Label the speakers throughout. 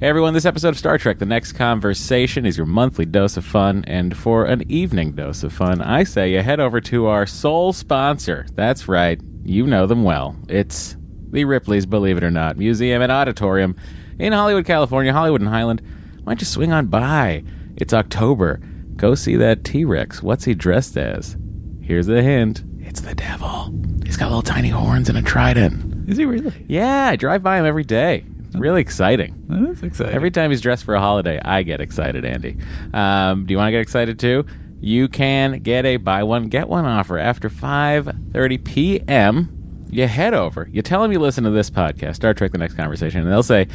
Speaker 1: Hey everyone, this episode of Star Trek The Next Conversation is your monthly dose of fun, and for an evening dose of fun, I say you head over to our sole sponsor. That's right, you know them well. It's the Ripley's Believe It or Not Museum and Auditorium in Hollywood, California, Hollywood and Highland. Why don't you swing on by? It's October. Go see that T Rex. What's he dressed as? Here's a hint it's the devil. He's got little tiny horns and a trident.
Speaker 2: Is he really?
Speaker 1: Yeah, I drive by him every day. Really exciting.
Speaker 2: Well, that's exciting.
Speaker 1: Every time he's dressed for a holiday, I get excited, Andy. Um, do you want to get excited too? You can get a buy one get one offer after 5:30 p.m. You head over. You tell them you listen to this podcast, Star Trek: The Next Conversation, and they'll say,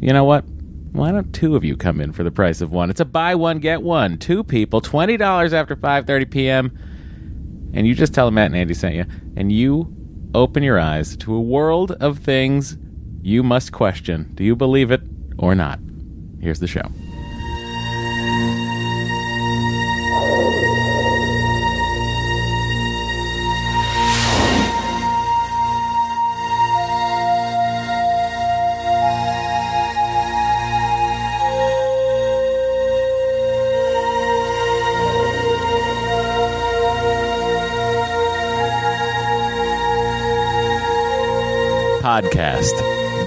Speaker 1: "You know what? Why don't two of you come in for the price of one? It's a buy one get one. Two people, twenty dollars after 5:30 p.m." And you just tell them Matt and Andy sent you, and you open your eyes to a world of things you must question. Do you believe it or not? Here's the show. Podcast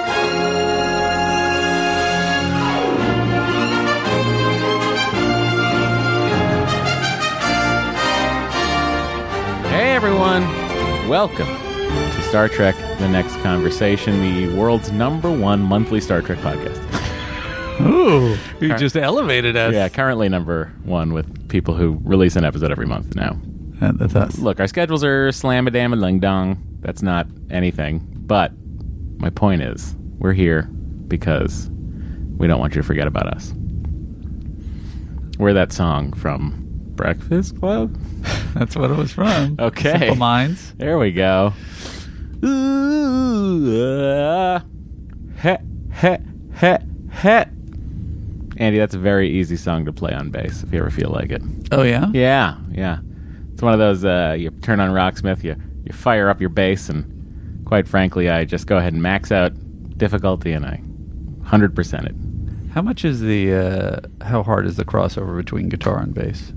Speaker 1: Hey everyone, welcome to Star Trek The Next Conversation, the world's number one monthly Star Trek podcast.
Speaker 2: Ooh, you just elevated us.
Speaker 1: Yeah, currently number one with people who release an episode every month now.
Speaker 2: Uh, that's us.
Speaker 1: Look, our schedules are slam a dam and ling dong. That's not anything. But my point is, we're here because we don't want you to forget about us. We're that song from Breakfast Club.
Speaker 2: That's what it was from.
Speaker 1: Okay.
Speaker 2: Simple Minds.
Speaker 1: There we go. Ooh, ah. Heh, heh, heh, heh. Andy, that's a very easy song to play on bass if you ever feel like it.
Speaker 2: Oh yeah.
Speaker 1: Yeah, yeah. It's one of those uh, you turn on Rocksmith, you you fire up your bass, and quite frankly, I just go ahead and max out difficulty, and I hundred percent it.
Speaker 2: How much is the? Uh, how hard is the crossover between guitar and bass?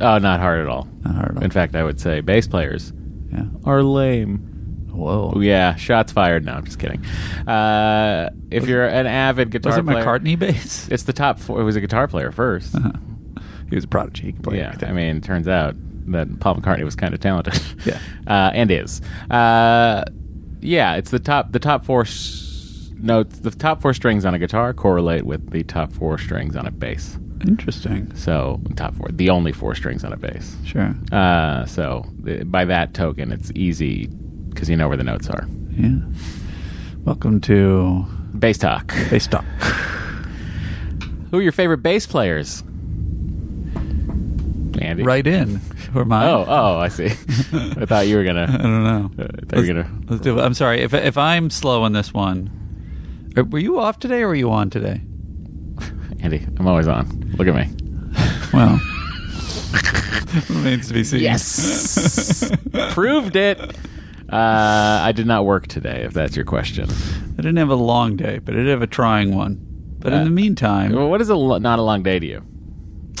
Speaker 1: Oh, not hard at all.
Speaker 2: Not hard. At all.
Speaker 1: In fact, I would say bass players
Speaker 2: yeah.
Speaker 1: are lame.
Speaker 2: Whoa.
Speaker 1: Oh, yeah, shots fired. No, I'm just kidding. Uh, if you're an avid guitar
Speaker 2: Was it
Speaker 1: player,
Speaker 2: McCartney E bass? Uh-huh.
Speaker 1: it's the top four. It was a guitar player 1st
Speaker 2: he was a prodigy. He could play
Speaker 1: yeah,
Speaker 2: everything.
Speaker 1: I mean, turns out that Paul McCartney was kind of talented.
Speaker 2: Yeah.
Speaker 1: uh, and is. Uh, yeah, it's the top the top four s- notes. The top four strings on a guitar correlate with the top four strings on a bass.
Speaker 2: Interesting.
Speaker 1: So top four, the only four strings on a bass.
Speaker 2: Sure.
Speaker 1: Uh, so uh, by that token, it's easy because you know where the notes are.
Speaker 2: Yeah. Welcome to
Speaker 1: Bass talk.
Speaker 2: Bass Talk.
Speaker 1: Who are your favorite bass players? Andy.
Speaker 2: Right in. Who am I?
Speaker 1: Oh, oh, I see. I thought you were
Speaker 2: I
Speaker 1: gonna. Uh,
Speaker 2: don't know.
Speaker 1: I thought you were gonna.
Speaker 2: Let's do it. I'm sorry if if I'm slow on this one. Uh, Were you off today or were you on today?
Speaker 1: Andy, I'm always on. Look at me.
Speaker 2: Well, remains to be seen.
Speaker 1: Yes. Proved it. Uh, I did not work today, if that's your question.
Speaker 2: I didn't have a long day, but I did have a trying one. But in
Speaker 1: Uh,
Speaker 2: the meantime,
Speaker 1: Well, What is a lo- not a long day to you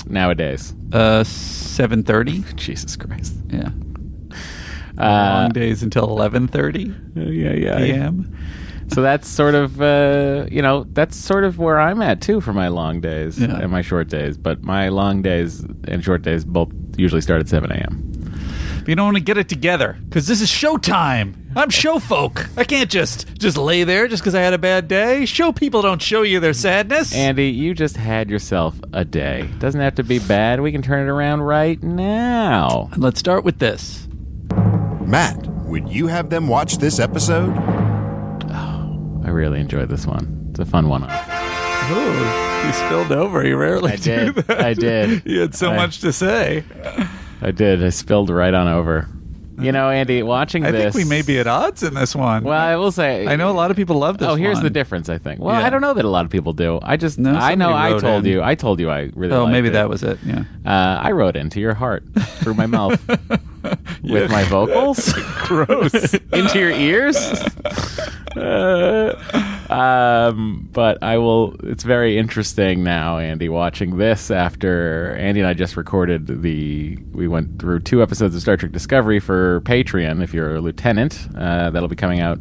Speaker 1: nowadays?
Speaker 2: uh, seven thirty.
Speaker 1: Jesus Christ.
Speaker 2: Yeah,
Speaker 1: Uh, Oh,
Speaker 2: long days until eleven thirty
Speaker 1: yeah, yeah,
Speaker 2: a.m.
Speaker 1: So that's sort of, uh, you know, that's sort of where I'm at too for my long days
Speaker 2: Yeah.
Speaker 1: and my short days. But my long days and short days both usually start at 7 a.m.
Speaker 2: But you don't want to get it together because this is showtime. I'm show folk. I can't just just lay there just because I had a bad day. Show people don't show you their sadness.
Speaker 1: Andy, you just had yourself a day. Doesn't have to be bad. We can turn it around right now.
Speaker 2: And let's start with this.
Speaker 3: Matt, would you have them watch this episode?
Speaker 1: I really enjoyed this one. It's a fun one.
Speaker 2: Oh, you spilled over. You rarely
Speaker 1: I did. I did.
Speaker 2: You had so
Speaker 1: I-
Speaker 2: much to say.
Speaker 1: I did. I spilled right on over. You know, Andy, watching
Speaker 2: I
Speaker 1: this.
Speaker 2: think we may be at odds in this one.
Speaker 1: Well, I will say.
Speaker 2: I know a lot of people love this.
Speaker 1: Oh, here's the
Speaker 2: one.
Speaker 1: difference. I think. Well,
Speaker 2: Yeah.
Speaker 1: I don't know that a lot of people do. I just.
Speaker 2: No,
Speaker 1: I know.
Speaker 2: somebody
Speaker 1: I
Speaker 2: wrote
Speaker 1: told
Speaker 2: in.
Speaker 1: you. I told you. I really.
Speaker 2: Oh,
Speaker 1: liked
Speaker 2: maybe
Speaker 1: it.
Speaker 2: that was it. Yeah.
Speaker 1: Uh, I wrote into your heart through my mouth with my vocals. Gross. into your ears. Uh, um, but I will. It's very interesting now, Andy, watching this after Andy and I just recorded the. We went through two episodes of Star Trek Discovery for Patreon. If you're a lieutenant, uh, that'll be coming out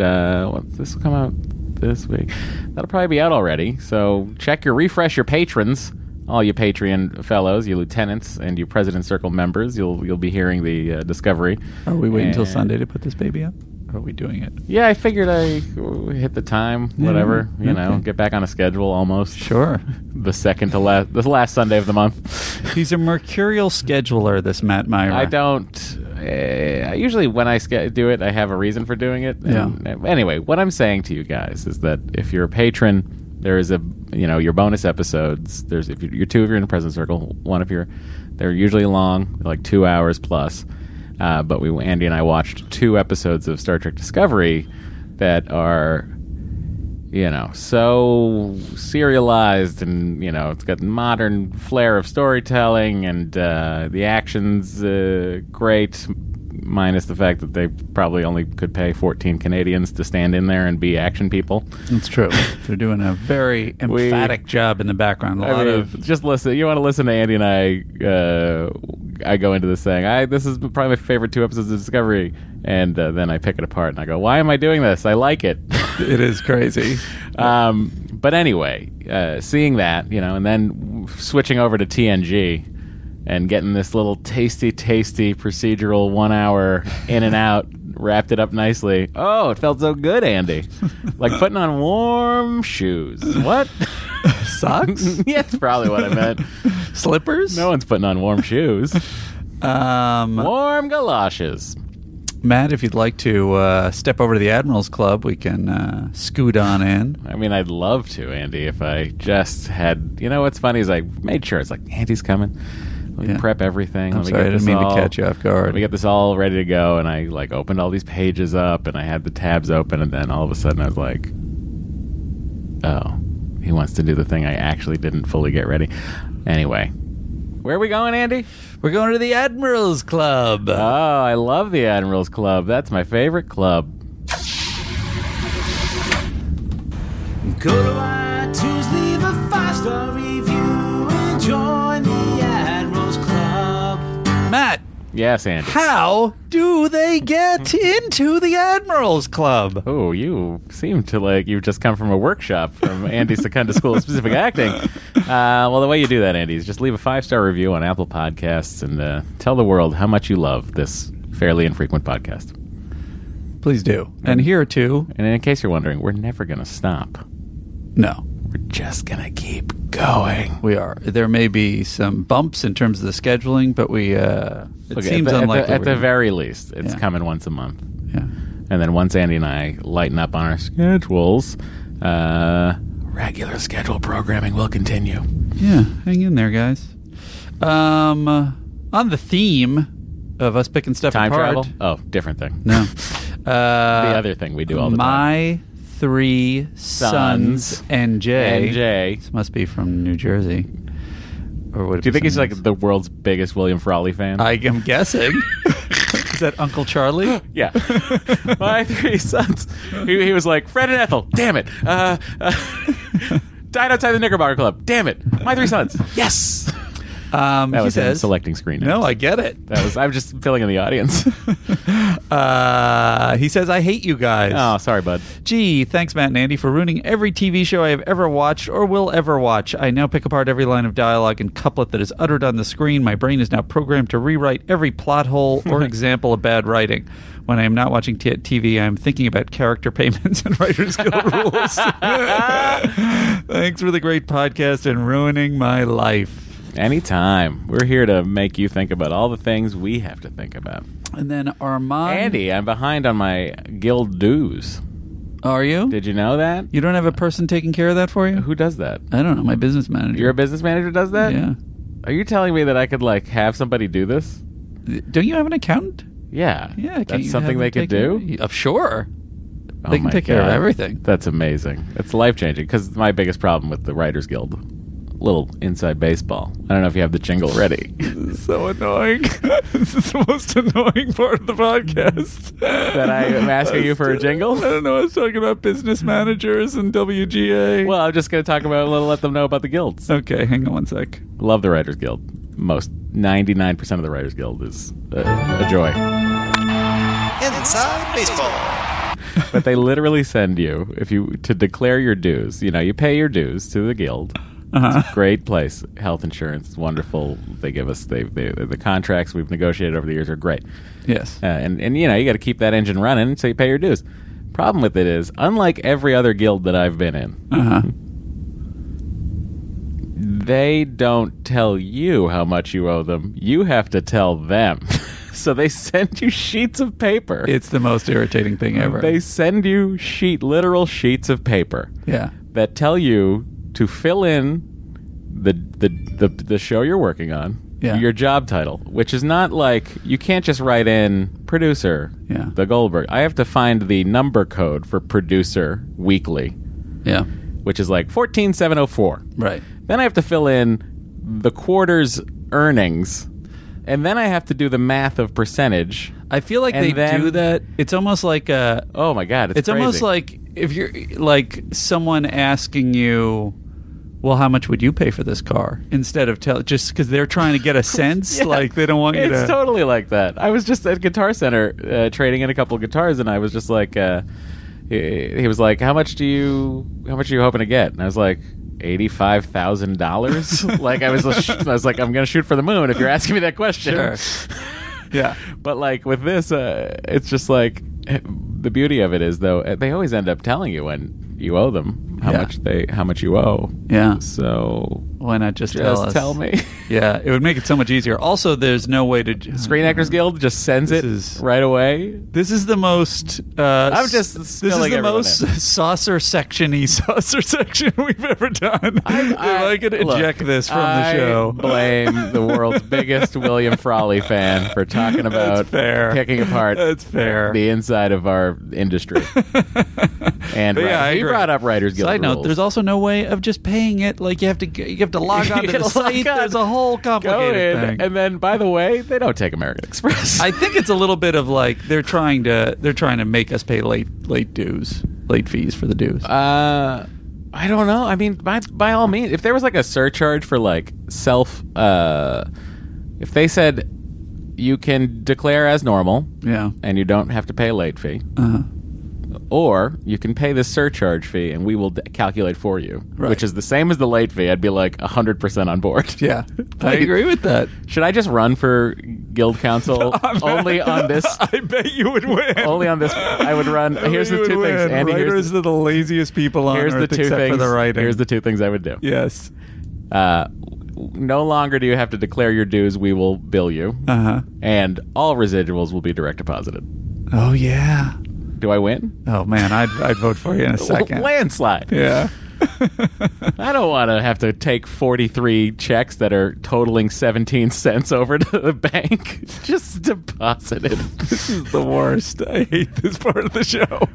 Speaker 1: uh, what, this will come out this week. That'll probably be out already. So check your refresh your patrons, all you Patreon fellows, you lieutenants, and you President Circle members. You'll you'll be hearing the uh, discovery.
Speaker 2: Are we waiting until
Speaker 1: And-
Speaker 2: Sunday to put this baby up? Or are we doing it?
Speaker 1: Yeah, I figured I uh, hit the time, whatever. You know, get back on a schedule almost.
Speaker 2: Sure.
Speaker 1: The second to last, the last Sunday of the month.
Speaker 2: He's a mercurial scheduler, this Matt Meyer.
Speaker 1: I don't. Uh, usually, when I sca- do it, I have a reason for doing it. And, uh, anyway, what I'm saying to you guys is that if you're a patron, there is a you know your bonus episodes. There's if you're, you're two if you're in the present circle, one if you're. They're usually long, like two hours plus. Uh, but we Andy and I watched two episodes of Star Trek Discovery that are you know, so serialized and, you know, it's got modern flair of storytelling and uh, the action's uh, great, minus the fact that they probably only could pay 14 Canadians to stand in there and be action people.
Speaker 2: It's true. They're doing a very
Speaker 1: We-
Speaker 2: emphatic job in the background. A
Speaker 1: I
Speaker 2: lot
Speaker 1: mean,
Speaker 2: of
Speaker 1: just listen. You want to listen to Andy and I? Uh, I go into this saying, "I this is probably my favorite two episodes of Discovery," and uh, then I pick it apart and I go, "Why am I doing this? I like it."
Speaker 2: it is crazy.
Speaker 1: Um, but anyway, uh, seeing that, you know, and then switching over to TNG and getting this little tasty, tasty procedural one hour in and out, wrapped it up nicely. Oh, it felt so good, Andy. like putting on warm shoes. What?
Speaker 2: Socks?
Speaker 1: yeah, that's probably what I meant.
Speaker 2: Slippers?
Speaker 1: No one's putting on warm shoes.
Speaker 2: Um,
Speaker 1: Warm galoshes.
Speaker 2: Matt, if you'd like to uh, step over to the Admirals Club, we can uh, scoot on in.
Speaker 1: I mean, I'd love to, Andy, if I just had. You know what's funny is I made sure it's like Andy's coming. Let me
Speaker 2: Yeah.
Speaker 1: prep everything.
Speaker 2: I'm
Speaker 1: Let me
Speaker 2: sorry,
Speaker 1: get
Speaker 2: I didn't
Speaker 1: this
Speaker 2: mean to
Speaker 1: all-
Speaker 2: catch you off guard.
Speaker 1: Let me get this all ready to go, and I like opened all these pages up, and I had the tabs open, and then all of a sudden I was like, "Oh, he wants to do the thing I actually didn't fully get ready." Anyway, where are we going, Andy?
Speaker 2: We're going to the Admirals Club.
Speaker 1: Oh, I love the Admirals Club. That's my favorite club.
Speaker 4: Go to iTunes, leave a five star review, and join the Admirals Club.
Speaker 2: Matt,
Speaker 1: Yes, Andy.
Speaker 2: how do they get into the Admirals Club?
Speaker 1: Oh, you seem to like you've just come from a workshop from Andy Secunda School of Specific Acting. Uh, well, the way you do that, Andy, is just leave a five star review on Apple Podcasts and uh, tell the world how much you love this fairly infrequent podcast.
Speaker 2: Please do. And here are two.
Speaker 1: And in case you're wondering, we're never going to stop.
Speaker 2: No,
Speaker 1: We're just going to keep going.
Speaker 2: we are. There may be some bumps in terms of the scheduling, but we. Uh, it
Speaker 1: Look,
Speaker 2: seems
Speaker 1: at the, at the-
Speaker 2: unlikely.
Speaker 1: At the,
Speaker 2: we're-
Speaker 1: very least, it's
Speaker 2: Yeah.
Speaker 1: coming once a month.
Speaker 2: yeah.
Speaker 1: And then once Andy and I lighten up on our schedules, uh, regular schedule programming will continue.
Speaker 2: Yeah, hang in there, guys. Um, uh, on the theme of us picking stuff
Speaker 1: Time
Speaker 2: apart.
Speaker 1: travel? Oh, different thing.
Speaker 2: No. Uh,
Speaker 1: the other thing we do all the time.
Speaker 2: my three sons,
Speaker 1: Sons.
Speaker 2: and Jay.
Speaker 1: And Jay.
Speaker 2: This must be from New Jersey. Or would it
Speaker 1: Do you
Speaker 2: be
Speaker 1: think he's
Speaker 2: something
Speaker 1: like
Speaker 2: else?
Speaker 1: the world's biggest William Frawley fan?
Speaker 2: I am guessing. Is that Uncle Charlie?
Speaker 1: yeah. My three sons. He, he was like, Fred and Ethel, damn it. Uh, uh, died outside the Knickerbocker Club, damn it. My three sons, yes.
Speaker 2: Um,
Speaker 1: That
Speaker 2: he
Speaker 1: was him
Speaker 2: says,
Speaker 1: selecting screen names.
Speaker 2: No, I get it.
Speaker 1: That was, I'm just filling in the audience.
Speaker 2: Uh, he says, I hate you guys.
Speaker 1: oh, sorry, bud.
Speaker 2: Gee, thanks, Matt and Andy, for ruining every TV show I have ever watched or will ever watch. I now pick apart every line of dialogue and couplet that is uttered on the screen. My brain is now programmed to rewrite every plot hole or example of bad writing. When I am not watching t- TV, I am thinking about character payments and Writers Guild rules. thanks for the great podcast and ruining my life.
Speaker 1: Anytime. We're here to make you think about all the things we have to think about.
Speaker 2: And then Armand.
Speaker 1: Andy, I'm behind on my guild dues.
Speaker 2: Are you?
Speaker 1: Did you know that?
Speaker 2: you don't have a person taking care of that for you?
Speaker 1: Who does that?
Speaker 2: I don't know. My business manager.
Speaker 1: You're a business manager does that?
Speaker 2: yeah.
Speaker 1: Are you telling me that I could like have somebody do this?
Speaker 2: Don't you have an accountant?
Speaker 1: Yeah.
Speaker 2: Yeah, can't
Speaker 1: That's
Speaker 2: you
Speaker 1: something
Speaker 2: have
Speaker 1: they
Speaker 2: them
Speaker 1: could
Speaker 2: take-
Speaker 1: do.
Speaker 2: Uh, sure,
Speaker 1: Oh
Speaker 2: they can
Speaker 1: my
Speaker 2: take care of
Speaker 1: God.
Speaker 2: everything.
Speaker 1: That's amazing. It's life changing because my biggest problem with the Writers Guild. Little inside baseball. I don't know if you have the jingle ready.
Speaker 2: so annoying. this is the most annoying part of the podcast.
Speaker 1: That I am asking you for a jingle?
Speaker 2: I don't know. I was talking about business managers and WGA.
Speaker 1: well, I'm just going to talk about let, let them know about the guilds.
Speaker 2: okay, hang on one sec.
Speaker 1: Love the Writers Guild. Most 99% of the Writers Guild is uh, a joy.
Speaker 5: Inside Baseball.
Speaker 1: But they literally send you if you to declare your dues. You know, you pay your dues to the guild. It's a great place. Health insurance is wonderful. They give us they, they the contracts we've negotiated over the years are great.
Speaker 2: Yes.
Speaker 1: Uh, and and you know you got to keep that engine running, so you pay your dues. Problem with it is, unlike every other guild that I've been in,
Speaker 2: Uh huh.
Speaker 1: they don't tell you how much you owe them. You have to tell them. so they send you sheets of paper.
Speaker 2: It's the most irritating thing ever.
Speaker 1: They send you sheet literal sheets of paper
Speaker 2: yeah.
Speaker 1: that tell you to fill in the the the, the show you're working on.
Speaker 2: Yeah.
Speaker 1: Your job title, which is not like you can't just write in producer,
Speaker 2: Yeah.
Speaker 1: the Goldberg. I have to find the number code for producer weekly,
Speaker 2: Yeah.
Speaker 1: which is like 14704.
Speaker 2: Right.
Speaker 1: Then I have to fill in the quarter's earnings, and then I have to do the math of percentage.
Speaker 2: I feel like
Speaker 1: And
Speaker 2: they
Speaker 1: then-
Speaker 2: do that. It's almost like uh
Speaker 1: Oh my god, it's,
Speaker 2: It's almost
Speaker 1: crazy.
Speaker 2: like if you're like someone asking you, "Well, how much would you pay for this car?" Instead of tell just because they're trying to get a sense, like they don't want you
Speaker 1: it's
Speaker 2: to.
Speaker 1: totally like that. I was just at Guitar Center uh, trading in a couple of guitars, and I was just like, uh, he, he was like, "How much do you? How much are you hoping to get?" And I was like. Eighty-five thousand dollars. like I was, I was like, I'm gonna shoot for the moon if you're asking me that question.
Speaker 2: yeah,
Speaker 1: But like with this, uh, it's just like the beauty of it is though uh, they always end up telling you when you owe them how
Speaker 2: Yeah.
Speaker 1: much they how much you owe.
Speaker 2: yeah.
Speaker 1: So
Speaker 2: Why not just, tell
Speaker 1: just
Speaker 2: us?
Speaker 1: tell me.
Speaker 2: Yeah, it would make it so much easier. Also, there's no way to uh,
Speaker 1: Screen Actors Guild just sends
Speaker 2: This
Speaker 1: it
Speaker 2: is-
Speaker 1: right away.
Speaker 2: This is the most. Uh,
Speaker 1: I'm just
Speaker 2: This is
Speaker 1: spilling
Speaker 2: the
Speaker 1: everyone
Speaker 2: most saucer sectiony saucer section we've ever done. if I could
Speaker 1: look,
Speaker 2: eject this from
Speaker 1: I
Speaker 2: the show,
Speaker 1: blame the world's biggest William Frawley fan for talking about
Speaker 2: That's fair.
Speaker 1: picking apart
Speaker 2: That's fair.
Speaker 1: the inside of our industry. and
Speaker 2: But
Speaker 1: right-
Speaker 2: yeah, I
Speaker 1: he
Speaker 2: agree.
Speaker 1: brought up Writers Guild.
Speaker 2: Side note:
Speaker 1: rules.
Speaker 2: There's also no way of just paying it. Like you have to, g- you have to log on to
Speaker 1: You
Speaker 2: the
Speaker 1: log
Speaker 2: site.
Speaker 1: on,
Speaker 2: There's a whole complicated
Speaker 1: go in,
Speaker 2: thing.
Speaker 1: And then, by the way, they don't take American Express.
Speaker 2: I think it's a little bit of like they're trying to they're trying to make us pay late late dues, late fees for the dues.
Speaker 1: uh, I don't know. I mean, by by all means, if there was like a surcharge for like self, uh, if they said you can declare as normal
Speaker 2: yeah.
Speaker 1: and you don't have to pay a late fee,
Speaker 2: Uh-huh.
Speaker 1: or you can pay this surcharge fee and we will d- calculate for you,
Speaker 2: Right.
Speaker 1: which is the same as the late fee. I'd be like hundred percent on board.
Speaker 2: Yeah, I agree with that.
Speaker 1: Should I just run for guild council only on this?
Speaker 2: I bet you would win.
Speaker 1: Only on this, I would run.
Speaker 2: I bet
Speaker 1: Here's
Speaker 2: you
Speaker 1: the
Speaker 2: would
Speaker 1: two things,
Speaker 2: win.
Speaker 1: Andy. here's
Speaker 2: Writers
Speaker 1: the-
Speaker 2: are the laziest people on
Speaker 1: here's the
Speaker 2: earth,
Speaker 1: two
Speaker 2: except for
Speaker 1: things.
Speaker 2: the writing.
Speaker 1: Here's the two things I would do.
Speaker 2: yes.
Speaker 1: Uh, w- no longer do you have to declare your dues. We will bill you,
Speaker 2: Uh huh.
Speaker 1: and all residuals will be direct deposited.
Speaker 2: Oh yeah.
Speaker 1: Do I win?
Speaker 2: Oh man, I'd I'd vote for you in a second.
Speaker 1: Landslide.
Speaker 2: Yeah.
Speaker 1: I don't want to have to take 43 checks that are totaling 17 cents over to the bank. Just deposit it.
Speaker 2: This is the worst. I hate this part of the show.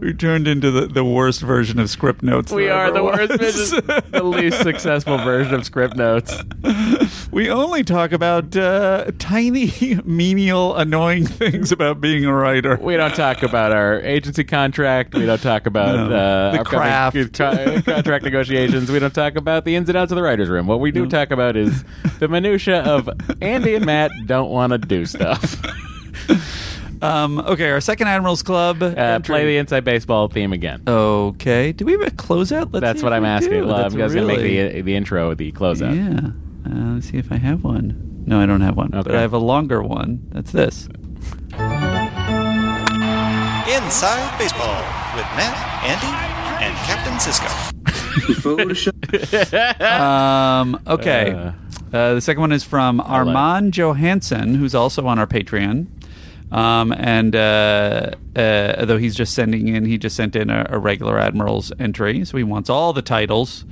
Speaker 2: We turned into the, the worst version of script notes.
Speaker 1: We
Speaker 2: there
Speaker 1: are
Speaker 2: ever
Speaker 1: the worst,
Speaker 2: was.
Speaker 1: business- the least successful version of script notes.
Speaker 2: We only talk about uh, tiny, menial, annoying things about being a writer.
Speaker 1: We don't talk about our agency contract. We don't talk about
Speaker 2: No.
Speaker 1: uh,
Speaker 2: The
Speaker 1: upcoming
Speaker 2: craft.
Speaker 1: co- contract negotiations. We don't talk about the ins and outs of the writers' room. What we do talk about is the minutia of Andy and Matt don't want to do stuff.
Speaker 2: Um, okay, our second Admirals Club.
Speaker 1: Uh, play the
Speaker 2: entry.
Speaker 1: inside baseball theme again.
Speaker 2: Okay. Do we have a closeout? Oh, Let's
Speaker 1: That's
Speaker 2: see
Speaker 1: what
Speaker 2: if
Speaker 1: I'm
Speaker 2: we
Speaker 1: asking.
Speaker 2: do.
Speaker 1: Well,
Speaker 2: That's
Speaker 1: I'm just gonna
Speaker 2: really-
Speaker 1: make the the intro the closeout.
Speaker 2: Yeah. Uh, let's see if I have one. No, I don't have one. But
Speaker 1: Okay.
Speaker 2: I have a longer one. That's this.
Speaker 5: Inside Baseball with Matt, Andy, and Captain Cisco.
Speaker 2: Um, okay.
Speaker 1: Uh.
Speaker 2: Uh, the second one is from
Speaker 1: like-
Speaker 2: Armand Johansson, who's also on our Patreon. Um, and uh, uh, though he's just sending in, he just sent in a, a regular Admiral's entry. So he wants all the titles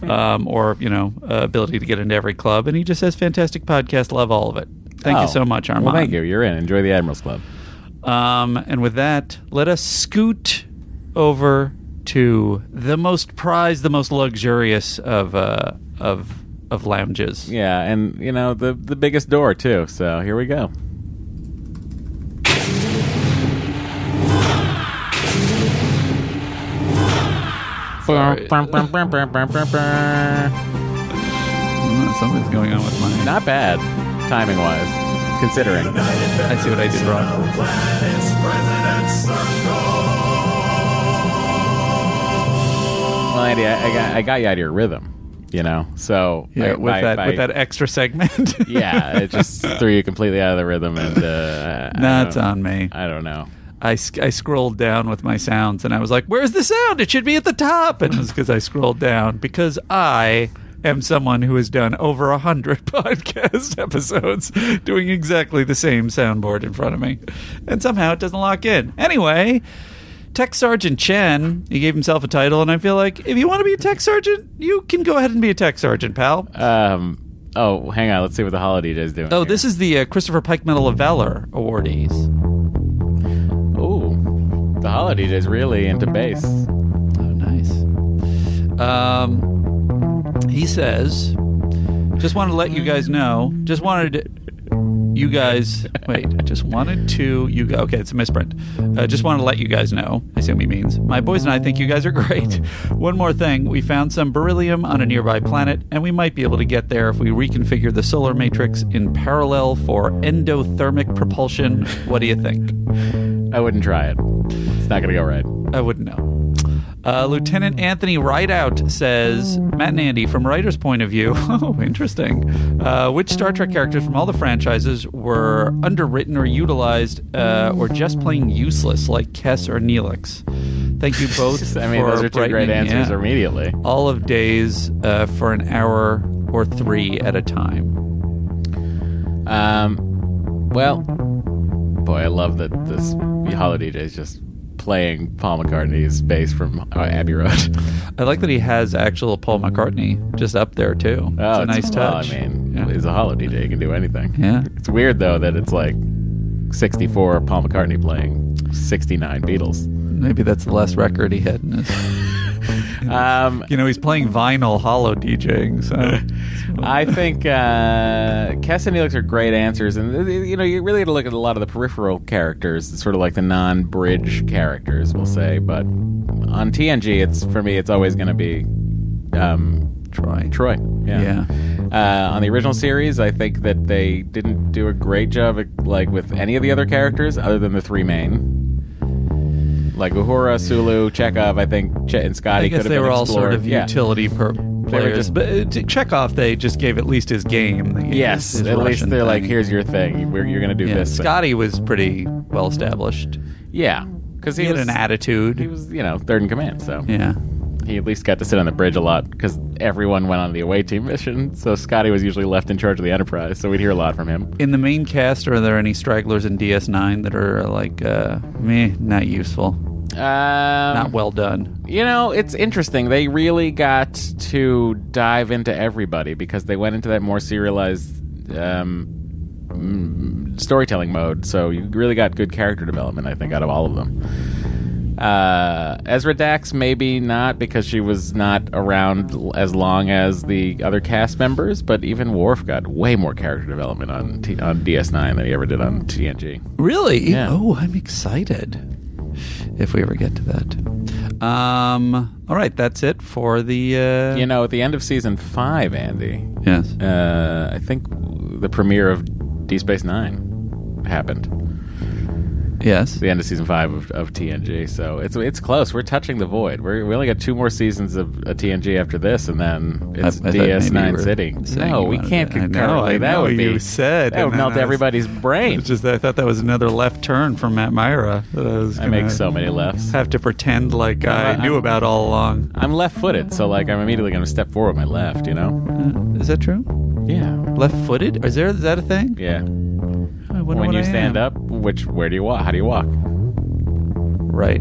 Speaker 2: um, or, you know, uh, ability to get into every club. And he just says, fantastic podcast. Love all of it. Thank
Speaker 1: Oh.
Speaker 2: you so much, Armand.
Speaker 1: Well, thank you. You're in. Enjoy the Admirals Club.
Speaker 2: Um, and with that, let us scoot over to the most prized, the most luxurious of uh, of of lounges.
Speaker 1: Yeah, and you know the the biggest door too. So here we go. Not
Speaker 2: Mm, Something's going on with mine.
Speaker 1: bad, timing wise, considering.
Speaker 2: I see what I did wrong.
Speaker 1: Well, Andy, I, I got I got you out of your rhythm, you know. So
Speaker 2: Yeah,
Speaker 1: I-
Speaker 2: with
Speaker 1: by-
Speaker 2: that
Speaker 1: by-
Speaker 2: with that extra segment.
Speaker 1: yeah, it just threw you completely out of the rhythm, and uh, I- I
Speaker 2: Nah, it's um,
Speaker 1: don't-
Speaker 2: on me.
Speaker 1: I don't know.
Speaker 2: I, sc- I scrolled down with my sounds and I was like, where's the sound? It should be at the top. And it was because I scrolled down because I am someone who has done over a hundred podcast episodes doing exactly the same soundboard in front of me. And somehow it doesn't lock in. Anyway, Tech Sergeant Chen, he gave himself a title. And I feel like if you want to be a tech sergeant, you can go ahead and be a tech sergeant, pal.
Speaker 1: Um, oh, hang on. Let's see what the holiday is doing.
Speaker 2: Oh, this is the uh, Christopher Pike Medal of Valor awardees.
Speaker 1: Ooh, the holiday is really into bass.
Speaker 2: Oh, nice. Um, he says, just wanted to let you guys know. Just wanted you guys. Wait, I just wanted to you. guys. Okay, it's a misprint. Uh, just wanted to let you guys know. I assume he means my boys and I think you guys are great. One more thing: we found some beryllium on a nearby planet, and we might be able to get there if we reconfigure the solar matrix in parallel for endothermic propulsion. What do you think?
Speaker 1: I wouldn't try it. It's not gonna go right.
Speaker 2: I wouldn't know. Uh, Lieutenant Anthony Rideout says, Matt and Andy, from writer's point of view, oh, interesting. Uh, which Star Trek characters from all the franchises were underwritten or utilized uh, or just plain useless, like Kess or Neelix? Thank you both.
Speaker 1: I mean,
Speaker 2: for
Speaker 1: those are two great
Speaker 2: brightening-
Speaker 1: answers
Speaker 2: yeah,
Speaker 1: immediately.
Speaker 2: All of days uh, for an hour or three at a time.
Speaker 1: Um, well, boy, I love that this holiday is just playing Paul McCartney's bass from uh, Abbey Road.
Speaker 2: I like that he has actual Paul McCartney just up there, too. it's a nice touch.
Speaker 1: oh, Well, I mean,
Speaker 2: Yeah.
Speaker 1: it's a holiday day. You can do anything.
Speaker 2: Yeah.
Speaker 1: It's weird though that it's like 64 Paul McCartney playing 69 Beatles.
Speaker 2: Maybe that's the last record he had in his.
Speaker 1: Um,
Speaker 2: You know, he's playing vinyl hollow DJing, so
Speaker 1: I think uh, Kess and Neelix are great answers, and uh, you know you really got to look at a lot of the peripheral characters, sort of like the non-bridge characters, we'll say. But on TNG, it's for me, it's always going to be um,
Speaker 2: try.
Speaker 1: Troy. Yeah. Uh, on the original series, I think that they didn't do a great job, like with any of the other characters, other than the three main. Like Uhura, Sulu, Chekhov. I think Chet and Scotty
Speaker 2: I guess
Speaker 1: could have
Speaker 2: they
Speaker 1: been
Speaker 2: were all
Speaker 1: explored.
Speaker 2: sort of
Speaker 1: yeah.
Speaker 2: utility per players,
Speaker 1: just-
Speaker 2: but uh, to Chekhov, they just gave at least his game. They gave
Speaker 1: Yes,
Speaker 2: his- his
Speaker 1: at least
Speaker 2: Russian
Speaker 1: they're like,
Speaker 2: thing.
Speaker 1: here's your thing. We're, you're going to do
Speaker 2: Yeah,
Speaker 1: this. thing."
Speaker 2: Scotty was pretty well established.
Speaker 1: Yeah, because
Speaker 2: He,
Speaker 1: he,
Speaker 2: had
Speaker 1: was
Speaker 2: an attitude.
Speaker 1: He was, you know, third in command, so
Speaker 2: yeah,
Speaker 1: he at least got to sit on the bridge a lot because everyone went on the away team mission. So Scotty was usually left in charge of the Enterprise, so we'd hear a lot from him.
Speaker 2: in the main cast, are there any stragglers in DS9 that are like, uh, meh, not useful,
Speaker 1: Um,
Speaker 2: not well done?
Speaker 1: You know, it's interesting. They really got to dive into everybody because they went into that more serialized um, mm, storytelling mode. So you really got good character development, I think, out of all of them. Uh, Ezra Dax, maybe not because she was not around l- as long as the other cast members, but even Worf got way more character development on, T- on DS9 than he ever did on TNG.
Speaker 2: Really?
Speaker 1: Yeah.
Speaker 2: Oh, I'm excited. If we ever get to that. Um, all right, that's it for the. Uh,
Speaker 1: You know, at the end of season five, Andy,
Speaker 2: Yes.
Speaker 1: uh, I think the premiere of D Space Nine happened.
Speaker 2: Yes.
Speaker 1: The end of season five of, of TNG. So it's it's close. We're touching the void. We're, we only got two more seasons of uh, TNG after this, and then it's
Speaker 2: I- I thought maybe you
Speaker 1: DS9
Speaker 2: were
Speaker 1: City.
Speaker 2: saying
Speaker 1: No,
Speaker 2: you
Speaker 1: we
Speaker 2: wanted
Speaker 1: can't
Speaker 2: to- I know,
Speaker 1: concurrently.
Speaker 2: I
Speaker 1: that
Speaker 2: know,
Speaker 1: would be
Speaker 2: you said,
Speaker 1: that
Speaker 2: and
Speaker 1: would
Speaker 2: then
Speaker 1: melt
Speaker 2: I was-
Speaker 1: everybody's brain.
Speaker 2: It's just that I thought that was another left turn from Matt Myra. That I, was
Speaker 1: I make
Speaker 2: gonna
Speaker 1: so many lefts.
Speaker 2: Have to pretend like I
Speaker 1: I'm-
Speaker 2: knew about all along.
Speaker 1: I'm left-footed, so like I'm immediately going to step forward with my left. You know?
Speaker 2: Uh, is that true?
Speaker 1: Yeah.
Speaker 2: Left-footed? Is there? Is that a thing?
Speaker 1: Yeah.
Speaker 2: I wonder
Speaker 1: When
Speaker 2: what
Speaker 1: you
Speaker 2: I
Speaker 1: stand
Speaker 2: am.
Speaker 1: up, which where do you walk? How do you walk?
Speaker 2: right?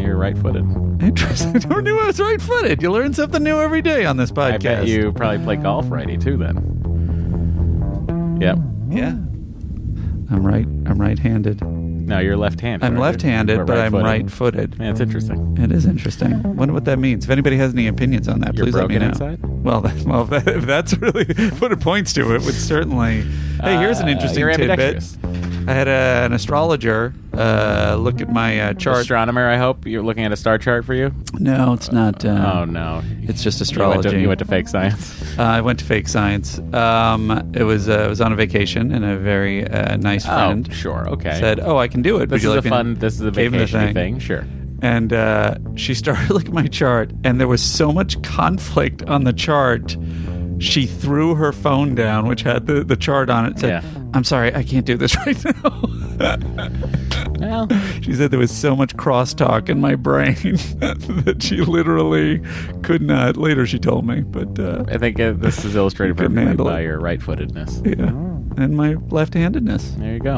Speaker 1: You're right-footed.
Speaker 2: Interesting. I never knew I was right-footed. You learn something new every day on this podcast.
Speaker 1: I bet you probably play golf righty too then. Yep.
Speaker 2: Yeah. I'm right. I'm right-handed.
Speaker 1: No, you're left-handed.
Speaker 2: I'm
Speaker 1: aren't you? Or
Speaker 2: left-handed, but I'm
Speaker 1: right-footed.
Speaker 2: right-footed.
Speaker 1: Yeah, it's interesting.
Speaker 2: It is interesting. Wonder what that means. If anybody has any opinions on that,
Speaker 1: You're
Speaker 2: please let me know.
Speaker 1: broken inside?
Speaker 2: Well, that, well, if, that, if that's really what it points to, it would certainly. Hey, here's an
Speaker 1: Uh,
Speaker 2: interesting
Speaker 1: you're
Speaker 2: tidbit.
Speaker 1: ambidextrous.
Speaker 2: I had a, an astrologer uh, look at my uh, chart.
Speaker 1: Astronomer, I hope you're looking at a star chart for you.
Speaker 2: no, it's not. Uh,
Speaker 1: oh no,
Speaker 2: It's just
Speaker 1: You went,
Speaker 2: astrology.
Speaker 1: to, you went to fake science.
Speaker 2: Uh, I went to fake science. Um, it was uh, I was on a vacation, and a very uh, nice friend
Speaker 1: Oh, sure, okay.
Speaker 2: said, "Oh, I can do it." Would
Speaker 1: this is
Speaker 2: you
Speaker 1: a
Speaker 2: like me to-"
Speaker 1: fun. This is a
Speaker 2: Gave him the
Speaker 1: vacation thing. Sure.
Speaker 2: and uh, she started looking at my chart, and there was so much conflict on the chart. She threw her phone down, which had the, the chart on it. Said,
Speaker 1: Yeah.
Speaker 2: "I'm sorry, I can't do this right now."
Speaker 1: Well,
Speaker 2: she said there was so much crosstalk in my brain that she literally could not. Later, she told me, but uh,
Speaker 1: I think uh, this is illustrated
Speaker 2: Couldn't
Speaker 1: perfectly
Speaker 2: handle
Speaker 1: by
Speaker 2: it.
Speaker 1: your right-footedness.
Speaker 2: yeah, and my left-handedness.
Speaker 1: There you go.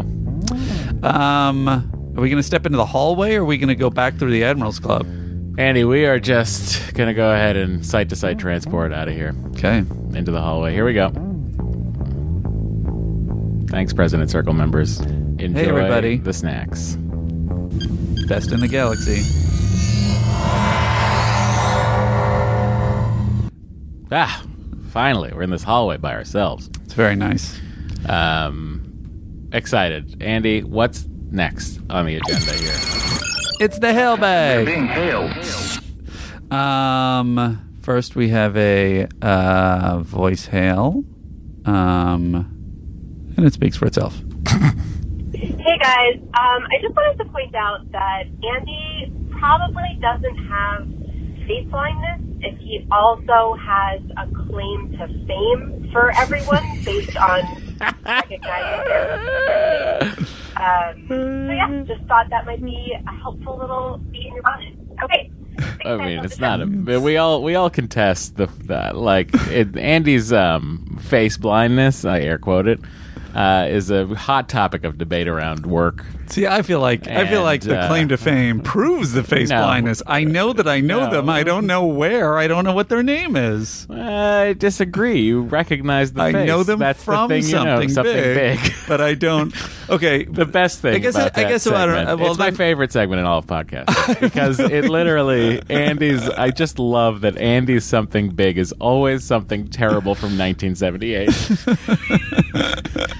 Speaker 2: Um, are we going to step into the hallway, or are we going to go back through the Admirals Club?
Speaker 1: Andy, we are just gonna go ahead and site to site transport out of here
Speaker 2: Okay.
Speaker 1: into the hallway. Here we go. Thanks, President Circle members. Enjoy
Speaker 2: everybody.
Speaker 1: the snacks.
Speaker 2: Best in the galaxy.
Speaker 1: Ah, finally, we're in this hallway by ourselves.
Speaker 2: It's very nice.
Speaker 1: Um, excited, Andy. What's next on the agenda here?
Speaker 2: It's the hail bag. Being hailed. Um, first we have a uh, voice hail, um, and it speaks for itself.
Speaker 6: Hey guys, um, I just wanted to point out that Andy probably doesn't have face blindness if he also has a claim to fame for everyone based on recognizing their um, So yeah, just thought that might be a helpful little beat in your bonnet. Okay.
Speaker 1: I mean, it's not a. We all we all contest the, the like it, Andy's um face blindness. I air quote it. Uh, is a hot topic of debate around work.
Speaker 2: See, I feel like I feel like
Speaker 1: And,
Speaker 2: the
Speaker 1: uh,
Speaker 2: claim to fame proves the face
Speaker 1: No.
Speaker 2: blindness. I know that I know
Speaker 1: No.
Speaker 2: them. I don't know where. I don't know what their name is.
Speaker 1: I disagree. You recognize the
Speaker 2: I
Speaker 1: face.
Speaker 2: know them
Speaker 1: That's
Speaker 2: from
Speaker 1: the thing
Speaker 2: something,
Speaker 1: you know, something big.
Speaker 2: but I don't. Okay,
Speaker 1: The best thing.
Speaker 2: I guess
Speaker 1: about
Speaker 2: I,
Speaker 1: that
Speaker 2: guess I
Speaker 1: segment.
Speaker 2: don't. Well,
Speaker 1: it's my
Speaker 2: then-
Speaker 1: favorite segment in all of podcasts because it literally Andy's. I just love that Andy's something big is always something terrible from 1978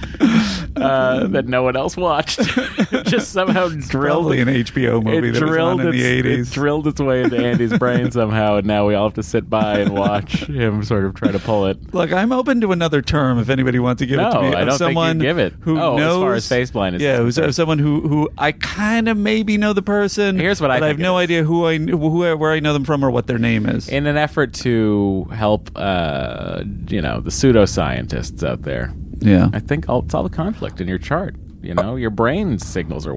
Speaker 1: uh, that no one else watched. just somehow drilled
Speaker 2: probably an HBO movie
Speaker 1: it
Speaker 2: that was
Speaker 1: drilled
Speaker 2: on in the
Speaker 1: its,
Speaker 2: eighties.
Speaker 1: It drilled its way into Andy's brain somehow, and now we all have to sit by and watch him sort of try to pull it.
Speaker 2: Look, I'm open to another term if anybody wants to give it to
Speaker 1: No,
Speaker 2: me.
Speaker 1: I
Speaker 2: Of
Speaker 1: don't think you
Speaker 2: someone
Speaker 1: give it.
Speaker 2: Who
Speaker 1: Oh, as
Speaker 2: knows,
Speaker 1: far as face blindness
Speaker 2: Yeah,
Speaker 1: is
Speaker 2: who's,
Speaker 1: concerned.
Speaker 2: someone who who I kind of maybe know the person.
Speaker 1: Here's what I
Speaker 2: but I have
Speaker 1: think it
Speaker 2: no
Speaker 1: is.
Speaker 2: idea who I kn- who I, where I know them from or what their name is.
Speaker 1: in an effort to help uh, you know the pseudoscientists out there
Speaker 2: yeah,
Speaker 1: i think all, it's all the conflict in your chart you know your brain signals are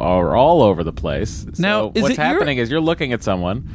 Speaker 1: are all over the place so
Speaker 2: Now, is
Speaker 1: what's
Speaker 2: it your-
Speaker 1: happening is you're looking at someone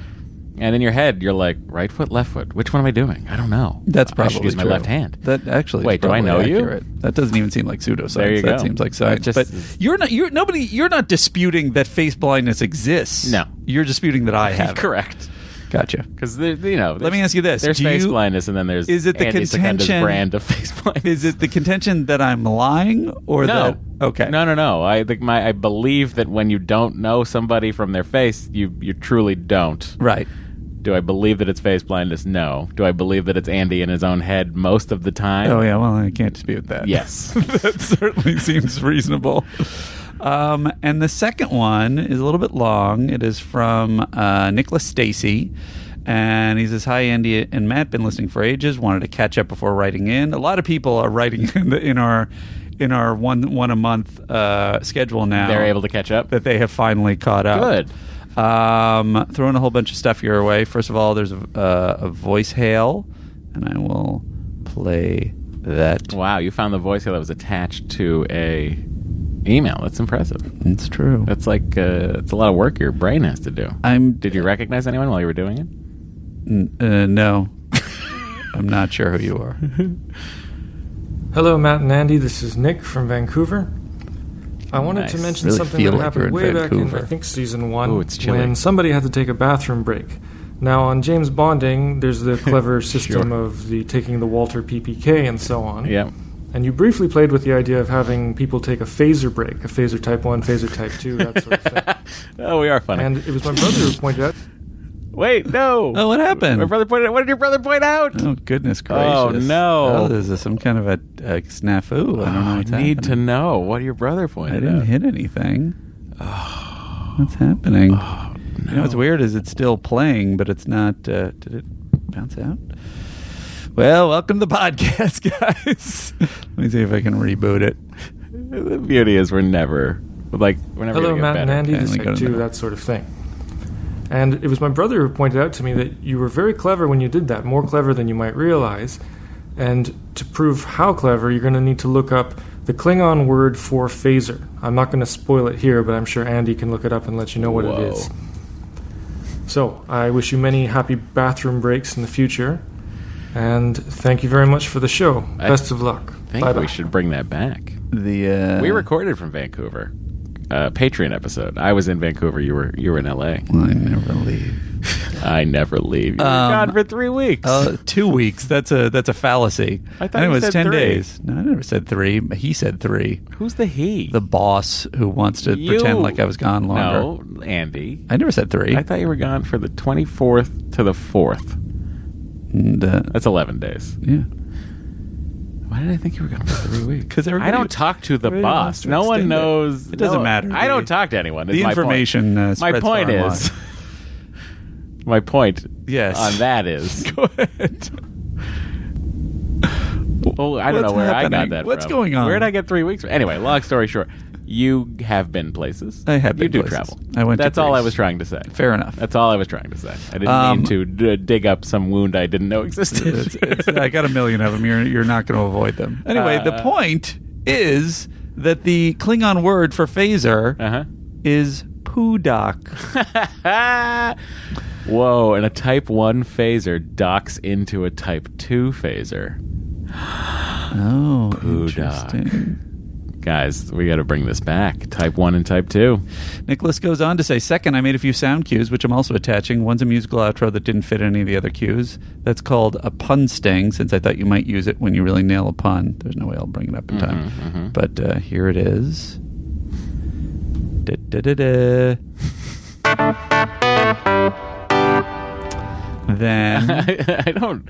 Speaker 1: and in your head you're like right foot left foot which one am i doing i don't know
Speaker 2: that's
Speaker 1: I
Speaker 2: probably
Speaker 1: should use my
Speaker 2: true.
Speaker 1: left hand
Speaker 2: That actually is
Speaker 1: Wait, do I
Speaker 2: probably
Speaker 1: know you?
Speaker 2: accurate. That doesn't even seem like pseudoscience.
Speaker 1: There you
Speaker 2: that
Speaker 1: go.
Speaker 2: seems like science.
Speaker 1: Just-
Speaker 2: but you're not you're nobody you're not disputing that face blindness exists.
Speaker 1: No.
Speaker 2: you're disputing that I have. it.
Speaker 1: correct
Speaker 2: Gotcha.
Speaker 1: because you know
Speaker 2: Let me ask you this.
Speaker 1: there's
Speaker 2: Do
Speaker 1: face
Speaker 2: you-
Speaker 1: blindness and then there's
Speaker 2: Is it the
Speaker 1: Andy Seconda's
Speaker 2: contention-
Speaker 1: brand of face blindness
Speaker 2: Is it the contention that I'm lying or
Speaker 1: No.
Speaker 2: that okay?
Speaker 1: No, no, no. I think my I believe that when you don't know somebody from their face, you you truly don't.
Speaker 2: Right.
Speaker 1: Do I believe that it's face blindness? No. Do I believe that it's Andy in his own head most of the time?
Speaker 2: Oh yeah, well I can't dispute that.
Speaker 1: Yes.
Speaker 2: that certainly seems reasonable. Um, and the second one is a little bit long. It is from uh, Nicholas Stacy. And he says, Hi, Andy and Matt. Been listening for ages. Wanted to catch up before writing in. A lot of people are writing in, the, in our in our one one a month uh, schedule now.
Speaker 1: They're able to catch up.
Speaker 2: that they have finally caught up.
Speaker 1: Good.
Speaker 2: Um, throwing a whole bunch of stuff your way. First of all, there's a, uh, a voice hail, and I will play that.
Speaker 1: Wow, you found the voice that was attached to a email. That's impressive.
Speaker 2: It's true.
Speaker 1: That's like uh, that's a lot of work your brain has to do.
Speaker 2: I'm.
Speaker 1: Did you recognize anyone while you were doing it?
Speaker 2: Uh, no, I'm not sure who you are.
Speaker 7: Hello, Matt and Andy. This is Nick from Vancouver. I wanted to
Speaker 1: Nice.
Speaker 7: mention
Speaker 2: Really
Speaker 7: something
Speaker 2: feel
Speaker 7: that
Speaker 2: like you're in
Speaker 7: happened way back
Speaker 2: Vancouver.
Speaker 7: in, I think, season one,
Speaker 1: Ooh, it's chilly.
Speaker 7: when somebody had to take a bathroom break. Now, on James Bonding, there's the clever system of the taking the Walter PPK and so on.
Speaker 1: Yeah.
Speaker 7: And you briefly played with the idea of having people take a phaser break, a phaser type 1, phaser type 2, that sort of thing.
Speaker 1: Oh, we are funny.
Speaker 7: And it was my brother who pointed out
Speaker 1: Wait, no.
Speaker 2: Oh, what happened?
Speaker 1: My brother pointed out. What did your brother point out?
Speaker 2: Oh goodness gracious!
Speaker 1: Oh, no. Oh,
Speaker 2: Oh, this is some kind of a, a snafu. I don't know
Speaker 1: I
Speaker 2: what's
Speaker 1: need to
Speaker 2: happening.
Speaker 1: know what your brother
Speaker 2: I
Speaker 1: pointed
Speaker 2: didn't
Speaker 1: out.
Speaker 2: hit anything. what's happening? You know what's weird is it's still playing, but it's not. Uh, did it bounce out? Well, welcome to the podcast, guys. Let me see if I can reboot it.
Speaker 1: The beauty is we're never like we're never
Speaker 7: Hello,
Speaker 1: gonna get
Speaker 7: Matt
Speaker 1: better.
Speaker 7: and Andy.
Speaker 2: Okay,
Speaker 7: This
Speaker 2: we
Speaker 7: is
Speaker 2: go to the
Speaker 7: two,
Speaker 2: middle.
Speaker 7: that sort of thing. And it was my brother who pointed out to me that you were very clever when you did that, more clever than you might realize. And to prove how clever, you're going to need to look up the Klingon word for phaser. I'm not going to spoil it here, but I'm sure Andy can look it up and let you know what
Speaker 1: Whoa.
Speaker 7: it is. So I wish you many happy bathroom breaks in the future. And thank you very much for the show.
Speaker 1: I
Speaker 7: Best of luck.
Speaker 1: I think we should bring that back.
Speaker 2: The uh,
Speaker 1: we recorded from Vancouver, uh, Patreon episode. I was in Vancouver. You were you were in L.A.
Speaker 2: I never leave. Um,
Speaker 1: I never leave. You were gone for three weeks.
Speaker 2: Uh, two weeks. That's a that's a fallacy.
Speaker 1: I thought
Speaker 2: And it
Speaker 1: you
Speaker 2: was
Speaker 1: said
Speaker 2: ten
Speaker 1: three.
Speaker 2: days. No, I never said three. but He said three.
Speaker 1: Who's the he?
Speaker 2: The boss who wants to pretend
Speaker 1: You.
Speaker 2: like I was gone longer.
Speaker 1: No, Andy.
Speaker 2: I never said three.
Speaker 1: I thought you were gone for the twenty fourth to the fourth.
Speaker 2: and, uh,
Speaker 1: That's eleven days.
Speaker 2: yeah,
Speaker 1: Why did I think you were gone for three weeks?
Speaker 2: because
Speaker 1: I don't talk to the
Speaker 2: everybody wants
Speaker 1: boss.
Speaker 2: to
Speaker 1: No one
Speaker 2: extend it.
Speaker 1: knows.
Speaker 2: It doesn't
Speaker 1: no-
Speaker 2: matter.
Speaker 1: I don't
Speaker 2: The-
Speaker 1: talk to anyone. is
Speaker 2: the
Speaker 1: my point.
Speaker 2: information. Uh,
Speaker 1: My
Speaker 2: spreads far
Speaker 1: point
Speaker 2: and wide.
Speaker 1: is, my point
Speaker 2: yes.
Speaker 1: on Uh, that is,
Speaker 2: Go ahead.
Speaker 1: oh, I
Speaker 2: What's
Speaker 1: don't know where I
Speaker 2: happening?
Speaker 1: got that.
Speaker 2: What's
Speaker 1: from.
Speaker 2: going on?
Speaker 1: Where did I get three weeks? From? Anyway, long story short, you have been places.
Speaker 2: I have
Speaker 1: You
Speaker 2: been
Speaker 1: do
Speaker 2: places.
Speaker 1: travel.
Speaker 2: I went to
Speaker 1: That's all I
Speaker 2: Greece.
Speaker 1: was trying to say.
Speaker 2: Fair enough.
Speaker 1: That's all I was trying to say. I didn't
Speaker 2: Um,
Speaker 1: mean to d- dig up some wound I didn't know existed.
Speaker 2: It's- it's- I got a million of them. You're you're not going to avoid them. Anyway, the
Speaker 1: Uh,
Speaker 2: point is that the Klingon word for phaser
Speaker 1: uh
Speaker 2: is poodoc.
Speaker 1: huh. Ah! Whoa! And a Type One phaser docks into a Type Two phaser.
Speaker 2: Oh,
Speaker 1: Poodoc.
Speaker 2: interesting.
Speaker 1: Guys, we got to bring this back. Type One and Type Two.
Speaker 2: Nicholas goes on to say, second, I made a few sound cues, which I'm also attaching. One's a musical outro that didn't fit any of the other cues. That's called a pun sting, since I thought you might use it when you really nail a pun. There's no way I'll bring it up in time.
Speaker 1: Mm-hmm,
Speaker 2: But uh, here it is. Da-da-da-da. then,
Speaker 1: I, I don't.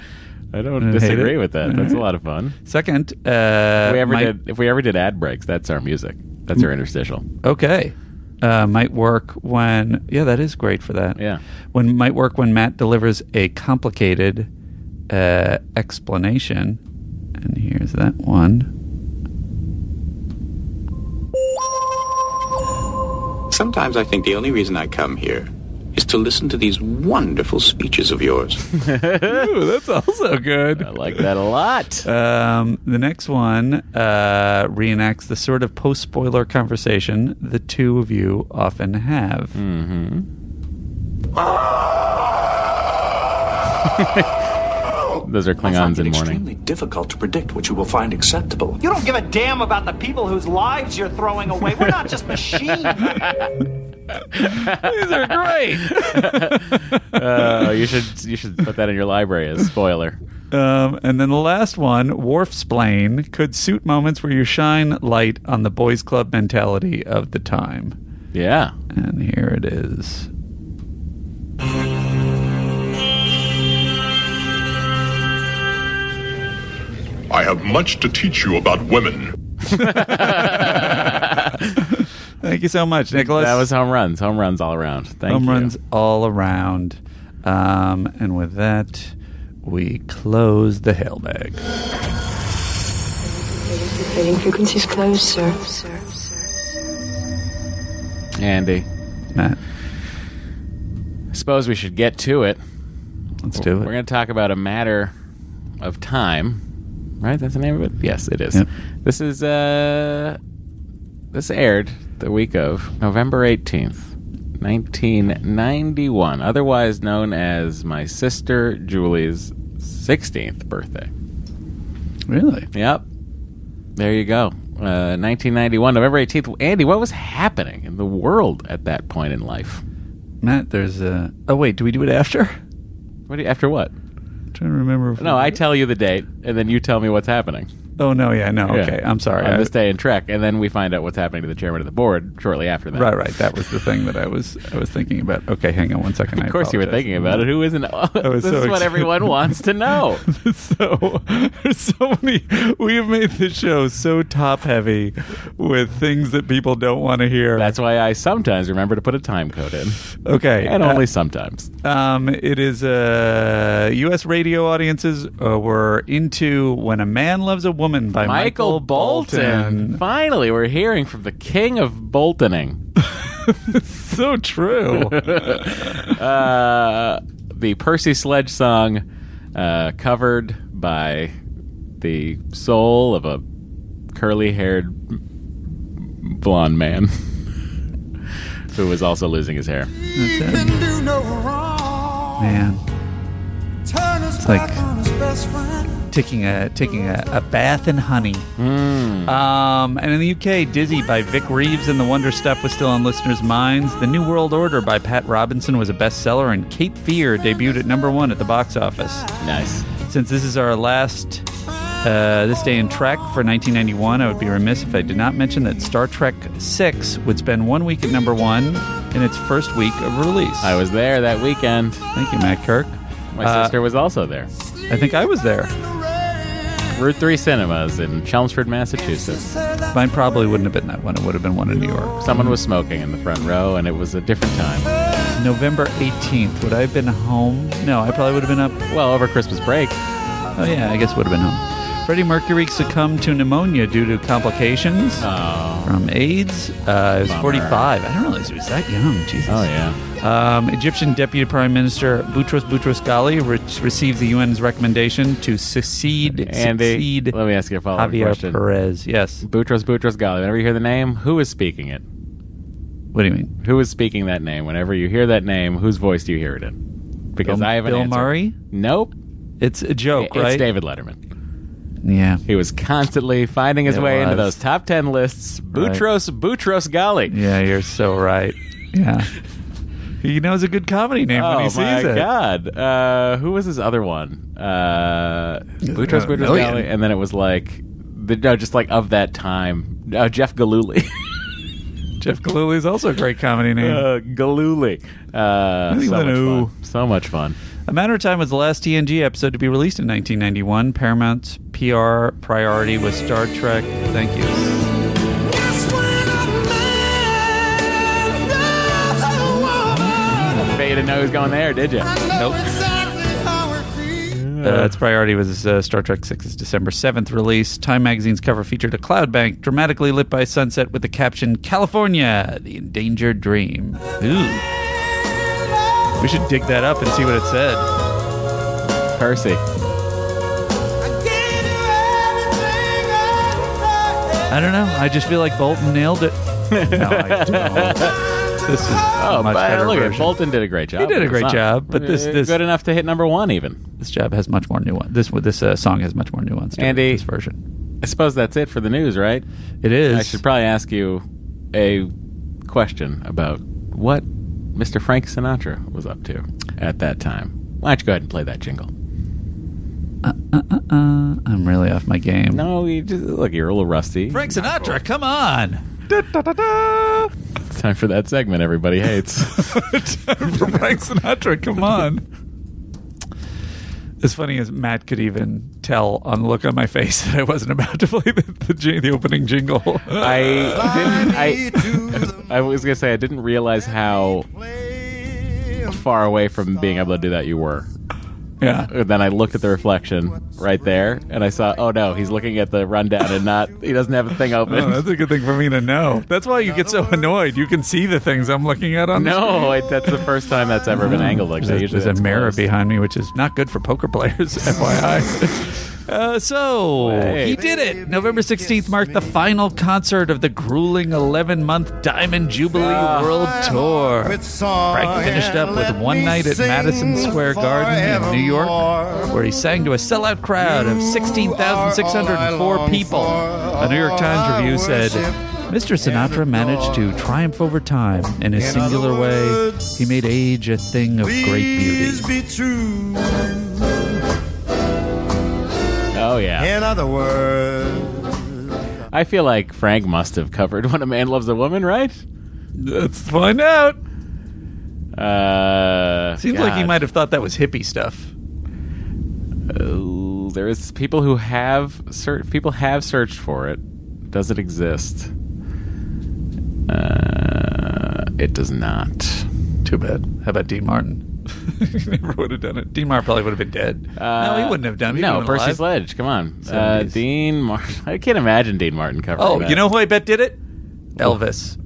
Speaker 1: I don't
Speaker 2: hate
Speaker 1: disagree
Speaker 2: it?
Speaker 1: with that. That's a lot of fun.
Speaker 2: second, uh,
Speaker 1: If we ever
Speaker 2: my- Mm.
Speaker 1: did, if we ever did ad breaks, that's our music. That's our interstitial.
Speaker 2: Okay. Uh, might work when yeah, that is great for that.
Speaker 1: Yeah.
Speaker 2: when might work when Matt delivers a complicated uh, explanation, and here's that one.
Speaker 8: Sometimes I think the only reason I come here is to listen to these wonderful speeches of yours.
Speaker 2: Ooh, that's also good.
Speaker 1: I like that a lot.
Speaker 2: Um, the next one uh, reenacts the sort of post spoiler conversation the two of you often have.
Speaker 1: Mm-hmm. Those are Klingons in mourning.
Speaker 8: extremely difficult to predict what you will find acceptable.
Speaker 9: You don't give a damn about the people whose lives you're throwing away. We're not just machines.
Speaker 2: These are great.
Speaker 1: Uh, you should you should put that in your library as spoiler.
Speaker 2: Um, and then the last one, Worf's plane could suit moments where you shine light on the boys' club mentality of the time.
Speaker 1: Yeah.
Speaker 2: And here it is.
Speaker 10: I have much to teach you about women.
Speaker 2: Thank you so much, Nicholas.
Speaker 1: That was home runs. Home runs all around. Thank
Speaker 2: home
Speaker 1: you.
Speaker 2: runs all around. Um, and with that, we close the hail bag.
Speaker 6: Fading frequencies closed, sir. sir, sir.
Speaker 1: Andy.
Speaker 2: Matt,
Speaker 1: Suppose we should get to it.
Speaker 2: let's do
Speaker 1: We're
Speaker 2: it.
Speaker 1: going to talk about a matter of time, right? That's the name of it. Yes, it is.
Speaker 2: Yep.
Speaker 1: This is uh, this aired the week of November eighteenth, nineteen ninety one, otherwise known as my sister Julie's sixteenth birthday.
Speaker 2: Really?
Speaker 1: Yep. There you go. Uh, 1991, November 18th. Andy, what was happening in the world at that point in life?
Speaker 2: Matt, there's a. Oh, wait, do we do it after? I'm
Speaker 1: What do you, after what?
Speaker 2: trying to remember. If
Speaker 1: No,
Speaker 2: we-
Speaker 1: I tell you the date, and then you tell me what's happening.
Speaker 2: Oh no, yeah, no,
Speaker 1: Yeah.
Speaker 2: okay. I'm sorry.
Speaker 1: On
Speaker 2: I-
Speaker 1: this day in Trek, and then we find out what's happening to the chairman of the board shortly after that.
Speaker 2: Right, right. That was the thing that I was I was thinking about. Okay, hang on one second.
Speaker 1: Of course, you were thinking about it. Who isn't?
Speaker 2: was
Speaker 1: this
Speaker 2: so
Speaker 1: is what
Speaker 2: excited.
Speaker 1: everyone wants to know.
Speaker 2: so there's so many. We have made the show so top heavy with things that people don't want to hear.
Speaker 1: That's why I sometimes remember to put a time code in.
Speaker 2: Okay,
Speaker 1: and
Speaker 2: uh,
Speaker 1: only sometimes.
Speaker 2: Um, it is uh, U.S. radio audiences uh, were into "When a Man Loves a Woman" by Michael, Bolton.
Speaker 1: Finally, we're hearing from the king of Boltoning.
Speaker 2: so true.
Speaker 1: uh, the Percy Sledge song, uh, covered by the soul of a curly-haired blonde man who was also losing his hair.
Speaker 4: Can do no wrong.
Speaker 2: Man,
Speaker 4: Turn us
Speaker 2: It's like-
Speaker 4: back on his best friend.
Speaker 2: taking a taking a, a bath in honey.
Speaker 1: Hmm.
Speaker 2: Um, and in the UK, Dizzy by Vic Reeves and The Wonder Stuff was still on listeners' minds. The New World Order by Pat Robinson was a bestseller, and Cape Fear debuted at number one at the box office.
Speaker 1: Nice.
Speaker 2: Since this is our last uh, This Day in Trek for 1991, I would be remiss if I did not mention that Star Trek Six would spend one week at number one in its first week of release. I
Speaker 1: was there that weekend.
Speaker 2: Thank you, Matt Kirk. Uh,
Speaker 1: My sister was also there.
Speaker 2: I think I was there.
Speaker 1: Route 3 Cinemas in Chelmsford, Massachusetts.
Speaker 2: Mine probably wouldn't have been that one. It would have been one in New York.
Speaker 1: Someone was smoking in the front row, and it was a different time.
Speaker 2: November 18th. Would I have been home? No, I probably would have been up.
Speaker 1: Well, over Christmas break.
Speaker 2: Oh, yeah, I guess would have been home. Freddie Mercury succumbed to pneumonia due to complications from AIDS. Uh, he was
Speaker 1: Oh. Bummer.
Speaker 2: 45. I didn't realize he was that young. Jesus.
Speaker 1: Oh, yeah.
Speaker 2: Um, Egyptian Deputy Prime Minister Boutros Boutros Ghali re- received the UN's recommendation to secede.
Speaker 1: Andy,
Speaker 2: succeed
Speaker 1: let me ask you a follow-up
Speaker 2: Javier
Speaker 1: question.
Speaker 2: Perez. Yes.
Speaker 1: Boutros Boutros Ghali. Whenever you hear the name, who is speaking it?
Speaker 2: What do you mean?
Speaker 1: Who is speaking that name? Whenever you hear that name, whose voice do you hear it in? Because
Speaker 2: Bill-
Speaker 1: I have an
Speaker 2: Bill
Speaker 1: answer.
Speaker 2: Murray?
Speaker 1: Nope.
Speaker 2: It's a joke,
Speaker 1: It's
Speaker 2: right?
Speaker 1: David Letterman.
Speaker 2: Yeah.
Speaker 1: He was constantly finding his
Speaker 2: It
Speaker 1: way into
Speaker 2: was.
Speaker 1: those top 10 lists.
Speaker 2: Right.
Speaker 1: Boutros Boutros Ghali.
Speaker 2: Yeah, you're so right. Yeah. He knows a good comedy name
Speaker 1: oh
Speaker 2: when he sees
Speaker 1: my
Speaker 2: it.
Speaker 1: god! Uh, who was his other one? Uh, Boutros
Speaker 2: a
Speaker 1: Boutros
Speaker 2: million.
Speaker 1: Ghali, and then it was like the, no, just like of that time. Uh, Jeff Galooly.
Speaker 2: Jeff Galooly is also a great comedy name.
Speaker 1: uh, Galooly. Uh,
Speaker 2: Look at that
Speaker 1: so, much
Speaker 2: ooh.
Speaker 1: fun. so much fun.
Speaker 2: a Matter of Time was the last TNG episode to be released in 1991. Paramount's PR priority was Star Trek. Thank you.
Speaker 4: That's when a man loves a woman.
Speaker 1: Bet you didn't know he was going there, did you?
Speaker 4: I know exactly how it feels.
Speaker 2: Uh, its priority was uh, Star Trek VI's December 7th release. Time magazine's cover featured a cloud bank dramatically lit by sunset with the caption, California, the endangered dream. Ooh. We should dig that up and see what it said.
Speaker 1: Percy.
Speaker 4: I gave you everything I
Speaker 2: I don't know. I just feel like Bolton nailed it. No, I don't. This is
Speaker 1: Oh,
Speaker 2: a much
Speaker 1: but
Speaker 2: better
Speaker 1: look at
Speaker 2: version.
Speaker 1: Bolton did a great job.
Speaker 2: He did a
Speaker 1: with
Speaker 2: great
Speaker 1: the song.
Speaker 2: job, but this-
Speaker 1: Uh,
Speaker 2: this-
Speaker 1: good enough to hit number one even.
Speaker 2: This job has much more nuance. This this uh, song has much more nuance. To it,
Speaker 1: Andy.
Speaker 2: this version.
Speaker 1: I suppose that's it for the news, right?
Speaker 2: It is.
Speaker 1: I should probably ask you a question about what Mr. Frank Sinatra was up to at that time. Why don't you go ahead and play that jingle?
Speaker 2: uh, I'm really off my game.
Speaker 1: No, you just look. You're a little rusty.
Speaker 2: Frank Sinatra, come on!
Speaker 1: It's time for that segment everybody hates.
Speaker 2: Frank Sinatra, come on! As funny as Matt could even tell on the look on my face that I wasn't about to play the the, jing- the opening jingle.
Speaker 1: I didn't. I I was gonna say I didn't realize how far away from being able to do that you were.
Speaker 2: yeah.
Speaker 1: And then I looked at the reflection right there, and I saw, oh no, he's looking at the rundown and not. He doesn't have a thing open.
Speaker 2: Oh, that's a good thing for me to know. That's why you get so annoyed. You can see the things I'm looking at on the screen.
Speaker 1: No, it, that's the first time that's ever been angled like that.
Speaker 2: There's,
Speaker 1: Usually
Speaker 2: there's a
Speaker 1: that's
Speaker 2: mirror
Speaker 1: closed.
Speaker 2: behind me, which is not good for poker players, FYI. Uh, so
Speaker 1: Hey.
Speaker 2: he did it. November 16th marked the final concert of the grueling 11 month Diamond Jubilee World Tour. Frank finished up with one night at Madison Square Garden in New York, where he sang to a sellout crowd of 16,604 people. A New York Times review said, Mr. Sinatra managed to triumph over time. In his singular way, he made age a thing of great beauty.
Speaker 4: Please be true.
Speaker 1: Oh Oh yeah.
Speaker 3: In other words,
Speaker 1: I feel like Frank must have covered "When a Man Loves a Woman," right?
Speaker 2: Let's find out.
Speaker 1: Uh,
Speaker 2: Seems like he might have thought that was hippie stuff.
Speaker 1: Oh, there is people who have search. People have searched for it. Does it exist? Uh, it does not.
Speaker 2: Too bad. How about Dean Martin? he never would have done it. Dean Martin probably would have been dead. no, he wouldn't have done it. He'd
Speaker 1: Uh, no,
Speaker 2: been
Speaker 1: Percy
Speaker 2: alive.
Speaker 1: Sledge. Come on, uh,
Speaker 2: 70s.
Speaker 1: Dean Martin. I can't imagine Dean Martin covering.
Speaker 2: Oh,
Speaker 1: that.
Speaker 2: you know who I bet did it? Elvis.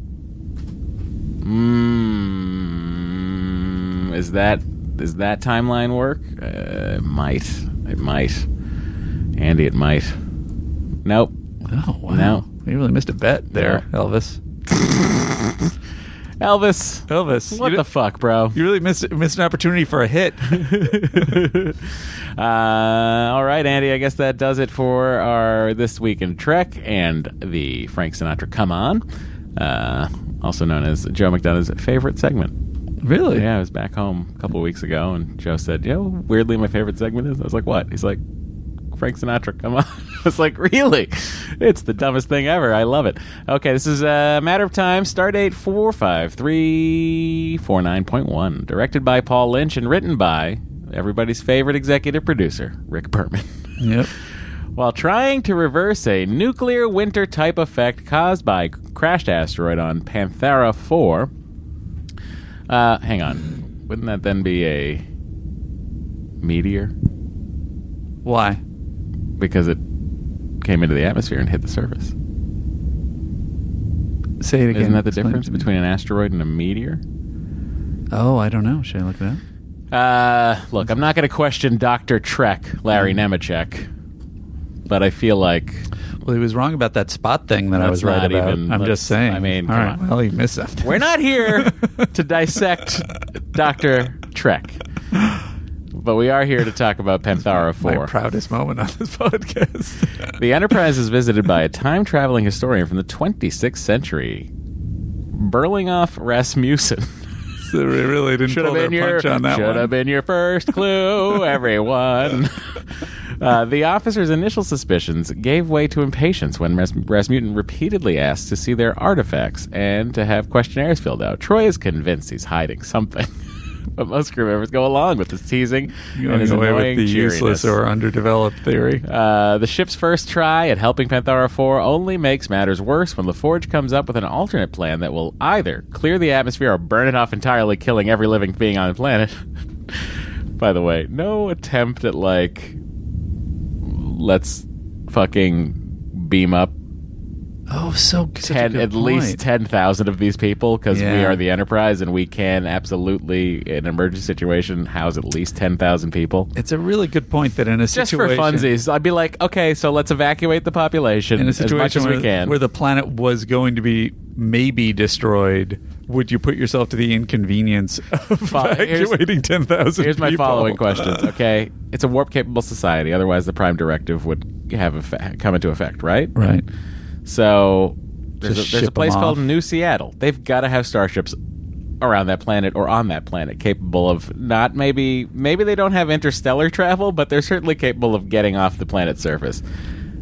Speaker 1: Mm, is that is that timeline work? Uh, it might it might, Andy? It might. Nope.
Speaker 2: Oh wow.
Speaker 1: No.
Speaker 2: You really missed a bet there, Elvis.
Speaker 1: Elvis.
Speaker 2: Elvis.
Speaker 1: What
Speaker 2: you,
Speaker 1: the fuck, bro?
Speaker 2: you really missed missed an opportunity for a hit.
Speaker 1: Uh, all right, Andy. I guess that does it for our this week in Trek and the Frank Sinatra Come On, uh, also known as Joe McDonough's favorite segment.
Speaker 2: really?
Speaker 1: Yeah, I was back home a couple of weeks ago, and Joe said, "You know, weirdly, my favorite segment is." I was like, "What?" He's like, "Frank Sinatra, come on." I was like, "Really? It's the dumbest thing ever. I love it." Okay, this is a matter of time. Stardate four five three four nine point one, directed by Paul Lynch and written by everybody's favorite executive producer, Rick Berman.
Speaker 2: Yep.
Speaker 1: While trying to reverse a nuclear winter type effect caused by a crashed asteroid on Panthera 4, uh, hang on. Wouldn't that then be a meteor?
Speaker 2: Why?
Speaker 1: Because it came into the atmosphere and hit the surface.
Speaker 2: Say it again.
Speaker 1: Isn't that the
Speaker 2: Explain it
Speaker 1: difference
Speaker 2: to me.
Speaker 1: between an asteroid and a meteor?
Speaker 2: Oh, I don't know. Should I look it up?
Speaker 1: Uh, look, I'm not going to question Dr. Trek, Larry
Speaker 2: Mm.
Speaker 1: Nemechek, but I feel like
Speaker 2: Well, he was wrong about that spot thing that I
Speaker 1: That's
Speaker 2: was right
Speaker 1: not
Speaker 2: about.
Speaker 1: even-
Speaker 2: I'm
Speaker 1: let's-
Speaker 2: just saying.
Speaker 1: I mean,
Speaker 2: all
Speaker 1: come
Speaker 2: right.
Speaker 1: on.
Speaker 2: Well, he missed something.
Speaker 1: We're not here to dissect Dr. Trek. But we are here to talk about Panthera
Speaker 2: My
Speaker 1: 4.
Speaker 2: proudest moment on this podcast.
Speaker 1: the Enterprise is visited by a time traveling historian from the 26th century, Berlingoff Rasmussen.
Speaker 2: so we really didn't
Speaker 1: Should
Speaker 2: pull their
Speaker 1: have been your
Speaker 2: punch on that
Speaker 1: should
Speaker 2: one.
Speaker 1: have been your first clue, everyone. Uh, the officer's initial suspicions gave way to impatience when Ras- Rasputin repeatedly asked to see their artifacts and to have questionnaires filled out. Troy is convinced he's hiding something, but most crew members go along with his teasing and
Speaker 2: Going
Speaker 1: his
Speaker 2: away with
Speaker 1: annoying
Speaker 2: the
Speaker 1: cheeriness.
Speaker 2: useless or underdeveloped theory.
Speaker 1: Uh, the ship's first try at helping Panthera 4 only makes matters worse when LaForge comes up with an alternate plan that will either clear the atmosphere or burn it off entirely, killing every living being on the planet. By the way, no attempt at, like, let's fucking beam up
Speaker 2: Oh, so
Speaker 1: ten, at least 10,000 of these people because we
Speaker 2: Yeah.
Speaker 1: are the Enterprise and we can absolutely, in an emergency situation, house at least 10,000 people.
Speaker 2: It's a really good point that in a
Speaker 1: just for
Speaker 2: situation
Speaker 1: funsies, I'd be like, okay, so let's evacuate the population
Speaker 2: in a
Speaker 1: as much
Speaker 2: situation
Speaker 1: as
Speaker 2: where,
Speaker 1: we can.
Speaker 2: where the planet was going to be maybe destroyed, would you put yourself to the inconvenience of
Speaker 1: Fine. Here's-
Speaker 2: evacuating ten thousand?
Speaker 1: Here's my following questions. Okay, it's a warp capable society. Otherwise, the Prime Directive would have effect, come into effect, right?
Speaker 2: Right.
Speaker 1: So there's
Speaker 2: Just
Speaker 1: a, there's a
Speaker 2: ship
Speaker 1: place
Speaker 2: 'em
Speaker 1: called
Speaker 2: off.
Speaker 1: New Seattle. They've got to have starships around that planet or on that planet capable of not maybe maybe they don't have interstellar travel, but they're certainly capable of getting off the planet's surface.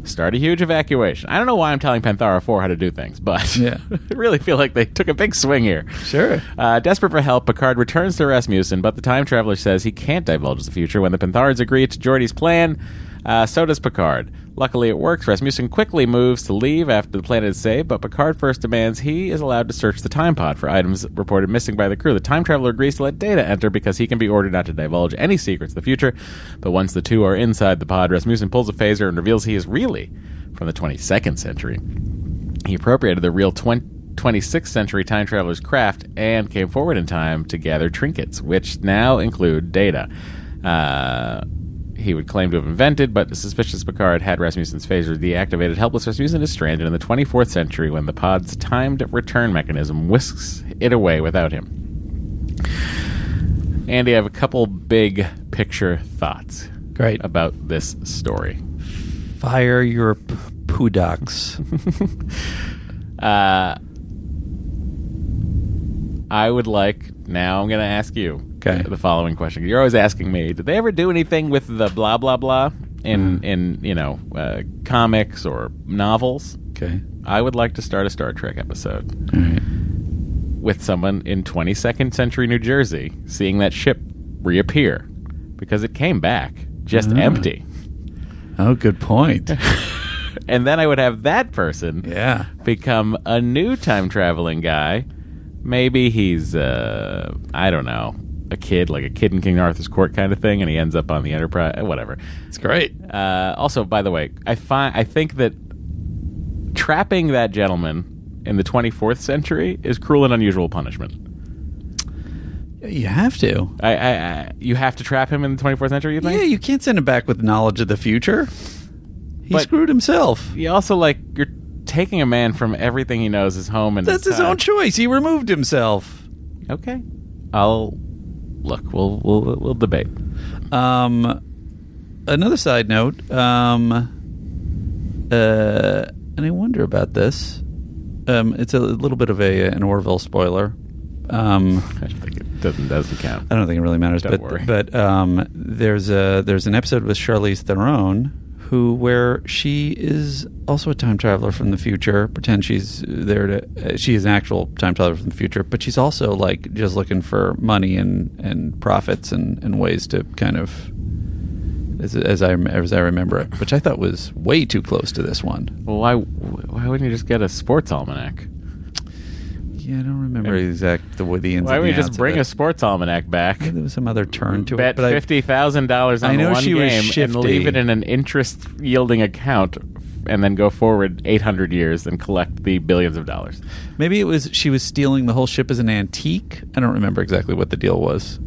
Speaker 1: Start a huge evacuation. I don't know why I'm telling Panthara 4 how to do things, but
Speaker 2: Yeah.
Speaker 1: I really feel like they took a big swing here.
Speaker 2: Sure.
Speaker 1: Uh, desperate for help, Picard returns to Rasmussen, but the time traveler says he can't divulge the future when the Penthards agree to Geordi's plan. Uh, so does Picard. Luckily, it works. Rasmussen quickly moves to leave after the planet is saved, but Picard first demands he is allowed to search the time pod for items reported missing by the crew. The time traveler agrees to let Data enter because he can be ordered not to divulge any secrets of the future. But once the two are inside the pod, Rasmussen pulls a phaser and reveals he is really from the 22nd century. He appropriated the real 20, 26th century time traveler's craft and came forward in time to gather trinkets, which now include data. Uh, he would claim to have invented, but suspicious Picard had Rasmussen's phaser deactivated. Helpless Rasmussen is stranded in the 24th century when the pod's timed return mechanism whisks it away without him. Andy, I have a couple big picture thoughts
Speaker 2: Great.
Speaker 1: about this story.
Speaker 2: Fire your p- poo docs.
Speaker 1: Uh, I would like now. I'm going to ask you uh,
Speaker 2: Okay.
Speaker 1: the following question. You're always asking me. Did they ever do anything with the blah blah blah
Speaker 2: Mm-hmm.
Speaker 1: in in you know uh, comics or novels.
Speaker 2: Okay.
Speaker 1: I would like to start a Star Trek episode with someone in 22nd century New Jersey seeing that ship reappear because it came back just
Speaker 2: Ah.
Speaker 1: empty.
Speaker 2: Oh, good point.
Speaker 1: and then I would have that person
Speaker 2: yeah.
Speaker 1: become a new time traveling guy. Maybe he's uh I don't know, a kid like a kid in King Arthur's court kind of thing and he ends up on the Enterprise uh, whatever. It's
Speaker 2: great.
Speaker 1: Uh also by the way, I find I think that trapping that gentleman in the 24th century is cruel and unusual punishment.
Speaker 2: You have to.
Speaker 1: I, I, I you have to trap him in the 24th century, you think?
Speaker 2: Yeah, you can't send him back with knowledge of the future. He screwed himself.
Speaker 1: You also like you're taking a man from everything he knows his home and
Speaker 2: That's his
Speaker 1: time.
Speaker 2: own choice. He removed himself.
Speaker 1: Okay. I'll look. We'll we'll we'll debate.
Speaker 2: Um, another side note. Um, uh, and I wonder about this. Um, it's a little bit of a an Orville spoiler. Um,
Speaker 1: I think it doesn't doesn't count.
Speaker 2: I don't think it really matters.
Speaker 1: Don't
Speaker 2: but
Speaker 1: worry.
Speaker 2: but um, there's a there's an episode with Charlize Theron who where she is also a time traveler from the future. Pretend she's there to uh, she is an actual time traveler from the future, but she's also like just looking for money and and profits and and ways to kind of. As, as I as I remember it, which I thought was way too close to this one.
Speaker 1: Well, why why wouldn't you just get a sports almanac?
Speaker 2: Yeah, I don't remember exact the way the ins
Speaker 1: Why
Speaker 2: and
Speaker 1: would
Speaker 2: the
Speaker 1: you just
Speaker 2: outs of
Speaker 1: bring
Speaker 2: it.
Speaker 1: a sports almanac back?
Speaker 2: There was some other turn to
Speaker 1: Bet
Speaker 2: it, but I-
Speaker 1: fifty thousand dollars on
Speaker 2: I know
Speaker 1: one
Speaker 2: she was
Speaker 1: game and
Speaker 2: shifty.
Speaker 1: leave it in an interest yielding account, and then go forward eight hundred years and collect the billions of dollars.
Speaker 2: Maybe it was she was stealing the whole ship as an antique. I don't remember exactly what the deal was.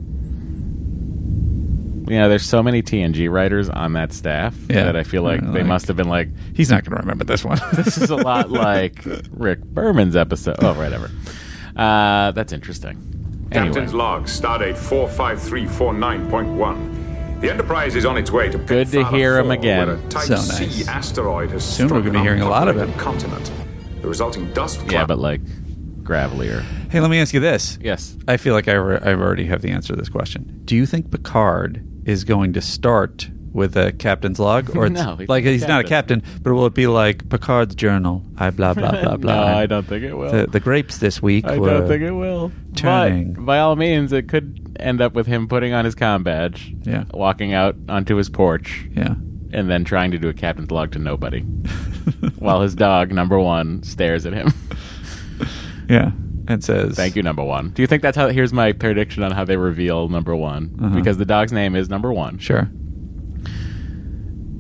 Speaker 1: You know, there's so many TNG writers on that staff
Speaker 2: Yeah.
Speaker 1: that I feel like
Speaker 2: Like-
Speaker 1: they must have been like,
Speaker 2: He's not going to remember this one.
Speaker 1: this is a lot like Rick Berman's episode. Oh, whatever. Uh, that's interesting. Anyway.
Speaker 10: Captain's log, stardate 45349.1. The Enterprise is on its way to
Speaker 1: Good to
Speaker 10: Pitfallen
Speaker 1: hear 'em
Speaker 10: 4,
Speaker 1: again.
Speaker 10: where a Type
Speaker 1: So
Speaker 10: C asteroid has
Speaker 2: Soon we're
Speaker 10: going to
Speaker 2: be hearing a lot of it.
Speaker 10: Continent. The resulting dust cloud.
Speaker 1: Yeah, but like gravelier.
Speaker 2: hey, let me ask you this.
Speaker 1: Yes.
Speaker 2: I feel like I re- I already have the answer to this question. Do you think Picard is going to start with a captain's log, or it's
Speaker 1: No, he's
Speaker 2: like
Speaker 1: a
Speaker 2: he's not a captain, but will it be like Picard's journal? I blah blah blah
Speaker 1: No,
Speaker 2: blah.
Speaker 1: I don't think it will.
Speaker 2: The, the grapes this week.
Speaker 1: I
Speaker 2: were
Speaker 1: don't think it will.
Speaker 2: Turning.
Speaker 1: But by all means, it could end up with him putting on his com badge,
Speaker 2: Yeah.
Speaker 1: walking out onto his porch,
Speaker 2: Yeah.
Speaker 1: and then trying to do a captain's log to nobody, while his dog number one stares at him.
Speaker 2: Yeah, and says
Speaker 1: Thank you, number one. Do you think that's how? Here's my prediction on how they reveal number one
Speaker 2: Uh-huh.
Speaker 1: because the dog's name is number one.
Speaker 2: Sure.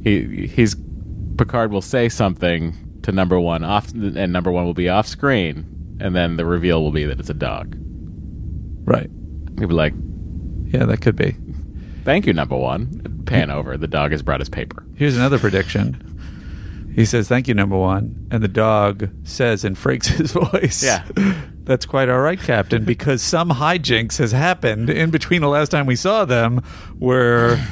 Speaker 1: he he's Picard will say something to number one off, and number one will be off screen, and then the reveal will be that it's a dog.
Speaker 2: Right.
Speaker 1: He'll be like,
Speaker 2: Yeah, that could be.
Speaker 1: "Thank you, number one." Pan over. The dog has brought his paper.
Speaker 2: Here's another prediction. He says, "Thank you, number one," and the dog says in Frakes' voice,
Speaker 1: Yeah.
Speaker 2: that's quite all right, Captain, because some hijinks has happened in between the last time we saw them, where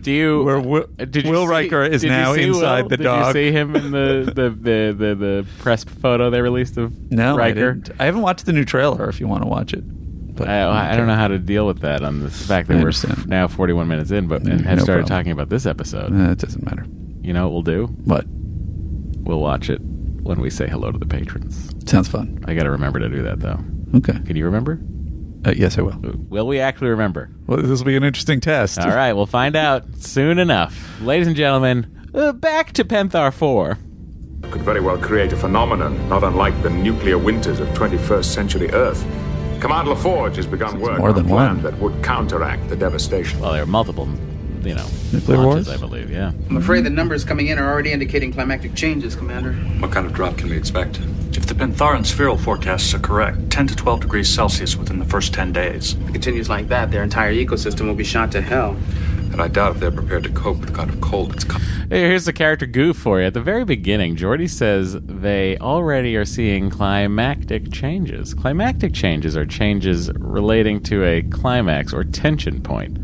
Speaker 1: Do you? uh,
Speaker 2: where Will,
Speaker 1: did you
Speaker 2: Will
Speaker 1: see-
Speaker 2: Riker is
Speaker 1: did you
Speaker 2: now
Speaker 1: see
Speaker 2: inside
Speaker 1: Will?
Speaker 2: the
Speaker 1: did
Speaker 2: dog.
Speaker 1: you see him in the the, the, the, the press photo they released of
Speaker 2: No, I,
Speaker 1: Riker?
Speaker 2: didn't. I haven't watched the new trailer. If you want to watch it, but
Speaker 1: I, I don't know how to deal with that on the fact that
Speaker 2: I
Speaker 1: we're
Speaker 2: understand.
Speaker 1: now 41 minutes in, but and
Speaker 2: Mm,
Speaker 1: have
Speaker 2: no
Speaker 1: started
Speaker 2: problem.
Speaker 1: talking about this episode.
Speaker 2: Uh, it doesn't matter.
Speaker 1: You know what we'll do?
Speaker 2: What
Speaker 1: We'll watch it when we say hello to the patrons.
Speaker 2: sounds fun?
Speaker 1: I got to remember to do that though.
Speaker 2: Okay.
Speaker 1: Can you remember?
Speaker 2: Uh, yes, I will.
Speaker 1: Will we actually remember?
Speaker 2: Well, this will be an interesting test.
Speaker 1: All right, we'll find out soon enough. Ladies and gentlemen, uh, back to Penthar 4.
Speaker 10: could very well create a phenomenon not unlike the nuclear winters of 21st century Earth. Command LaForge has begun work
Speaker 2: more
Speaker 10: on
Speaker 2: than
Speaker 10: a plan
Speaker 2: one.
Speaker 10: that would counteract the devastation.
Speaker 1: Well, there are multiple, you know,
Speaker 2: Nuclear wars?
Speaker 1: launches, I believe, yeah.
Speaker 11: I'm afraid the numbers coming in are already indicating climactic changes, Commander.
Speaker 12: What kind of drop can we expect?
Speaker 13: If the Bentharan spheral forecasts are correct, 10 to 12 degrees Celsius within the first 10 days.
Speaker 11: If it continues like that, their entire ecosystem will be shot to hell.
Speaker 12: And I doubt if they're prepared to cope with the kind of cold that's coming.
Speaker 1: Hey, Here's the character goof for you. At the very beginning, Jordy says they already are seeing climactic changes. Climactic changes are changes relating to a climax or tension point.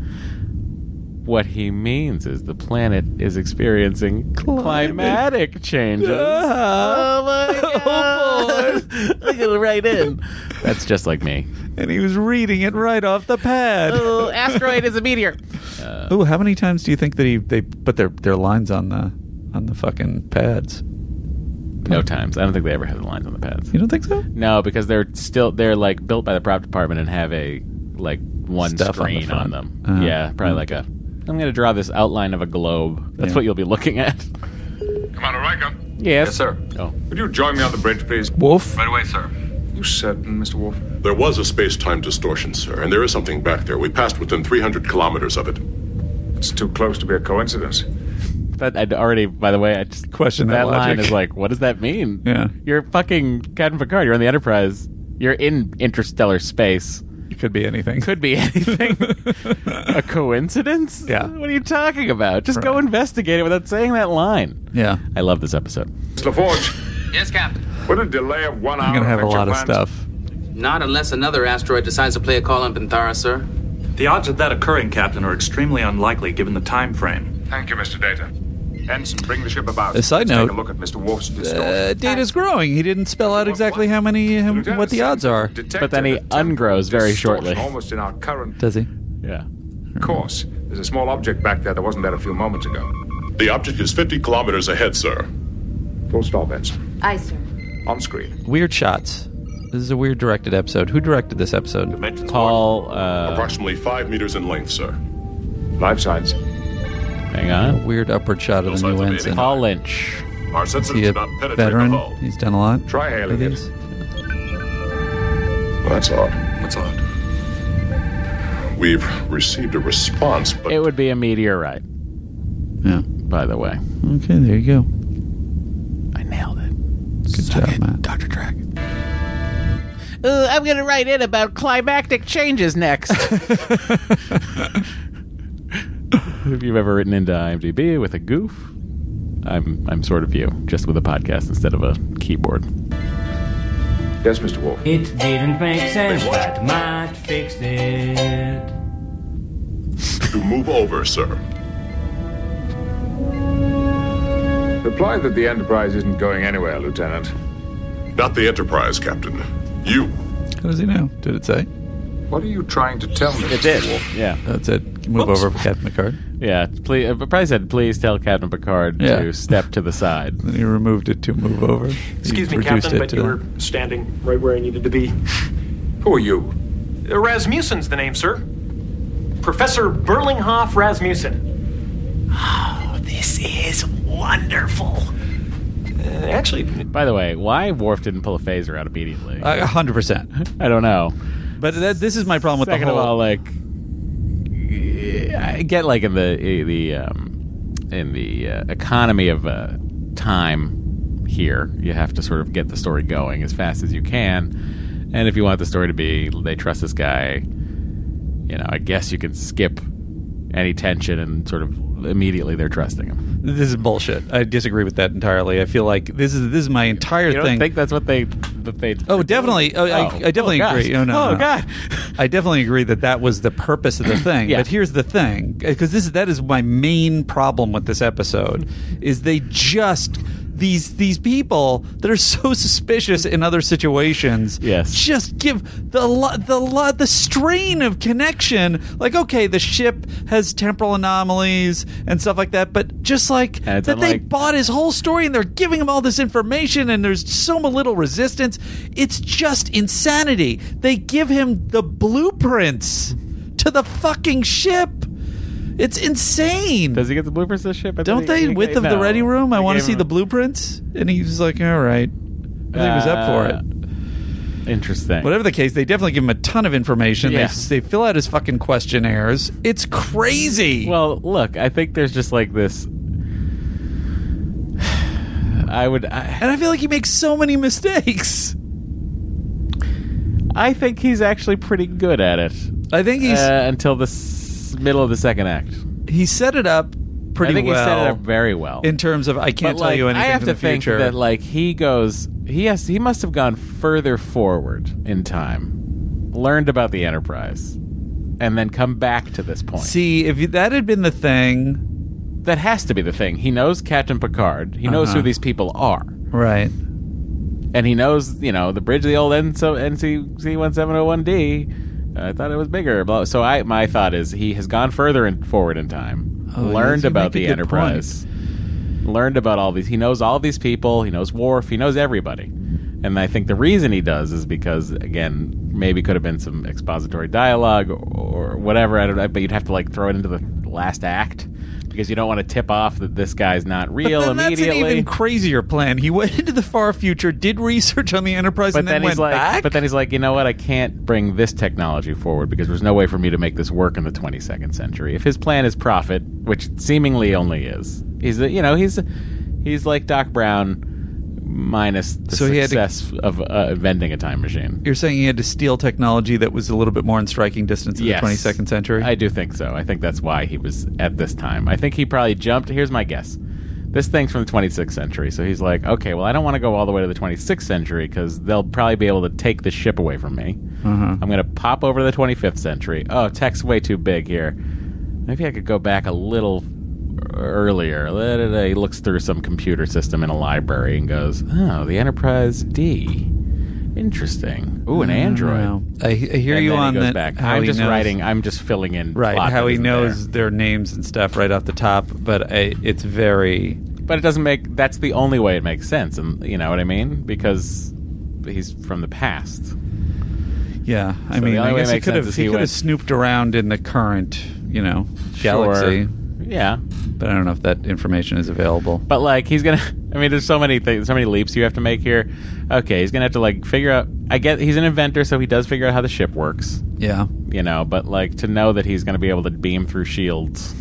Speaker 1: What he means is the planet is experiencing climatic changes. Uh,
Speaker 2: Ah.
Speaker 1: Oh my god! Oh, Look at it right in. That's just like me.
Speaker 2: And he was reading it right off the pad.
Speaker 1: asteroid is a meteor.
Speaker 2: Ooh, how many times do you think that he they put their their lines on the on the fucking pads?
Speaker 1: No times. I don't think they ever had the lines on the pads.
Speaker 2: You don't think so?
Speaker 1: No, because they're still they're like built by the prop department and have a like one
Speaker 2: Stuff on the
Speaker 1: screen on,
Speaker 2: front.
Speaker 1: them.
Speaker 2: Uh-huh.
Speaker 1: yeah, probably like a. I'm going to draw this outline of a globe. That's
Speaker 10: Yeah.
Speaker 1: what you'll be looking at.
Speaker 10: Commander Riker.
Speaker 1: Yes.
Speaker 10: Yes, sir.
Speaker 1: Oh.
Speaker 10: Would you join me on the bridge, please?
Speaker 2: Wolf.
Speaker 10: Right away, sir. You certain, Mr. Wolf?
Speaker 14: There was a space time distortion, sir, and there is something back there. We passed within 300 kilometers of it.
Speaker 10: It's too close to be a coincidence.
Speaker 1: That I'd already. By the way, I just
Speaker 2: Question that
Speaker 1: line
Speaker 2: logic.
Speaker 1: is like, what does that mean?
Speaker 2: Yeah.
Speaker 1: you're fucking Captain Picard. You're on the Enterprise. You're in interstellar space.
Speaker 2: It could be anything.
Speaker 1: Could be anything. a coincidence? Yeah. What are you talking about? Just go investigate it without saying that line.
Speaker 2: Yeah.
Speaker 1: I love this episode.
Speaker 10: Mr. LaForge.
Speaker 11: yes, Captain.
Speaker 10: What a delay of one hour. affect your plans?
Speaker 11: Not unless another asteroid decides to play a call on Panthara, sir.
Speaker 13: The odds of that occurring, Captain, are extremely unlikely given the time frame.
Speaker 10: Thank you, Mr. Data. Ensign, bring the ship about.
Speaker 2: A
Speaker 10: Uh,
Speaker 2: side
Speaker 10: Let's
Speaker 2: note.
Speaker 10: Take a look at Mr. Wolf's distortion.
Speaker 2: Uh, data's growing. He didn't spell out exactly how many how, what the odds are.
Speaker 10: But then he
Speaker 1: ungrows very shortly.
Speaker 10: Almost in our current
Speaker 2: Does he?
Speaker 1: Yeah.
Speaker 10: Of course. There's a small object back there that wasn't there a few moments ago.
Speaker 14: The object is 50 kilometers ahead, sir.
Speaker 10: Full stop, Ensign.
Speaker 15: Aye, sir.
Speaker 10: On screen.
Speaker 2: Weird shots. This is a weird directed episode. Who directed this episode?
Speaker 1: Paul. Uh,
Speaker 14: Approximately five meters in length, sir.
Speaker 10: Life signs.
Speaker 1: Hang on.
Speaker 2: Weird upward shot of the new ensign.
Speaker 1: Paul Lynch.
Speaker 14: Our
Speaker 2: Is he a veteran? He's done a lot.
Speaker 10: Try
Speaker 2: of
Speaker 10: hailing
Speaker 2: these.
Speaker 10: it. That's odd.
Speaker 14: What's odd? We've received a response, but
Speaker 1: It would be a meteorite.
Speaker 2: Yeah.
Speaker 1: By the way,
Speaker 2: Okay, there you go.
Speaker 1: I nailed it.
Speaker 2: Good job, Matt.
Speaker 1: Dr. Track. Uh, I'm going to write in about climactic changes next. if you've ever written into IMDb with a goof, I'm I'm sort of you, just with a podcast instead of a keyboard.
Speaker 10: Yes, Mr. Wolf.
Speaker 16: It didn't make sense, but Matt fixed it.
Speaker 14: to move over, sir.
Speaker 10: Reply that the Enterprise isn't going anywhere, Lieutenant.
Speaker 14: Not the Enterprise, Captain. You.
Speaker 2: How does he know? Did it say?
Speaker 10: What are you trying to tell me?
Speaker 1: It did. Yeah.
Speaker 2: That's it. Move
Speaker 1: Whoops.
Speaker 2: over for Captain McCard.
Speaker 1: Yeah, please, uh, probably said, please tell Captain Picard
Speaker 2: Yeah.
Speaker 1: to step to the side.
Speaker 2: Then he removed it to move over.
Speaker 9: Excuse me, Captain, but you were standing right where I needed to be.
Speaker 10: Who are you?
Speaker 9: Rasmussen's the name, sir. Professor Berlinghoff Rasmussen. Oh, this is wonderful.
Speaker 2: Uh,
Speaker 9: actually,
Speaker 1: By the way, why Worf didn't pull a phaser out immediately?
Speaker 2: A hundred percent.
Speaker 1: I don't know.
Speaker 2: But that, this is my problem with
Speaker 1: Second
Speaker 2: the whole.
Speaker 1: of all, like, I get like in the the um, in the uh, economy of uh, time here, you have to sort of get the story going as fast as you can, and if you want the story to be, they trust this guy. You know, I guess you can skip any tension and sort of immediately they're trusting him.
Speaker 2: this is bullshit. I disagree with that entirely. I feel like this is this is my entire
Speaker 1: You don't
Speaker 2: thing.
Speaker 1: think that's what they that they?
Speaker 2: Oh, definitely. Oh, I, I definitely
Speaker 1: gosh.
Speaker 2: agree. Oh, no,
Speaker 1: oh
Speaker 2: no.
Speaker 1: god.
Speaker 2: I definitely agree that that was the purpose of the thing.
Speaker 1: Yeah.
Speaker 2: But here's the thing, because this is that is my main problem with this episode, is they just these these people that are so suspicious in other situations. Yes. Just give the lo- the lo- the strain of connection. Like, okay, the ship has temporal anomalies and stuff like that, but just like
Speaker 1: And it's
Speaker 2: that they
Speaker 1: unlike-
Speaker 2: bought his whole story and they're giving him all this information and there's so little resistance. It's just insanity. They give him the blueprints to the fucking ship. It's insane. Does
Speaker 1: he get the blueprints of the ship?
Speaker 2: Don't
Speaker 1: he-
Speaker 2: they
Speaker 1: he-
Speaker 2: width of the
Speaker 1: no.
Speaker 2: ready room? I
Speaker 1: They
Speaker 2: want to
Speaker 1: gave
Speaker 2: see
Speaker 1: him-
Speaker 2: the blueprints. And he was like, all right. I think he was up
Speaker 1: Uh,
Speaker 2: for it.
Speaker 1: it. Interesting.
Speaker 2: Whatever the case, they definitely give him a ton of information.
Speaker 1: Yeah.
Speaker 2: They, they fill out his fucking questionnaires. It's crazy.
Speaker 1: Well, look, I think there's just like this. I would. I,
Speaker 2: And I feel like he makes so many mistakes.
Speaker 1: I think he's actually pretty good at it.
Speaker 2: I think
Speaker 1: he's uh, until the s- middle of the second act.
Speaker 2: He set it up pretty
Speaker 1: I think
Speaker 2: well.
Speaker 1: he set it up very well.
Speaker 2: in terms of I can't
Speaker 1: But,
Speaker 2: tell
Speaker 1: like,
Speaker 2: you anything
Speaker 1: I have
Speaker 2: from
Speaker 1: to
Speaker 2: the
Speaker 1: think
Speaker 2: future.
Speaker 1: that like he goes, he has, he must have gone further forward in time, learned about the Enterprise, and then come back to this point.
Speaker 2: See, if that had been the thing,
Speaker 1: That has to be the thing. He knows Captain Picard. He knows
Speaker 2: Uh-huh.
Speaker 1: who these people are.
Speaker 2: right?
Speaker 1: and he knows you know the bridge of the old NC NC oh one seven zero one D, Uh, I thought it was bigger. Blah- So I, my thought is he has gone further and forward in time,
Speaker 2: Oh,
Speaker 1: learned
Speaker 2: you
Speaker 1: about
Speaker 2: make a
Speaker 1: the
Speaker 2: good
Speaker 1: Enterprise, learned about all these. He knows all these people. He knows Worf. He knows everybody. And I think the reason he does is because, again, maybe could have been some expository dialogue or, or whatever. I don't know, but you'd have to like throw it into the last act because you don't want to tip off that this guy's not real
Speaker 2: but then
Speaker 1: immediately.
Speaker 2: That's an even crazier plan. He went into the far future, did research on the Enterprise,
Speaker 1: but
Speaker 2: and then,
Speaker 1: then, he's
Speaker 2: went
Speaker 1: like,
Speaker 2: back.
Speaker 1: but then he's like, you know what? I can't bring this technology forward because there's no way for me to make this work in the 22nd century. If his plan is profit, which it seemingly only is, he's a, you know he's he's like Doc Brown minus the
Speaker 2: So he had to-
Speaker 1: success of uh, inventing a time machine.
Speaker 2: You're saying he had to steal technology that was a little bit more in striking distance of
Speaker 1: Yes.
Speaker 2: the 22nd century.
Speaker 1: I do think so. I think that's why he was at this time. I think he probably jumped. Here's my guess. This thing's from the 26th century, so he's like, okay, well, I don't want to go all the way to the 26th century because they'll probably be able to take the ship away from me.
Speaker 2: Mhm.
Speaker 1: I'm going to pop over to the 25th century. Oh, tech's way too big here. Maybe I could go back a little earlier. Da, da, da. He looks through some computer system in a library and goes, oh, the Enterprise D. Interesting. Ooh, an
Speaker 2: I don't know.
Speaker 1: android.
Speaker 2: I, I hear
Speaker 1: And
Speaker 2: you
Speaker 1: then he
Speaker 2: on
Speaker 1: goes
Speaker 2: that.
Speaker 1: back.
Speaker 2: how
Speaker 1: I'm
Speaker 2: he
Speaker 1: just
Speaker 2: knows-
Speaker 1: writing. I'm just filling in.
Speaker 2: Right,
Speaker 1: plot
Speaker 2: how
Speaker 1: that
Speaker 2: he
Speaker 1: isn't
Speaker 2: knows their names and stuff right off the top, but I, it's very.
Speaker 1: there. But it doesn't make. That's the only way it makes sense, and you know what I mean, because he's from the past.
Speaker 2: Yeah, I
Speaker 1: So the
Speaker 2: mean,
Speaker 1: only
Speaker 2: I
Speaker 1: way it
Speaker 2: guess he
Speaker 1: makes
Speaker 2: could
Speaker 1: sense
Speaker 2: have
Speaker 1: is
Speaker 2: he,
Speaker 1: he
Speaker 2: could
Speaker 1: went-
Speaker 2: have snooped around in the current, you know,
Speaker 1: Sure.
Speaker 2: galaxy.
Speaker 1: Yeah.
Speaker 2: but I don't know if that information is available.
Speaker 1: But like he's gonna. I mean, there's so many things, so many leaps you have to make here. Okay, he's gonna have to like figure out. I get he's an inventor, so he does figure out how the ship works.
Speaker 2: Yeah.
Speaker 1: You know, but like to know that he's gonna be able to beam through shields.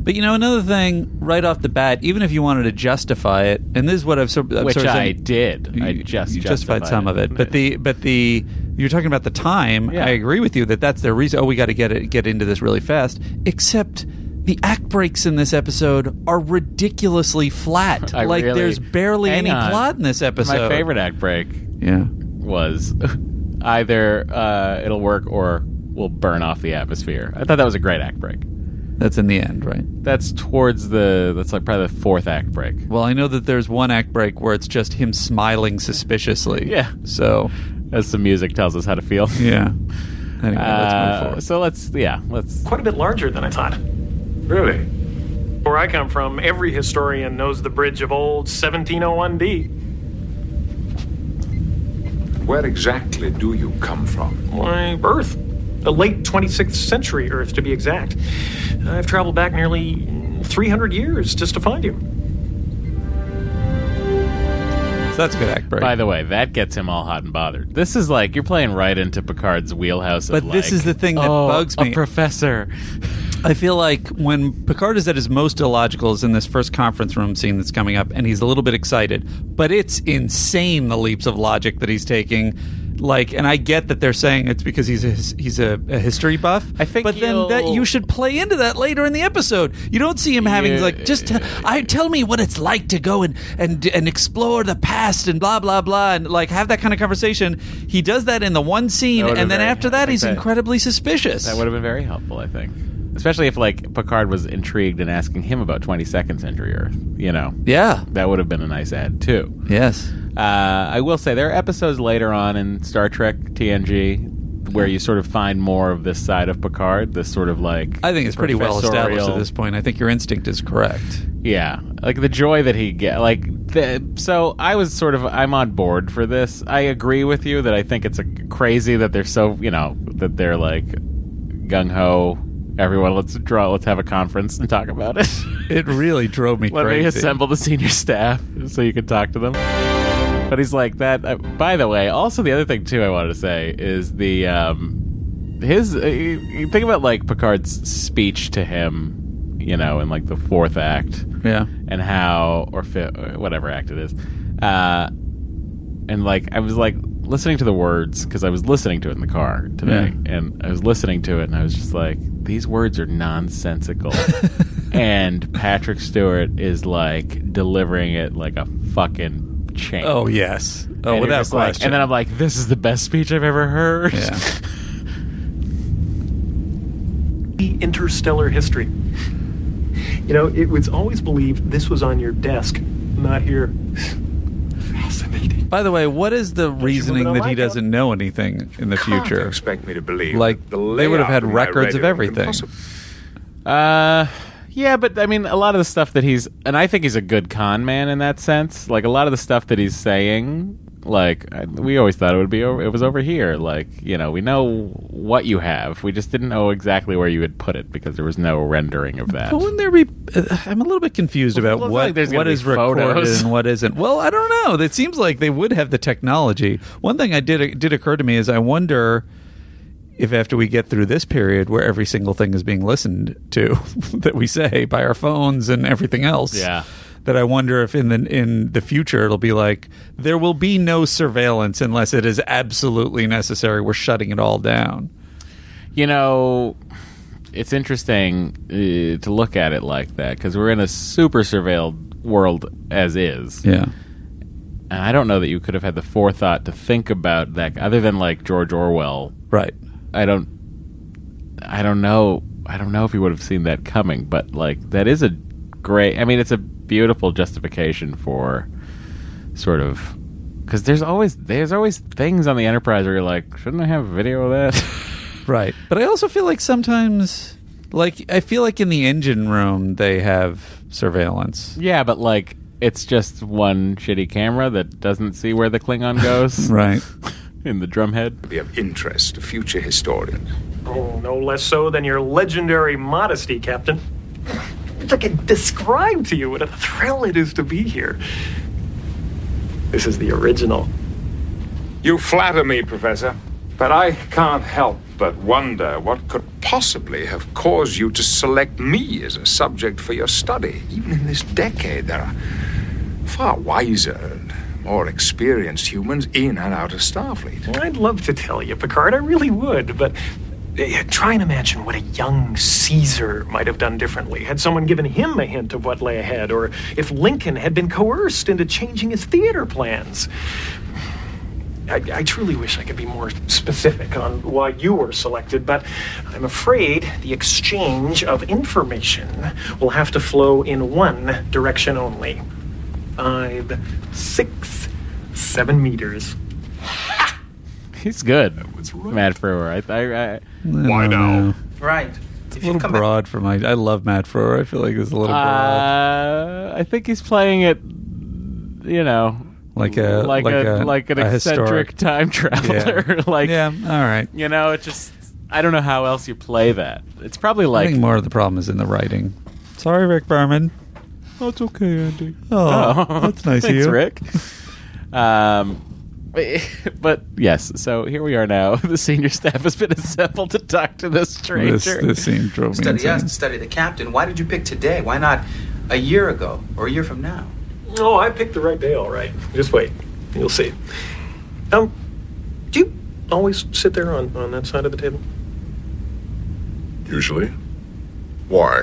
Speaker 2: But you know, another thing right off the bat, even if you wanted to justify it, and this is what I've sort I'm
Speaker 1: Which
Speaker 2: sort of
Speaker 1: I
Speaker 2: saying-
Speaker 1: did. I
Speaker 2: You-
Speaker 1: just
Speaker 2: you justified
Speaker 1: justified
Speaker 2: some of it, but the but the you're talking about the time.
Speaker 1: Yeah.
Speaker 2: I agree with you that that's their reason. Oh, we got to get it get into this really fast. Except the act breaks in this episode are ridiculously flat.
Speaker 1: I
Speaker 2: like
Speaker 1: really-
Speaker 2: there's barely
Speaker 1: Hang
Speaker 2: any
Speaker 1: on.
Speaker 2: plot in this episode.
Speaker 1: My favorite act break,
Speaker 2: yeah,
Speaker 1: was either uh, it'll work or we'll burn off the atmosphere. I thought that was a great act break.
Speaker 2: That's in the end, right?
Speaker 1: That's towards the that's like probably the fourth act break.
Speaker 2: Well, I know that there's one act break where it's just him smiling suspiciously.
Speaker 1: Yeah.
Speaker 2: So
Speaker 1: as the music tells us how to feel.
Speaker 2: Yeah. Anyway, let's move
Speaker 1: Uh,
Speaker 2: forward.
Speaker 1: So let's yeah let's
Speaker 15: quite a bit larger than I thought.
Speaker 10: Really?
Speaker 15: Where I come from, every historian knows the bridge of old 1701D.
Speaker 10: Where exactly do you come from?
Speaker 15: My Earth, the late 26th century Earth, to be exact. I've traveled back nearly 300 years just to find you.
Speaker 2: that's a good act break.
Speaker 1: By the way, that gets him all hot and bothered. This is like you're playing right into Picard's wheelhouse.
Speaker 2: But
Speaker 1: of
Speaker 2: this
Speaker 1: like,
Speaker 2: is the thing that
Speaker 1: "Oh,
Speaker 2: bugs
Speaker 1: a
Speaker 2: me.
Speaker 1: professor.
Speaker 2: I feel like when Picard is at his most illogical is in this first conference room scene that's coming up, and he's a little bit excited, but it's insane the leaps of logic that he's taking. Like, and I get that they're saying it's because he's a, his- he's a, a history buff. I think, but then that you should play into that later in the episode. You don't see him having
Speaker 17: Yeah.
Speaker 2: like just t- I tell me what it's like to go and and and explore the past and blah blah blah and like have that kind of conversation. He does that in the one scene,
Speaker 1: would've
Speaker 2: and
Speaker 1: been
Speaker 2: then
Speaker 1: very-
Speaker 2: after
Speaker 1: I
Speaker 2: that,
Speaker 1: think
Speaker 2: he's
Speaker 1: that-
Speaker 2: incredibly suspicious.
Speaker 1: That would have been very helpful, I think. Especially if like Picard was intrigued and asking him about 22nd century Earth, you know.
Speaker 2: Yeah.
Speaker 1: That would have been a nice ad too.
Speaker 2: Yes.
Speaker 1: Uh, I will say there are episodes later on in Star Trek TNG where you sort of find more of this side of Picard, this sort of like
Speaker 2: I think it's pretty well established at
Speaker 1: professorial-
Speaker 2: this point. I think your instinct is correct.
Speaker 1: yeah, like the joy that he get, like the, so. I was sort of I'm on board for this. I agree with you that I think it's a, crazy that they're so you know that they're like gung ho. Everyone, let's draw. Let's have a conference and talk about it.
Speaker 2: It really drove me
Speaker 1: Let
Speaker 2: crazy.
Speaker 1: me assemble the senior staff so you can talk to them. But he's like that. Uh, by the way, also the other thing too I wanted to say is the um, his. Uh, you, you think about like Picard's speech to him, you know, in like the fourth act,
Speaker 2: Yeah.
Speaker 1: and how or fi- or whatever act it is, uh, and like I was like listening to the words because I was listening to it in the car today, and I was listening to it, and I was just like, these words are nonsensical. and Patrick Stewart is like delivering it like a fucking champ.
Speaker 2: Oh, yes. Oh,
Speaker 1: And you're
Speaker 2: without
Speaker 1: just like-
Speaker 2: question.
Speaker 1: and then I'm like, this is the best speech I've ever heard.
Speaker 2: Yeah.
Speaker 15: The interstellar history. You know, it was always believed this was on your desk, not here. Fascinating.
Speaker 2: By the way, what is the reasoning that he doesn't know anything in the future?
Speaker 10: expect me to believe.
Speaker 2: Like
Speaker 10: the
Speaker 2: they would
Speaker 10: layout
Speaker 2: have had
Speaker 10: in my
Speaker 2: records of
Speaker 10: radio
Speaker 2: everything.
Speaker 10: could
Speaker 1: Uh, yeah, but I mean, a lot of the stuff that he's, and I think he's a good con man in that sense. Like a lot of the stuff that he's saying, like I, we always thought it would be, over, it was over here. Like you know, we know what you have. We just didn't know exactly where you would put it because there was no rendering of that.
Speaker 2: But wouldn't there be? uh, I'm a little bit confused about
Speaker 1: Well, it's not like
Speaker 2: what
Speaker 1: there's gonna
Speaker 2: what
Speaker 1: be
Speaker 2: is recorded
Speaker 1: photos.
Speaker 2: and what isn't. Well, I don't know. It seems like they would have the technology. One thing I did it did occur to me is I wonder if after we get through this period where every single thing is being listened to that we say by our phones and everything else,
Speaker 1: Yeah.
Speaker 2: That I wonder if in the in the future it'll be like there will be no surveillance unless it is absolutely necessary. We're shutting it all down.
Speaker 1: you know, it's interesting uh, to look at it like that because we're in a super surveilled world as is.
Speaker 2: Yeah.
Speaker 1: And I don't know that you could have had the forethought to think about that, other than like George Orwell.
Speaker 2: Right.
Speaker 1: I don't. I don't know. I don't know if you would have seen that coming, but like that is a great. I mean, it's a beautiful justification for sort of because there's always there's always things on the Enterprise where you're like, shouldn't I have video of that?
Speaker 2: Right. But I also feel like sometimes, like, I feel like in the engine room they have surveillance.
Speaker 1: Yeah, but like it's just one shitty camera that doesn't see where the Klingon goes.
Speaker 2: Right.
Speaker 1: In the drumhead.
Speaker 10: Be of interest to future historians.
Speaker 15: Oh, no less so than your legendary modesty, Captain. It's like I described to you what a thrill it is to be here. This is the original.
Speaker 10: You flatter me, Professor, but I can't help but wonder what could possibly have caused you to select me as a subject for your study. Even in this decade, there are far wiser and more experienced humans in and out of Starfleet.
Speaker 15: I'd love to tell you, Picard, I really would, but eh, try and imagine what a young Caesar might have done differently had someone given him a hint of what lay ahead, or if Lincoln had been coerced into changing his theater plans. I, I truly wish I could be more specific on why you were selected, but I'm afraid the exchange of information will have to flow in one direction only. Five, six, seven meters.
Speaker 1: He's good. Matt Frewer. I, I, I,
Speaker 2: Why now?
Speaker 11: Right.
Speaker 2: It's a little broad for my. I love Matt Froer. I feel like it's a little broad.
Speaker 1: Uh, I think he's playing it. You know,
Speaker 2: Like a
Speaker 1: like, a, like an
Speaker 2: a
Speaker 1: eccentric
Speaker 2: historic-
Speaker 1: time traveler. like
Speaker 2: yeah, all right.
Speaker 1: You know, it just I don't know how else you play that. It's probably like
Speaker 2: I think more of the problem is in the writing. Sorry, Rick Berman.
Speaker 1: Oh, it's okay, Andy.
Speaker 2: Oh, that's nice of
Speaker 1: Thanks,
Speaker 2: you.
Speaker 1: Rick. Um, but yes, so here we are now. The senior staff has been assembled to talk to this stranger.
Speaker 2: This this scene drove me
Speaker 11: Study us,
Speaker 2: insane.
Speaker 11: to study the captain. Why did you pick today? Why not a year ago or a year from now?
Speaker 15: Oh, I picked the right day, all right. Just wait. You'll see. Um, do you always sit there on, on that side of the table?
Speaker 14: Usually. Why?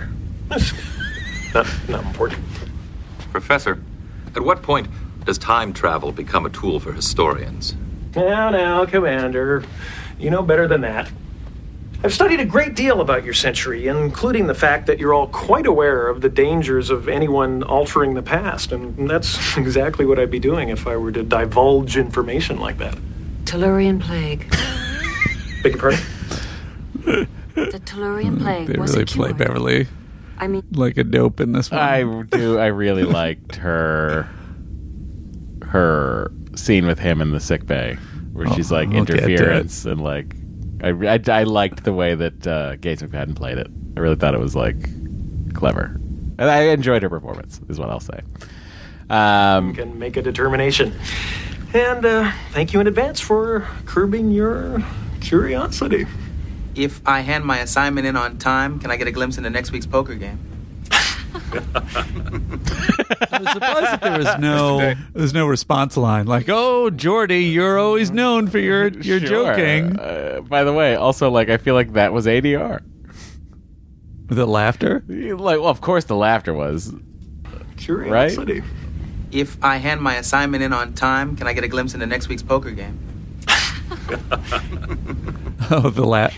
Speaker 15: Not, not important.
Speaker 17: Professor, at what point does time travel become a tool for historians?
Speaker 15: Now, now, Commander. You know better than that. I've studied a great deal about your century, including the fact that you're all quite aware of the dangers of anyone altering the past, and that's exactly what I'd be doing if I were to divulge information like that.
Speaker 18: Tellurian plague.
Speaker 15: Beg your pardon?
Speaker 18: The Tellurian plague
Speaker 2: Hmm, They
Speaker 18: was
Speaker 2: really
Speaker 18: a cure.
Speaker 2: play Beverly
Speaker 18: I mean,
Speaker 2: like a dope in this one.
Speaker 1: I do. I really liked her her scene with him in the sick bay, where she's like
Speaker 2: I'll get to it.
Speaker 1: interference and like. I, I, I liked the way that uh, Gates McFadden played it. I really thought it was like clever, and I enjoyed her performance. Is what I'll say. Um,
Speaker 15: can make a determination. And uh, thank you in advance for curbing your curiosity.
Speaker 11: If I hand my assignment in on time, can I get a glimpse into next week's poker game?
Speaker 2: I was surprised that there was no there was no response line like, "Oh, Jordy, you're always known for your your
Speaker 1: Sure.
Speaker 2: joking."
Speaker 1: Uh, by the way, also like I feel like that was ADR.
Speaker 2: The laughter?
Speaker 1: Like, well, of course the laughter was.
Speaker 11: Curiosity. If I hand my assignment in on time, can I get a glimpse into next week's poker game?
Speaker 2: Oh, the la-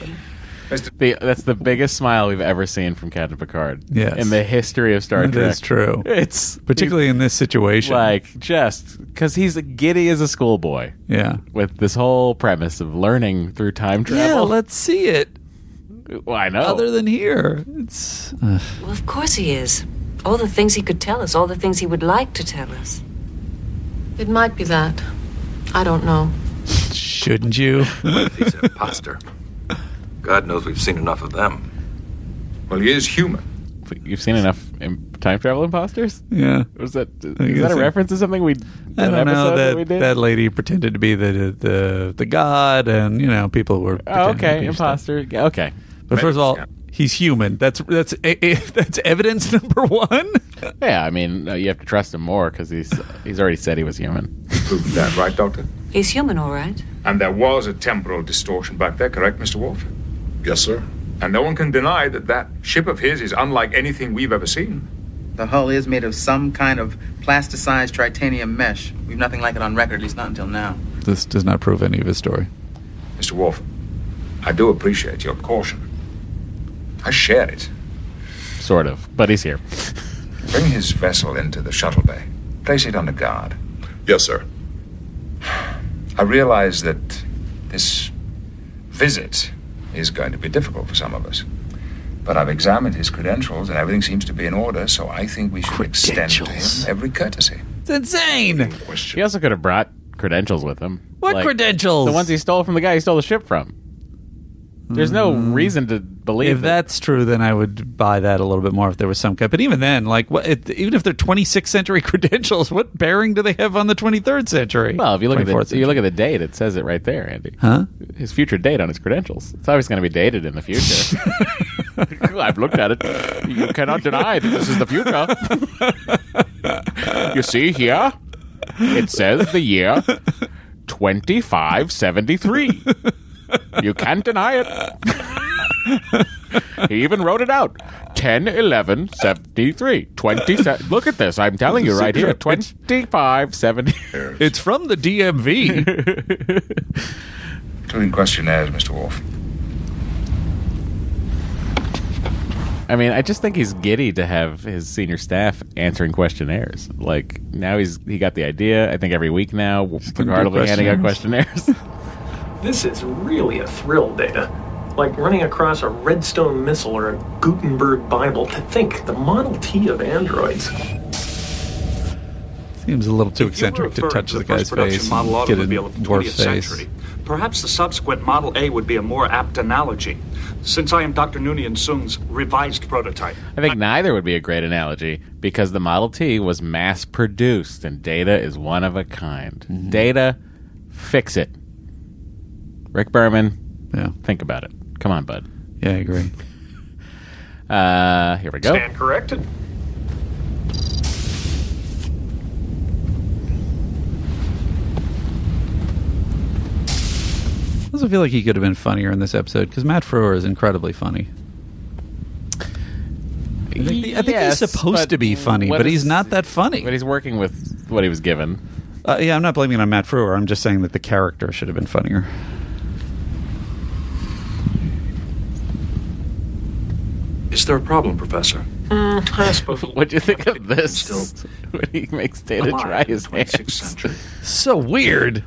Speaker 1: The, that's the biggest smile we've ever seen from Captain Picard.
Speaker 2: Yes.
Speaker 1: In the history of Star
Speaker 2: That
Speaker 1: Trek.
Speaker 2: is true.
Speaker 1: It's
Speaker 2: Particularly in this situation.
Speaker 1: Like, just because he's giddy as a schoolboy.
Speaker 2: Yeah.
Speaker 1: With this whole premise of learning through time travel.
Speaker 2: Yeah, let's see it.
Speaker 1: Well, I know.
Speaker 2: Other than here, it's. uh. Ugh.
Speaker 18: Well, of course he is. All the things he could tell us, all the things he would like to tell us. It might be that. I don't know.
Speaker 2: Shouldn't you?
Speaker 17: He's an imposter. God knows we've seen enough of them.
Speaker 10: Well, he is human.
Speaker 1: You've seen enough im- time travel imposters?
Speaker 2: Yeah.
Speaker 1: Was that,
Speaker 2: I
Speaker 1: is that
Speaker 2: guess
Speaker 1: a
Speaker 2: it-
Speaker 1: reference to something we.
Speaker 2: I
Speaker 1: an
Speaker 2: don't know
Speaker 1: episode
Speaker 2: that
Speaker 1: we
Speaker 2: that,
Speaker 1: did?
Speaker 2: lady pretended to be the the the god, and you know people were.
Speaker 1: Oh,
Speaker 2: pretending to
Speaker 1: okay,
Speaker 2: be
Speaker 1: imposter. Yeah, Okay,
Speaker 2: stuff. But first of all, he's human. That's that's a, a- that's evidence number one.
Speaker 1: yeah. I mean, uh, you have to trust him more because he's he's already said he was human.
Speaker 10: Proved that, right, Doctor?
Speaker 18: He's human, all right.
Speaker 10: And there was a temporal distortion back there, correct, Mr. Wolf?
Speaker 14: Yes, sir.
Speaker 10: And no one can deny that that ship of his is unlike anything we've ever seen.
Speaker 11: The hull is made of some kind of plasticized titanium mesh. We've nothing like it on record, at least not until now.
Speaker 2: This does not prove any of his story.
Speaker 10: Mr. Wolf, I do appreciate your caution. I share it.
Speaker 1: Sort of, but he's here.
Speaker 10: Bring his vessel into the shuttle bay. Place it under guard.
Speaker 14: Yes, sir.
Speaker 10: I realize that this visit is going to be difficult for some of us. But I've examined his credentials and everything seems to be in order, so I think we should extend to him every courtesy.
Speaker 2: It's insane.
Speaker 1: He also could have brought credentials with him.
Speaker 2: What credentials?
Speaker 1: The ones he stole from the guy he stole the ship from. There's no
Speaker 2: Mm.
Speaker 1: reason to believe
Speaker 2: If that's true, then I would buy that a little bit more if there was some kind. But even then, like, what, it, even if they're 26th century credentials, what bearing do they have on the 23rd century?
Speaker 1: Well, if you look at
Speaker 2: 24th
Speaker 1: the, you look at the date, it says it right there, Andy.
Speaker 2: Huh?
Speaker 1: His future date on his credentials. It's always going to be dated in the future. I've looked at it. You cannot deny that this is the future. you see here, it says the year twenty five seventy three. You can't deny it. he even wrote it out. 10, 11, 73, 20. Look at this. I'm telling you right here. 25, 70.
Speaker 2: It's from the DMV.
Speaker 10: Including questionnaires, Mr. Wolf.
Speaker 1: I mean, I just think he's giddy to have his senior staff answering questionnaires. Like now he's he got the idea. I think every week now,
Speaker 2: gonna
Speaker 1: Picard
Speaker 2: do
Speaker 1: will be handing out questionnaires.
Speaker 15: This is really a thrill, Data. Like running across a redstone missile or a Gutenberg Bible. To think, the Model T of androids.
Speaker 2: Seems a little too eccentric to
Speaker 13: referring
Speaker 2: touch
Speaker 13: to
Speaker 2: the
Speaker 13: the first
Speaker 2: guy's
Speaker 13: production
Speaker 2: face.
Speaker 13: model
Speaker 2: and Get a
Speaker 13: automobile of the
Speaker 2: dwarf
Speaker 13: 20th
Speaker 2: face.
Speaker 13: century. Perhaps the subsequent Model A would be a more apt analogy, since I am Dr. Noonien Sung's revised prototype.
Speaker 1: I think neither would be a great analogy because the Model T was mass produced and data is one of a kind.
Speaker 2: Mm-hmm.
Speaker 1: Data, fix it. Rick Berman,
Speaker 2: yeah.
Speaker 1: think about it. Come on, bud.
Speaker 2: Yeah, I agree.
Speaker 1: Uh, here we go.
Speaker 15: Stand corrected.
Speaker 2: I also feel like he could have been funnier in this episode because Matt Frewer is incredibly funny. I think, he- I think
Speaker 1: Yes,
Speaker 2: he's supposed
Speaker 1: but
Speaker 2: to be funny,
Speaker 1: what
Speaker 2: but
Speaker 1: is-
Speaker 2: he's not that funny.
Speaker 1: But he's working with what he was given.
Speaker 2: Uh, yeah, I'm not blaming it on Matt Frewer. I'm just saying that the character should have been funnier.
Speaker 13: Is there a problem, Professor? Uh,
Speaker 15: I suppose.
Speaker 1: What do you think of this?
Speaker 13: Still
Speaker 1: when he makes Data
Speaker 13: alive
Speaker 1: try
Speaker 13: in the
Speaker 1: his
Speaker 13: 26th
Speaker 1: hands.
Speaker 2: So weird.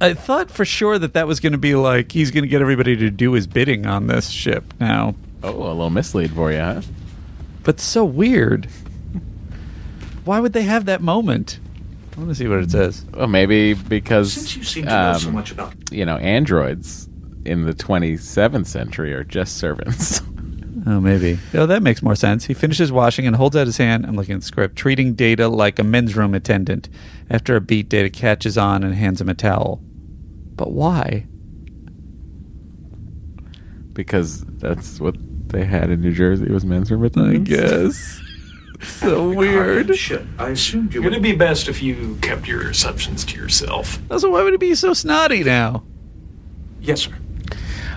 Speaker 2: I thought for sure that that was going to be like he's going to get everybody to do his bidding on this ship now.
Speaker 1: Oh, a little mislead for you, huh?
Speaker 2: But so weird. Why would they have that moment? I want to see what it says.
Speaker 1: Well, maybe because um,
Speaker 13: Since you seem to know so much about-
Speaker 1: you know androids in the 27th century are just servants.
Speaker 2: Oh, maybe. Oh, that makes more sense. He finishes washing and holds out his hand. I'm looking at the script. Treating Data like a men's room attendant. After a beat, Data catches on and hands him a towel. But why?
Speaker 1: because that's what they had in New Jersey was men's room
Speaker 2: I
Speaker 1: attendants.
Speaker 2: guess. so weird.
Speaker 13: Shit, I assumed you
Speaker 15: Would it be best if you kept your assumptions to yourself?
Speaker 2: Also, why would he be so snotty now?
Speaker 13: Yes, sir.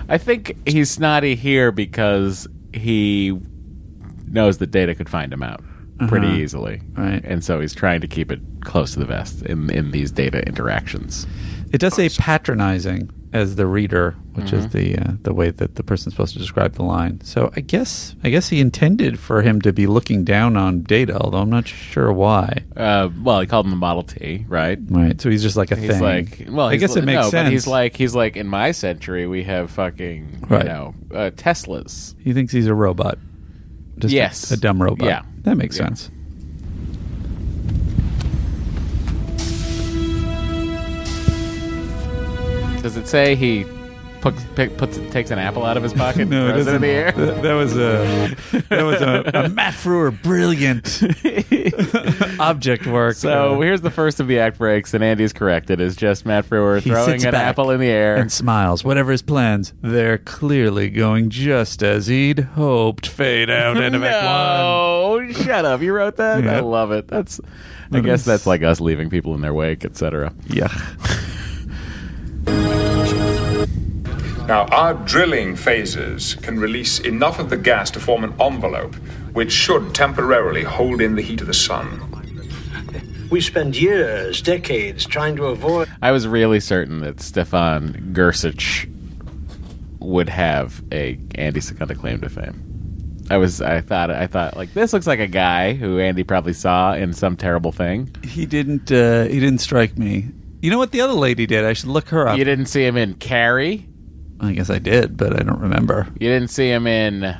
Speaker 1: I think he's snotty here because he knows that Data could find him out pretty
Speaker 2: Uh-huh.
Speaker 1: easily,
Speaker 2: Right.
Speaker 1: And so he's trying to keep it close to the vest in in these Data interactions.
Speaker 2: It does say patronizing, as the reader, which is
Speaker 1: Mm-hmm.
Speaker 19: Mhm.
Speaker 2: the uh, the way that the person's supposed to describe the line. So I guess I guess he intended for him to be looking down on data, although I'm not sure why.
Speaker 1: Uh, well, he called him the Model T, right?
Speaker 2: Right. So he's just like a
Speaker 1: he's
Speaker 2: thing.
Speaker 1: like, well,
Speaker 2: I
Speaker 1: he's
Speaker 2: guess
Speaker 1: li-
Speaker 2: it makes
Speaker 1: no,
Speaker 2: sense.
Speaker 1: But he's like, he's like, in my century, we have fucking,
Speaker 2: Right.
Speaker 1: you know, uh, Teslas.
Speaker 2: he thinks he's a robot. Just a-
Speaker 1: Yes.
Speaker 2: a, dumb robot.
Speaker 1: Yeah.
Speaker 2: that makes
Speaker 1: Yeah.
Speaker 2: sense.
Speaker 1: Does it say he puts, pick, puts takes an apple out of his pocket and
Speaker 2: No, it
Speaker 1: throws it
Speaker 2: doesn't.
Speaker 1: in the air?
Speaker 2: That- that was a that was a, a Matt Frewer brilliant object work. Uh,
Speaker 1: So here's the first of the act breaks, and Andy's correct. It is just Matt Frewer throwing an apple in the air.
Speaker 2: and smiles. Whatever his plans, they're clearly going just as he'd hoped. Fade out and back
Speaker 1: no, shut up! You wrote that. I
Speaker 2: Yeah.
Speaker 1: love it. That's. I
Speaker 2: That
Speaker 1: guess
Speaker 2: is-
Speaker 1: that's like us leaving people in their wake, etc.
Speaker 2: Yeah.
Speaker 10: Now, our drilling phases can release enough of the gas to form an envelope, which should temporarily hold in the heat of the sun.
Speaker 20: We spend years, decades trying to avoid.
Speaker 1: I was really certain that Stefan Gersich would have a Andy Secunda claim to fame. I was I thought I thought like this looks like a guy who Andy probably saw in some terrible thing.
Speaker 2: He didn't. Uh, he didn't strike me. You know what the other lady did? I should look her up.
Speaker 1: You didn't see him in Carrie.
Speaker 2: I guess I did, but I don't remember.
Speaker 1: You didn't see him in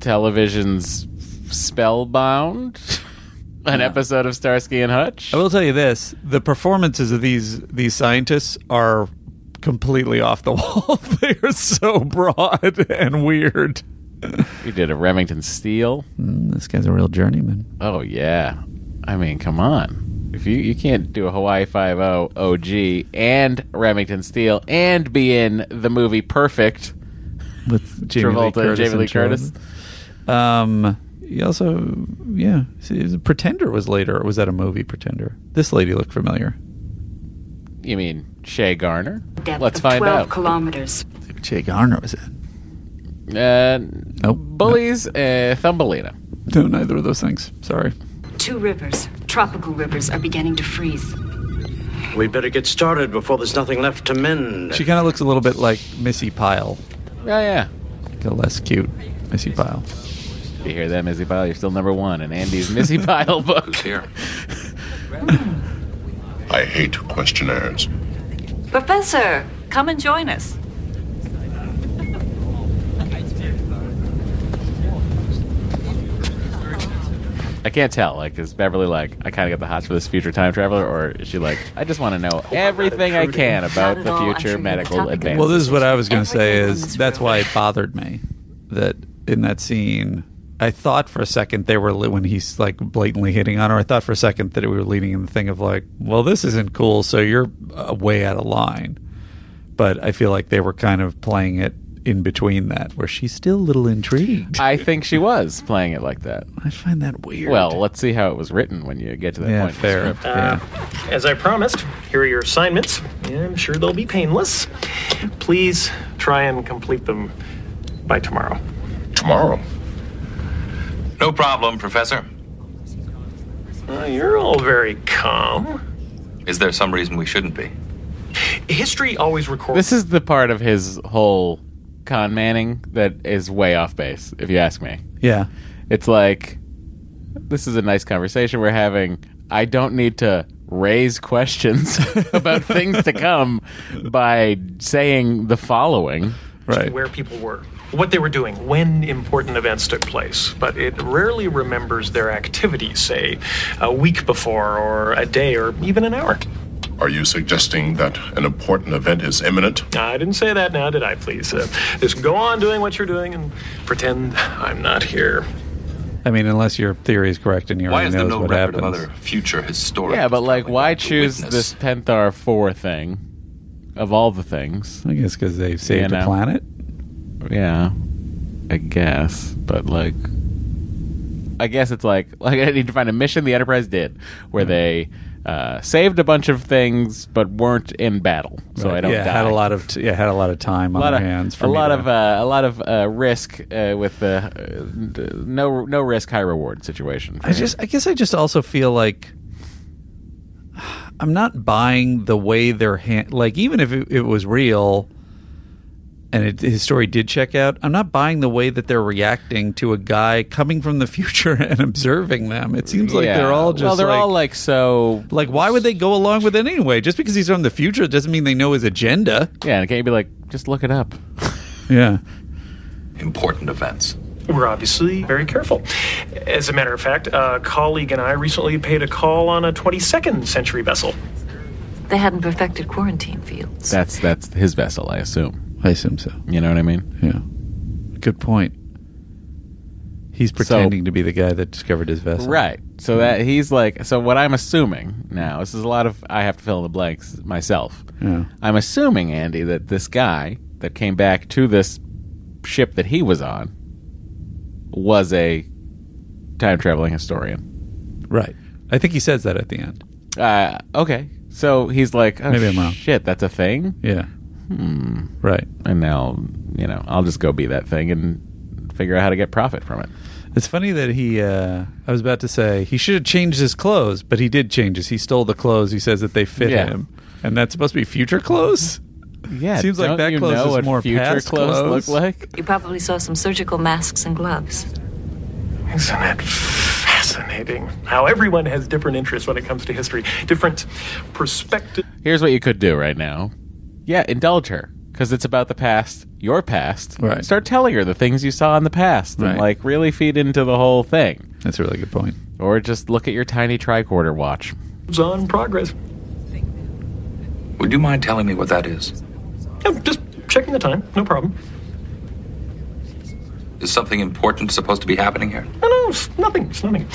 Speaker 1: television's Spellbound, an episode of Starsky and Hutch. I
Speaker 2: will tell you this: the performances of these these scientists are completely off the wall. they are so broad and weird.
Speaker 1: He did a Remington Steel.
Speaker 2: Mm, this guy's a real journeyman.
Speaker 1: Oh yeah, I mean, come on. If you you can't do a Hawaii Five O OG and Remington Steel and be in the movie Perfect
Speaker 2: with Jamie Lee
Speaker 1: Travolta and
Speaker 2: Curtis.
Speaker 1: Jamie Lee Curtis.
Speaker 2: Curtis. Um, he also, yeah, see, the Pretender was later. Or was that a movie? Pretender. This lady looked familiar.
Speaker 1: You mean Shay Garner?
Speaker 21: Depth
Speaker 1: Let's
Speaker 21: of
Speaker 1: find
Speaker 21: 12
Speaker 1: out.
Speaker 21: kilometers.
Speaker 2: Jay Garner was in.
Speaker 1: Uh,
Speaker 2: Nope.
Speaker 1: Bullies, uh, Thumbelina.
Speaker 2: No, neither of those things. Sorry.
Speaker 21: Two rivers, tropical rivers, are beginning to freeze.
Speaker 20: We better get started before there's nothing left to mend.
Speaker 2: She kind of looks a little bit like Missy Pyle,
Speaker 1: Oh yeah.
Speaker 2: like a less cute Missy Pyle.
Speaker 1: You hear that, Missy Pyle? You're still number one in Andy's Missy Pyle book.
Speaker 14: here? I hate questionnaires.
Speaker 18: Professor, come and join us.
Speaker 1: I can't tell. Like, is Beverly like, I kind of got the hots for this future time traveler, or is she like, I just want to know everything I can about the future medical advances?
Speaker 2: Well, this is what I was going to say is that's why it bothered me that in that scene, I thought for a second they were li- when he's like blatantly hitting on her. I thought for a second that we were leading in the thing of like, well, this isn't cool, so you're uh, way out of line. But I feel like they were kind of playing it in between that, where she's still a little intrigued.
Speaker 1: I think she was playing it like that.
Speaker 2: I find that weird.
Speaker 1: Well, let's see how it was written when you get to that
Speaker 2: Yeah,
Speaker 1: point. in the
Speaker 2: fair,
Speaker 1: script.
Speaker 2: yeah.
Speaker 15: Uh, As I promised, here are your assignments. Yeah, I'm sure they'll be painless. Please try and complete them by tomorrow.
Speaker 14: Tomorrow?
Speaker 17: No problem, Professor.
Speaker 15: Uh, you're all very calm.
Speaker 17: Is there some reason we shouldn't be?
Speaker 15: History always records.
Speaker 1: This is the part of his whole con manning that is way off base, if you ask me.
Speaker 2: Yeah.
Speaker 1: It's like, this is a nice conversation we're having. I don't need to raise questions about things to come by saying the following.
Speaker 2: Right.
Speaker 15: where people were, what they were doing, when important events took place, but it rarely remembers their activities, say, a week before, or a day, or even an hour.
Speaker 14: Are you suggesting that an important event is imminent?
Speaker 15: I didn't say that now, did I, please? Uh, just go on doing what you're doing and pretend I'm not here.
Speaker 2: I mean, unless your theory is correct and you
Speaker 17: Why
Speaker 2: already
Speaker 17: is there
Speaker 2: knows
Speaker 17: no
Speaker 2: what
Speaker 17: record
Speaker 2: happens.
Speaker 17: of other future historic?
Speaker 1: Yeah, but like, why choose
Speaker 17: witness.
Speaker 1: this Penthar 4 thing of all the things?
Speaker 2: I guess because they've saved
Speaker 1: You
Speaker 2: the
Speaker 1: know?
Speaker 2: planet.
Speaker 1: Yeah, I guess. But like, I guess it's like like I need to find a mission the Enterprise did where they uh, saved a bunch of things but weren't in battle, so I don't
Speaker 2: yeah,
Speaker 1: die.
Speaker 2: had a lot of t- yeah had a lot of time
Speaker 1: a
Speaker 2: on
Speaker 1: lot
Speaker 2: their
Speaker 1: of
Speaker 2: hands. For
Speaker 1: a
Speaker 2: me
Speaker 1: lot
Speaker 2: to-
Speaker 1: of uh, a lot of uh, risk uh, with the uh, d- no no risk high reward situation.
Speaker 2: I just, I guess, I just also feel like I'm not buying the way they're hand like even if it, it was real and it, his story did check out. I'm not buying the way that they're reacting to a guy coming from the future and observing them. It seems like
Speaker 1: Yeah.
Speaker 2: they're all just
Speaker 1: Well, they're
Speaker 2: like,
Speaker 1: all like so.
Speaker 2: Like, why would they go along with it anyway? Just because he's from the future doesn't mean they know his agenda.
Speaker 1: Yeah, and can't be like, just look it up.
Speaker 2: yeah.
Speaker 17: Important events.
Speaker 15: We're obviously very careful. As a matter of fact, a colleague and I recently paid a call on a 22nd century vessel.
Speaker 18: They hadn't perfected quarantine fields.
Speaker 1: That's that's his vessel, I assume.
Speaker 2: I assume so.
Speaker 1: You know what I mean?
Speaker 2: Yeah. Good point. He's pretending to be the guy that discovered his vessel.
Speaker 1: Right.
Speaker 2: Mm-hmm.
Speaker 1: So that he's like. So what I'm assuming now. This is a lot of. I have to fill in the blanks myself.
Speaker 2: Yeah.
Speaker 1: I'm assuming Andy that this guy that came back to this ship that he was on was a time traveling historian.
Speaker 2: Right. I think he says that at the end.
Speaker 1: Uh, okay. So he's like, oh,
Speaker 2: Maybe I'm wrong.
Speaker 1: Shit, that's a thing.
Speaker 2: Yeah.
Speaker 1: Hmm.
Speaker 2: Right.
Speaker 1: And now, you know, I'll just go be that thing and figure out how to get profit from it.
Speaker 2: It's funny that he. Uh, I was about to say he should have changed his clothes, but he did change his. He stole the clothes. He says that they fit
Speaker 1: Yeah.
Speaker 2: him, and that's supposed to be future clothes.
Speaker 1: Yeah,
Speaker 2: seems like
Speaker 1: don't
Speaker 2: that
Speaker 1: you
Speaker 2: clothes
Speaker 1: know
Speaker 2: is
Speaker 1: what
Speaker 2: more
Speaker 1: future
Speaker 2: past
Speaker 1: clothes look like?
Speaker 18: You probably saw some surgical masks and gloves.
Speaker 15: Isn't it fascinating how everyone has different interests when it comes to history, different perspectives?
Speaker 1: Here's what you could do right now. Yeah, indulge her because it's about the past, your past. Right. Start telling her the things you saw in the past and
Speaker 2: Right.
Speaker 1: like really feed into the whole thing.
Speaker 2: That's a really good point.
Speaker 1: Or just look at your tiny tricorder watch.
Speaker 15: on progress.
Speaker 12: Would you mind telling me what that is?
Speaker 15: Yeah, just checking the time, no problem.
Speaker 17: Is something important supposed to be happening here?
Speaker 15: No, no, it's nothing, it's nothing.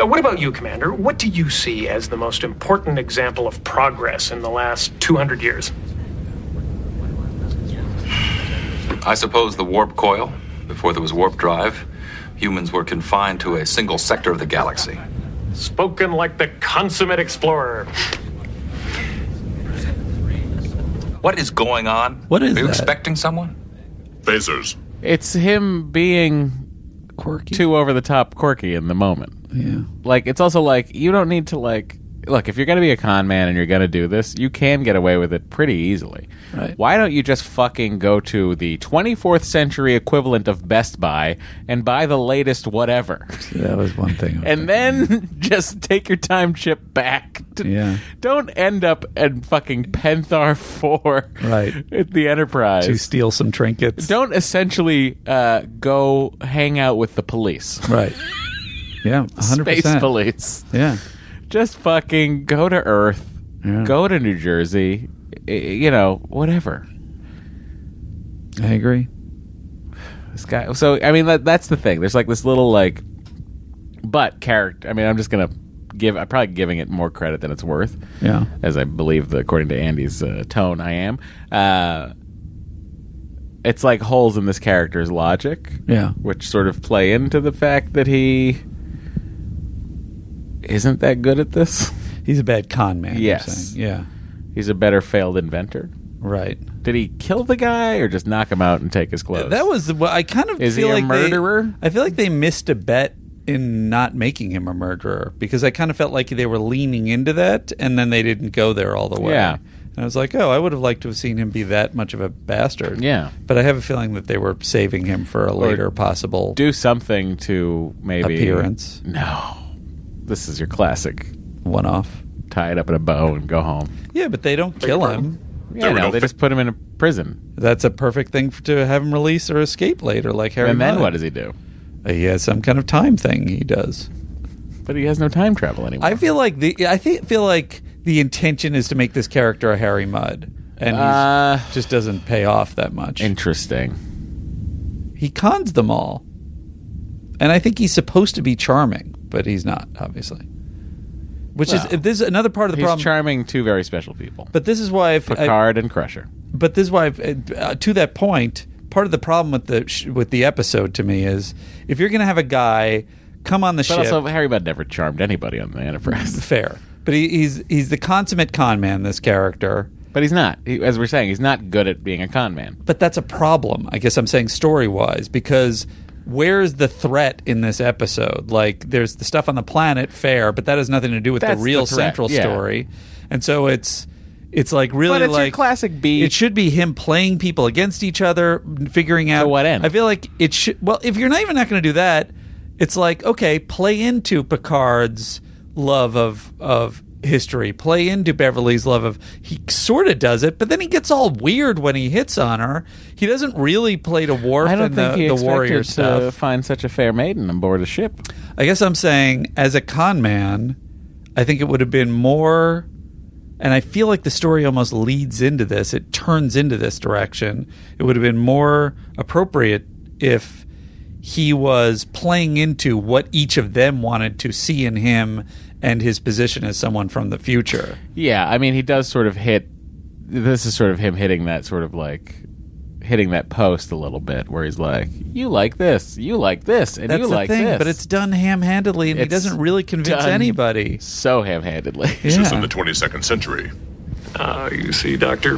Speaker 15: Uh, what about you, Commander? What do you see as the most important example of progress in the last 200 years?
Speaker 17: I suppose the warp coil, before there was warp drive, humans were confined to a single sector of the galaxy.
Speaker 15: Spoken like the consummate explorer.
Speaker 17: What is going on?
Speaker 2: What is
Speaker 17: Are you
Speaker 2: that?
Speaker 17: expecting someone?
Speaker 14: Phasers.
Speaker 1: It's him being
Speaker 2: quirky,
Speaker 1: too over the top quirky in the moment.
Speaker 2: Yeah.
Speaker 1: Like it's also like you don't need to like look if you're gonna be a con man and you're gonna do this, you can get away with it pretty easily. Right. Why don't you just fucking go to the 24th century equivalent of Best Buy and buy the latest whatever,
Speaker 2: That was one thing.
Speaker 1: and then just take your time chip back. To,
Speaker 2: Yeah.
Speaker 1: Don't end up at fucking Penthar Four
Speaker 2: Right.
Speaker 1: at the Enterprise.
Speaker 2: To steal some trinkets.
Speaker 1: don't essentially uh, go hang out with the police.
Speaker 2: Right. Yeah. 100%.
Speaker 1: Space police.
Speaker 2: Yeah.
Speaker 1: Just fucking go to Earth. Go to New Jersey. I- You know, whatever.
Speaker 2: I agree.
Speaker 1: This guy. So I mean, that, that's the thing. There's like this little like, but character. I mean, I'm just gonna give. I'm probably giving it more credit than it's worth.
Speaker 2: Yeah.
Speaker 1: As I believe, the, according to Andy's uh, tone, I am. Uh, it's like holes in this character's logic.
Speaker 2: Yeah.
Speaker 1: Which sort of play into the fact that he isn't that good at this.
Speaker 2: He's a bad con man. you're
Speaker 1: Yes.
Speaker 2: saying. Yeah.
Speaker 1: He's a better failed inventor.
Speaker 2: Right.
Speaker 1: Did he kill the guy or just knock him out and take his clothes?
Speaker 2: That was well, I kind of
Speaker 1: Is
Speaker 2: feel
Speaker 1: he a
Speaker 2: like they-
Speaker 1: murderer?
Speaker 2: I feel like they missed a bet in not making him a murderer because I kind of felt like they were leaning into that and then they didn't go there all the way.
Speaker 1: Yeah.
Speaker 2: And I was like, oh, I would have liked to have seen him be that much of a bastard.
Speaker 1: Yeah.
Speaker 2: But I have a feeling that they were saving him for a later possible
Speaker 1: do something to maybe
Speaker 2: appearance.
Speaker 1: No. This is your classic
Speaker 2: one off.
Speaker 1: Tie it up in a bow and go home.
Speaker 2: Yeah, but they don't kill him.
Speaker 1: Yeah, no, they just put him in a prison.
Speaker 2: That's a perfect thing for, to have him release or escape later, like Harry.
Speaker 1: And then
Speaker 2: Mudd.
Speaker 1: what does he do?
Speaker 2: He has some kind of time thing he does.
Speaker 1: But he has no time travel anymore.
Speaker 2: I feel like the I think feel like the intention is to make this character a Harry Mudd, and he just doesn't pay off that much.
Speaker 1: Uh, Interesting.
Speaker 2: He cons them all, and I think he's supposed to be charming, but he's not, obviously. Which
Speaker 1: Well,
Speaker 2: is this is another part of the
Speaker 1: He's
Speaker 2: problem.
Speaker 1: charming two very special people.
Speaker 2: but this is why I've, I,
Speaker 1: Picard and Crusher.
Speaker 2: but this is why I've, uh, to that point part of the problem with the sh- with the episode to me is if you're going to have a guy come on the
Speaker 1: But
Speaker 2: ship
Speaker 1: also Harry Mudd never charmed anybody on the Enterprise.
Speaker 2: fair but he, he's he's the consummate con man this character
Speaker 1: But he's not. He, as we're saying, he's not good at being a con man.
Speaker 2: but that's a problem i guess i'm saying story wise because where's the threat in this episode? Like, there's the stuff on the planet, fair, but that has nothing to do with
Speaker 1: That's
Speaker 2: the real
Speaker 1: the threat,
Speaker 2: central
Speaker 1: yeah.
Speaker 2: story. And so it's it's like really
Speaker 1: But it's your
Speaker 2: like
Speaker 1: classic B.
Speaker 2: It should be him playing people against each other, figuring out what end. I feel like it should. Well, if you're not even not going to do that, it's like okay, play into Picard's love of of history, play into Beverly's love of. He sort of does it, but then he gets all weird when he hits on her. He doesn't really play to war
Speaker 1: I don't
Speaker 2: and
Speaker 1: think
Speaker 2: the,
Speaker 1: he
Speaker 2: the
Speaker 1: expected
Speaker 2: warrior
Speaker 1: to
Speaker 2: stuff.
Speaker 1: find such a fair maiden aboard a ship.
Speaker 2: I guess I'm saying, as a con man, I think it would have been more. And I feel like the story almost leads into this. It turns into this direction. It would have been more appropriate if he was playing into what each of them wanted to see in him and his position as someone from the future.
Speaker 1: Yeah, I mean, he does sort of hit. This is sort of him hitting that sort of like hitting that post a little bit, where he's like, "You like this, you like this, and
Speaker 2: That's
Speaker 1: you
Speaker 2: the
Speaker 1: like
Speaker 2: thing,
Speaker 1: this."
Speaker 2: but it's done ham-handedly, and he
Speaker 1: It's
Speaker 2: doesn't really convince
Speaker 1: done
Speaker 2: anybody.
Speaker 1: So ham-handedly.
Speaker 14: This is in the 22nd century.
Speaker 15: Ah, you see, Doctor,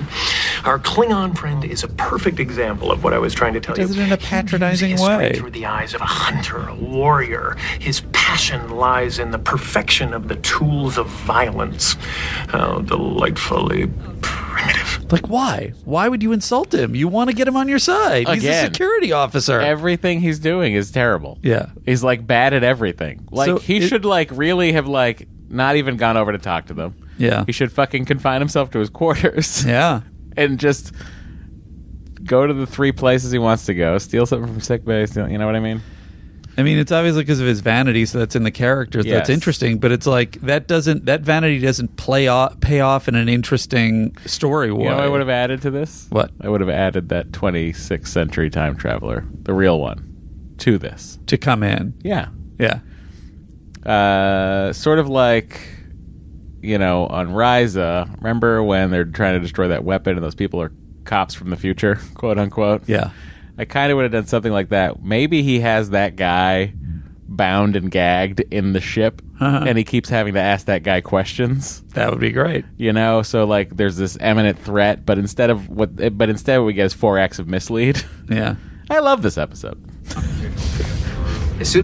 Speaker 15: our Klingon friend is a perfect example of what I was trying to tell
Speaker 2: He does
Speaker 15: you.
Speaker 2: it in a patronizing
Speaker 15: History
Speaker 2: way.
Speaker 15: Through the eyes of a hunter, a warrior, his passion lies in the perfection of the tools of violence. How delightfully
Speaker 2: Like, why? Why would you insult him? You want to get him on your side. He's a
Speaker 1: Again.
Speaker 2: security officer.
Speaker 1: Everything he's doing is terrible.
Speaker 2: Yeah.
Speaker 1: he's like bad at everything. Like
Speaker 2: So
Speaker 1: he
Speaker 2: it-
Speaker 1: should like really have like not even gone over to talk to them.
Speaker 2: Yeah.
Speaker 1: he should fucking confine himself to his quarters.
Speaker 2: Yeah,
Speaker 1: and just go to the three places he wants to go. Steal something from sick bay. Steal, you know what I mean?
Speaker 2: I mean, it's obviously because of his vanity, so that's in the character. so That's
Speaker 1: Yes.
Speaker 2: interesting, but it's like that doesn't that vanity doesn't play off, pay off in an interesting story way.
Speaker 1: You know what I would have added to this?
Speaker 2: What?
Speaker 1: I would have added that 26th century time traveler, the real one, to this.
Speaker 2: to come in.
Speaker 1: Yeah.
Speaker 2: Yeah.
Speaker 1: Uh, sort of like, you know, on Ryza, remember when they're trying to destroy that weapon and those people are cops from the future, quote unquote?
Speaker 2: Yeah.
Speaker 1: I kind of would have done something like that. Maybe he has that guy bound and gagged in the ship
Speaker 2: Uh-huh.
Speaker 1: and he keeps having to ask that guy questions.
Speaker 2: That would be great.
Speaker 1: You know, so like there's this imminent threat, but instead of what but instead what we get is four acts of mislead.
Speaker 2: Yeah.
Speaker 1: I love this episode.
Speaker 11: As soon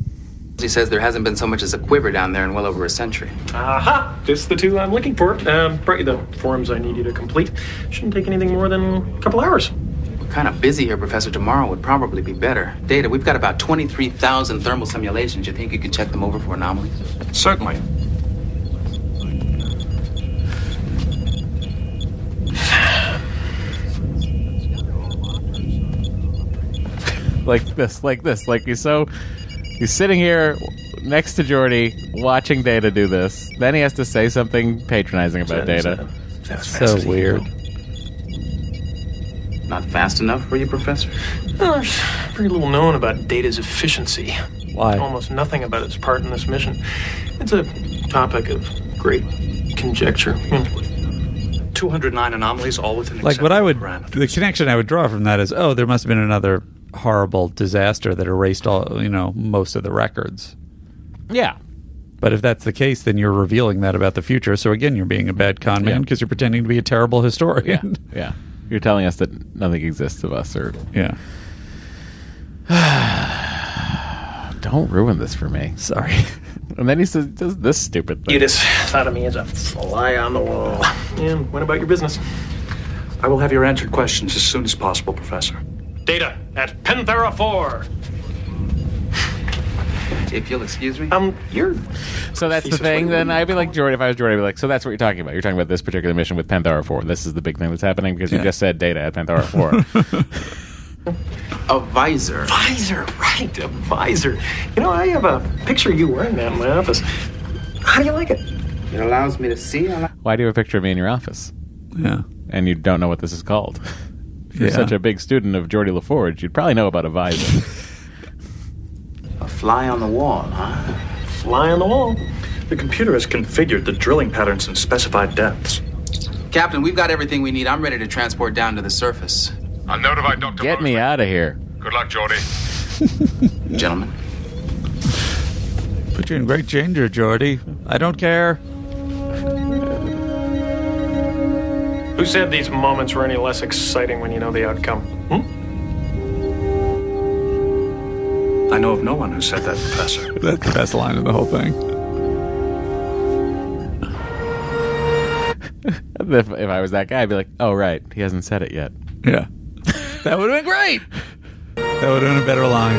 Speaker 11: as he says there hasn't been so much as a quiver down there in well over a century.
Speaker 15: Aha! This is the two I'm looking for. Um, brought you the forms I need you to complete. Shouldn't take anything more than a couple hours.
Speaker 11: We're kind of busy here, Professor. Tomorrow would probably be better. Data, we've got about 23,000 thermal simulations. You think you could check them over for anomalies?
Speaker 13: Certainly.
Speaker 1: Like this, like this, like he's so he's sitting here next to Jordy watching Data do this. Then he has to say something patronizing about Data.
Speaker 2: So weird.
Speaker 11: Not fast enough for you, Professor?
Speaker 15: Uh, there's very little known about Data's efficiency.
Speaker 2: Why?
Speaker 15: Almost nothing about its part in this mission. It's a topic of great conjecture. Hmm.
Speaker 5: 209 anomalies, all within
Speaker 2: Like what I would the connection I would draw from that is oh there must have been another horrible disaster that erased all you know most of the records.
Speaker 1: Yeah.
Speaker 2: But if that's the case, then you're revealing that about the future. So again, you're being a bad con man because you're pretending to be a terrible historian.
Speaker 1: Yeah. You're telling us that nothing exists of us or
Speaker 2: Yeah.
Speaker 1: Don't ruin this for me.
Speaker 2: Sorry.
Speaker 1: And then he says does this stupid thing.
Speaker 15: You just thought of me as a fly on the wall. And what about your business?
Speaker 13: I will have your answered questions as soon as possible, Professor.
Speaker 15: Data at Panthera 4.
Speaker 11: If you'll excuse me.
Speaker 15: Um, you're.
Speaker 1: So that's the thing. Then I'd be like, Jordan, if I was Jordan, I'd be like, so that's what you're talking about. You're talking about this particular mission with Panthera 4. This is the big thing that's happening because you just said data at Panthera 4.
Speaker 11: A visor.
Speaker 15: Visor, right, a visor. You know, I have a picture of you wearing that in my office. How do you like it?
Speaker 11: It allows me to see. I like-
Speaker 1: Why do you have a picture of me in your office?
Speaker 2: Yeah.
Speaker 1: And you don't know what this is called. If you're
Speaker 11: Yeah.
Speaker 1: such a big student of Jordy LaForge, you'd probably know about a visor.
Speaker 11: A fly on the wall, huh?
Speaker 13: Fly on the wall. The computer has configured the drilling patterns in specified depths.
Speaker 11: Captain, we've got everything we need. I'm ready to transport down to the surface.
Speaker 14: I'll notify Dr.
Speaker 1: Get me out of here.
Speaker 14: Good luck, Jordy.
Speaker 11: Gentlemen.
Speaker 2: Put you in great danger, Jordy. I don't care.
Speaker 15: Who said these moments were any less exciting when you know the outcome? Hmm?
Speaker 20: I know of no one who said that, Professor.
Speaker 2: That's the best line of the whole thing.
Speaker 1: If, if I was that guy, I'd be like, oh, right, he hasn't said it yet.
Speaker 2: Yeah. that would have been great. That would have been a better line.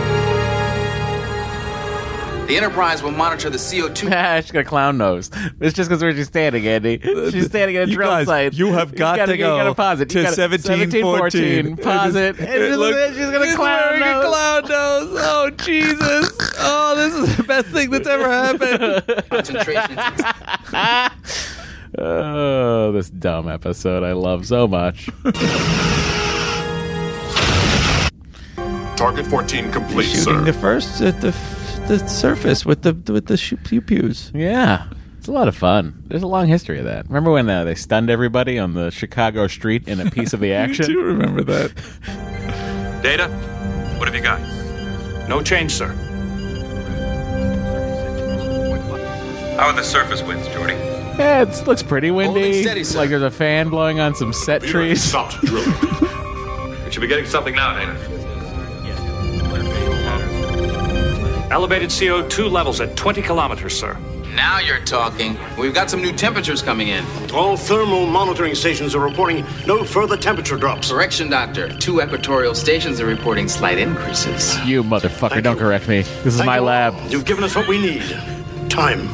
Speaker 11: The Enterprise will monitor the CO2.
Speaker 1: Ah, she's got a clown nose. It's just because where she's standing, Andy. She's standing at a
Speaker 2: Uh, You
Speaker 1: drill
Speaker 2: guys,
Speaker 1: site.
Speaker 2: you have got
Speaker 1: gotta,
Speaker 2: to
Speaker 1: You gotta
Speaker 2: go
Speaker 1: pause it. You
Speaker 2: to
Speaker 1: gotta,
Speaker 2: 1714.
Speaker 1: Pause
Speaker 2: It is-
Speaker 1: it. And
Speaker 2: it
Speaker 1: just-
Speaker 2: look-
Speaker 1: she's got a
Speaker 2: it's
Speaker 1: clown
Speaker 2: wearing a
Speaker 1: nose.
Speaker 2: clown nose. Oh Jesus! Oh, this is the best thing that's ever happened.
Speaker 1: Oh, this dumb episode I love so much.
Speaker 14: Target 14 complete,
Speaker 2: Shooting
Speaker 14: sir.
Speaker 2: the first at the the surface with the with the shoot pew pews.
Speaker 1: Yeah. It's a lot of fun. There's a long history of that. Remember when uh, they stunned everybody on the Chicago street in a piece of the action?
Speaker 2: do remember that.
Speaker 20: Data, what have you got? No change, sir.
Speaker 12: How are the surface winds, Jordy?
Speaker 1: Yeah, it looks pretty windy.
Speaker 12: steady, sir.
Speaker 1: like there's a fan blowing on some set trees.
Speaker 12: Stop drilling. we should be getting something now, Dana.
Speaker 20: Elevated CO2 levels at 20 kilometers, sir.
Speaker 11: Now you're talking. We've got some new temperatures coming in.
Speaker 20: All thermal monitoring stations are reporting no further temperature drops.
Speaker 11: Correction, Doctor. Two equatorial stations are reporting slight increases.
Speaker 1: You motherfucker, don't correct me. This is
Speaker 11: Thank
Speaker 1: my
Speaker 11: you.
Speaker 1: lab.
Speaker 20: You've given us what we need. Time.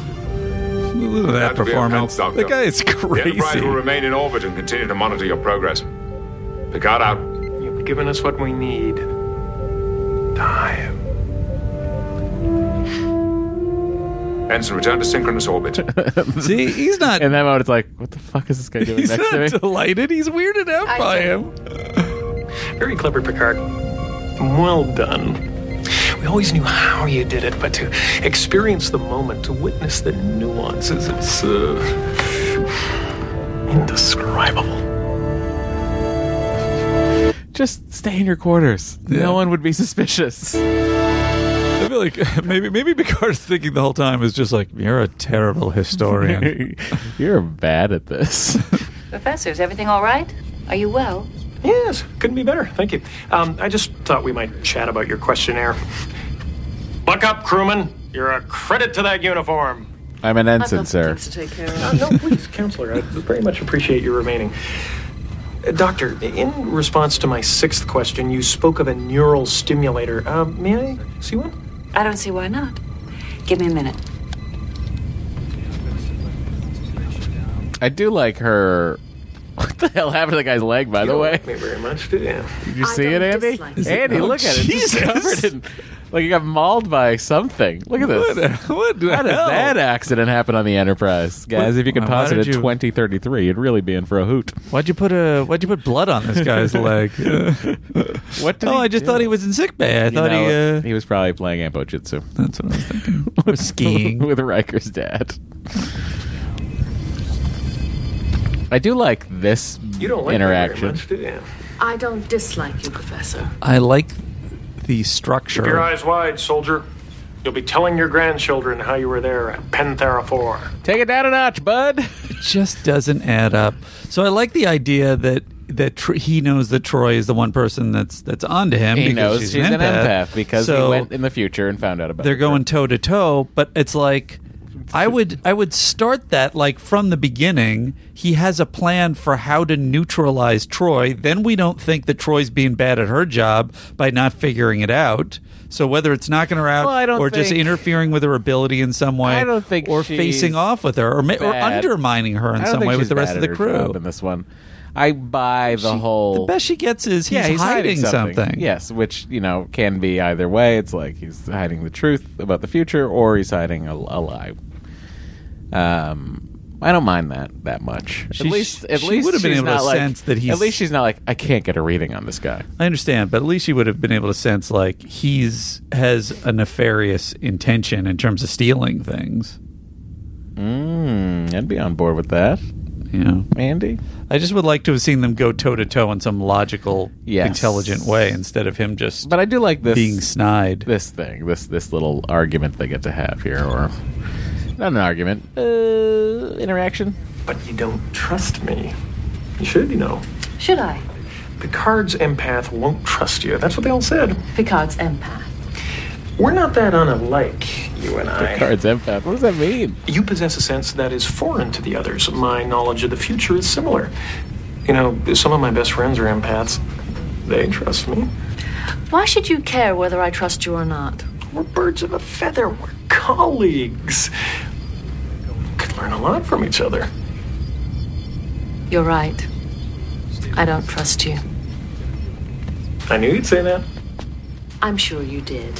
Speaker 2: Look at that
Speaker 14: Glad to be of
Speaker 2: performance.
Speaker 14: help,
Speaker 2: The
Speaker 14: Doctor.
Speaker 2: guy is
Speaker 14: The Enterprise will
Speaker 2: crazy.
Speaker 14: remain in orbit and continue to monitor your progress. Picard out.
Speaker 15: You've given us what we need. Time.
Speaker 14: Ensign, return to synchronous orbit.
Speaker 2: See, he's not.
Speaker 1: In that moment, it's like, what the fuck is this guy doing
Speaker 2: He's
Speaker 1: next to
Speaker 2: not
Speaker 1: me?
Speaker 2: delighted. He's weirded out
Speaker 15: I-
Speaker 2: by him.
Speaker 15: Very clever, Picard. Well done. We always knew how you did it, but to experience the moment, to witness the nuances, it's uh, indescribable.
Speaker 1: Just stay in your quarters. No one would be suspicious.
Speaker 2: I feel like maybe maybe Picard's thinking the whole time is just like you're a terrible historian.
Speaker 1: You're bad at this.
Speaker 18: Professor, is everything all right? Are you well?
Speaker 15: Yes, couldn't be better. Thank you. Um, I just thought we might chat about your questionnaire. Buck up, crewman. You're a credit to that uniform.
Speaker 1: I'm an ensign, sir.
Speaker 15: take care of. Uh, no, please, counselor. I very much appreciate your remaining. Uh, Doctor, in response to my sixth question, you spoke of a neural stimulator. Uh, may I see one?
Speaker 18: I don't see why not. Give me a minute.
Speaker 1: I do like her. What the hell happened to the guy's leg, by the way?
Speaker 15: Me very much, do you?
Speaker 1: Did you see it, Andy?
Speaker 15: Is it-
Speaker 1: Andy,
Speaker 15: oh,
Speaker 1: look at it. It's just
Speaker 15: Jesus.
Speaker 1: covered in. Like he got mauled by something. Look at this.
Speaker 2: What the
Speaker 1: How does
Speaker 2: hell?
Speaker 1: that accident happen on the Enterprise, guys? if you could
Speaker 2: Well, why
Speaker 1: pause it
Speaker 2: did
Speaker 1: at
Speaker 2: you-
Speaker 1: twenty thirty three, you'd really be in for a hoot.
Speaker 2: Why'd you put a Why'd you put blood on this guy's leg?
Speaker 1: What? Did
Speaker 2: oh,
Speaker 1: he
Speaker 2: I just
Speaker 1: do?
Speaker 2: thought he was in sick bay. I
Speaker 1: You
Speaker 2: thought
Speaker 1: know,
Speaker 2: he uh,
Speaker 1: he was probably playing ambo jitsu
Speaker 2: that's what I was thinking. Or skiing.
Speaker 1: with Riker's dad. I do like this
Speaker 15: You don't like me
Speaker 1: interaction.
Speaker 15: very much, do you?
Speaker 21: I don't dislike you, Professor.
Speaker 2: I like the structure.
Speaker 15: Keep your eyes wide, soldier. You'll be telling your grandchildren how you were there at Penthera 4.
Speaker 1: Take it down a notch, bud.
Speaker 2: It just doesn't add up. So I like the idea that that tr- he knows that Troy is the one person that's that's onto him.
Speaker 1: He
Speaker 2: because
Speaker 1: knows
Speaker 2: she's,
Speaker 1: she's an empath because
Speaker 2: So
Speaker 1: he went in the future and found out about.
Speaker 2: They're
Speaker 1: it.
Speaker 2: going toe to toe, but it's like. I would I would start that like from the beginning. He has a plan for how to neutralize Troy. Then we don't think that Troy's being bad at her job by not figuring it out. So whether it's knocking her out
Speaker 1: Well, I don't
Speaker 2: or just
Speaker 1: think-
Speaker 2: interfering with her ability in some way,
Speaker 1: I don't think
Speaker 2: or
Speaker 1: she's
Speaker 2: facing off with her or, ma- or
Speaker 1: bad.
Speaker 2: undermining her
Speaker 1: I
Speaker 2: in
Speaker 1: don't
Speaker 2: some
Speaker 1: think
Speaker 2: way with
Speaker 1: she's
Speaker 2: the rest
Speaker 1: bad
Speaker 2: of
Speaker 1: at
Speaker 2: the
Speaker 1: her
Speaker 2: crew.
Speaker 1: job in this one, I buy the whole.
Speaker 2: The best she gets is he's,
Speaker 1: yeah, he's
Speaker 2: hiding, something.
Speaker 1: Yes, which you know can be either way. It's like he's hiding the truth about the future, or he's hiding a, a lie. Um, I don't mind that that much.
Speaker 2: She-
Speaker 1: at least, at
Speaker 2: she
Speaker 1: least
Speaker 2: would have been
Speaker 1: she's
Speaker 2: able to
Speaker 1: not like,
Speaker 2: sense that he's-
Speaker 1: At least she's not like I can't get a reading on this guy.
Speaker 2: I understand, but at least she would have been able to sense like he's has a nefarious intention in terms of stealing things.
Speaker 1: Mm, I'd be on board with that,
Speaker 2: Yeah.
Speaker 1: Andy.
Speaker 2: I just would like to have seen them go toe to toe in some logical,
Speaker 1: Yes.
Speaker 2: intelligent way instead of him just
Speaker 1: But I do like this
Speaker 2: being snide.
Speaker 1: this thing, this this little argument they get to have here, or not an argument, uh, interaction.
Speaker 15: But you don't trust me. You should, you know.
Speaker 18: Should I?
Speaker 15: Picard's empath won't trust you. That's what they all said.
Speaker 18: Picard's empath.
Speaker 15: We're not that unalike, you and I.
Speaker 1: Picard's empath. What does that mean?
Speaker 15: You possess a sense that is foreign to the others. My knowledge of the future is similar. You know, some of my best friends are empaths. They trust me.
Speaker 18: Why should you care whether I trust you or not?
Speaker 15: We're birds of a feather. We're colleagues. We could learn a lot from each other.
Speaker 18: You're right. I don't trust you.
Speaker 15: I knew you'd say that.
Speaker 18: I'm sure you did.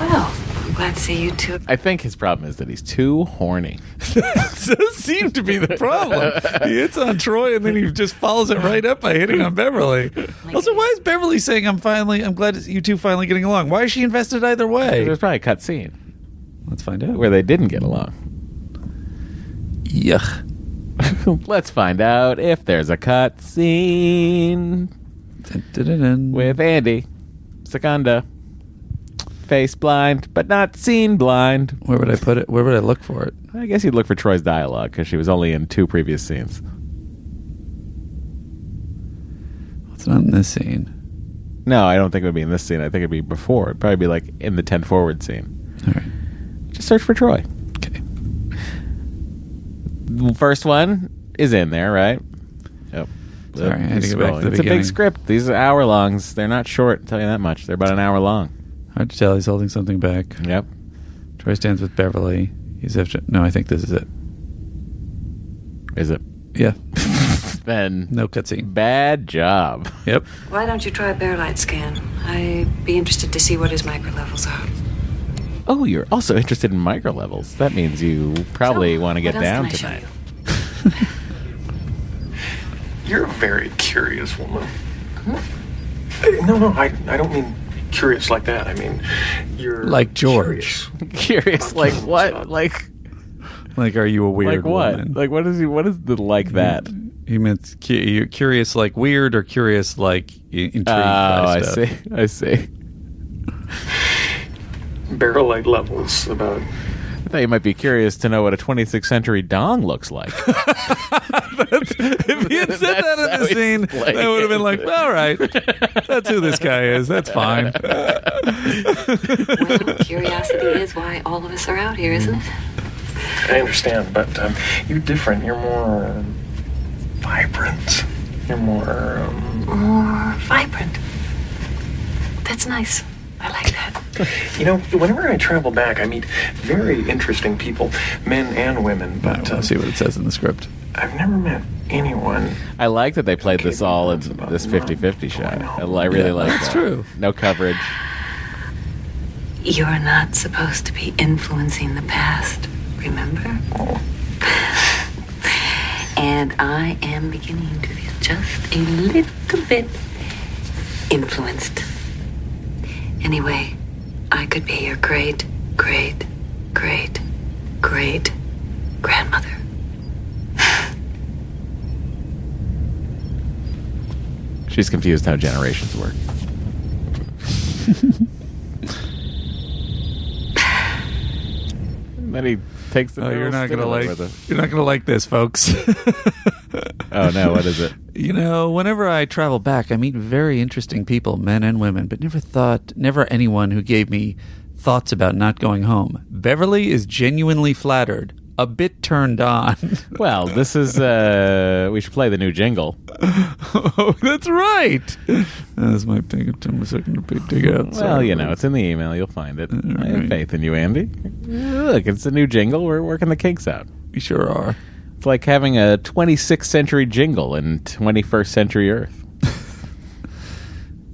Speaker 18: well, I'm glad to see you two.
Speaker 1: I think his problem is that he's too horny.
Speaker 2: that seemed to be the problem. He hits on Troy and then he just follows it right up by hitting on Beverly. Also, why is Beverly saying I'm finally I'm glad you two finally getting along? Why is she invested either way?
Speaker 1: There's probably a cut scene
Speaker 2: Let's find out.
Speaker 1: where they didn't get along.
Speaker 2: Yuck.
Speaker 1: Let's find out if there's a cut scene with Andy Secunda. Face blind, but not seen blind.
Speaker 2: Where would I put it? Where would I look for it?
Speaker 1: I guess you'd look for Troy's dialogue because she was only in two previous scenes.
Speaker 2: It's not in this scene.
Speaker 1: No, I don't think it would be in this scene. I think it'd be before. It'd probably be like in the 10 forward scene.
Speaker 2: All right.
Speaker 1: Just search for Troy. Okay. First one is in there, right? Yep.
Speaker 2: Sorry, I had to
Speaker 1: He's
Speaker 2: go back to
Speaker 1: scrolling.
Speaker 2: the
Speaker 1: It's a
Speaker 2: beginning.
Speaker 1: big script. These are hour longs. They're not short, I'll tell you that much. They're about an hour long.
Speaker 2: Hard to tell. He's holding something back.
Speaker 1: Yep.
Speaker 2: Troy stands with Beverly. He's after. No, I think this is it.
Speaker 1: Is it?
Speaker 2: Yeah.
Speaker 1: Then
Speaker 2: no cutscene.
Speaker 1: Bad job.
Speaker 2: Yep.
Speaker 21: Why don't you try a bare light scan? I'd be interested to see what his micro levels are.
Speaker 1: Oh, you're also interested in micro levels. That means you probably want to get
Speaker 21: what else
Speaker 1: down
Speaker 21: can I show
Speaker 1: tonight.
Speaker 15: You're a very curious woman. Hey, No, no, I, I don't mean curious like that. I mean, you're
Speaker 2: Like George.
Speaker 1: Curious, like what? Like
Speaker 2: Like, are you a weird
Speaker 1: like what?
Speaker 2: woman?
Speaker 1: Like what is he? What is the like that?
Speaker 2: He meant cu- you're curious like weird or curious like i- intrigued
Speaker 1: Oh,
Speaker 2: by
Speaker 1: I
Speaker 2: stuff.
Speaker 1: see. I see.
Speaker 15: barrel light levels about.
Speaker 1: I thought you might be curious to know what a 26th century dong looks like.
Speaker 2: if he had said that in the scene, that would have been like, all right, that's who this guy is. That's fine.
Speaker 21: Curiosity is why all of us are out here, isn't it?
Speaker 15: I understand, but um, you're different. You're more um, vibrant. You're more. Um,
Speaker 21: More vibrant. That's nice. I like that.
Speaker 15: you know, whenever I travel back, I meet very interesting people, men and women. uh,
Speaker 2: I want to see what it says in the script.
Speaker 15: I've never met anyone.
Speaker 1: I like that they played this all in this 50-50 shot. I, li- I really
Speaker 2: Yeah,
Speaker 1: like
Speaker 2: that's
Speaker 1: that.
Speaker 2: true.
Speaker 1: No coverage.
Speaker 21: You're not supposed to be influencing the past, remember? And I am beginning to feel just a little bit influenced. Anyway, I could be your great, great, great, great grandmother.
Speaker 1: She's confused how generations work. And then he takes the.
Speaker 2: Oh, you're
Speaker 1: little
Speaker 2: not gonna
Speaker 1: stimulant
Speaker 2: like.
Speaker 1: with him.
Speaker 2: You're not gonna like this, folks.
Speaker 1: Oh no! What is it?
Speaker 2: You know, whenever I travel back, I meet very interesting people, men and women, but never thought, never anyone who gave me thoughts about not going home. Beverly is genuinely flattered, a bit turned on.
Speaker 1: Well, this is uh we should play the new jingle.
Speaker 2: oh, that's right. That's my thing. It took me a second to pick- dig out.
Speaker 1: Well,
Speaker 2: Sorry, Mm-hmm.
Speaker 1: you know,
Speaker 2: folks.
Speaker 1: it's in the email, you'll find it. I have
Speaker 2: right.
Speaker 1: faith in you, Andy. Look, it's a new jingle. We're working the kinks out.
Speaker 2: we sure are.
Speaker 1: It's like having a 26th century jingle in 21st century Earth.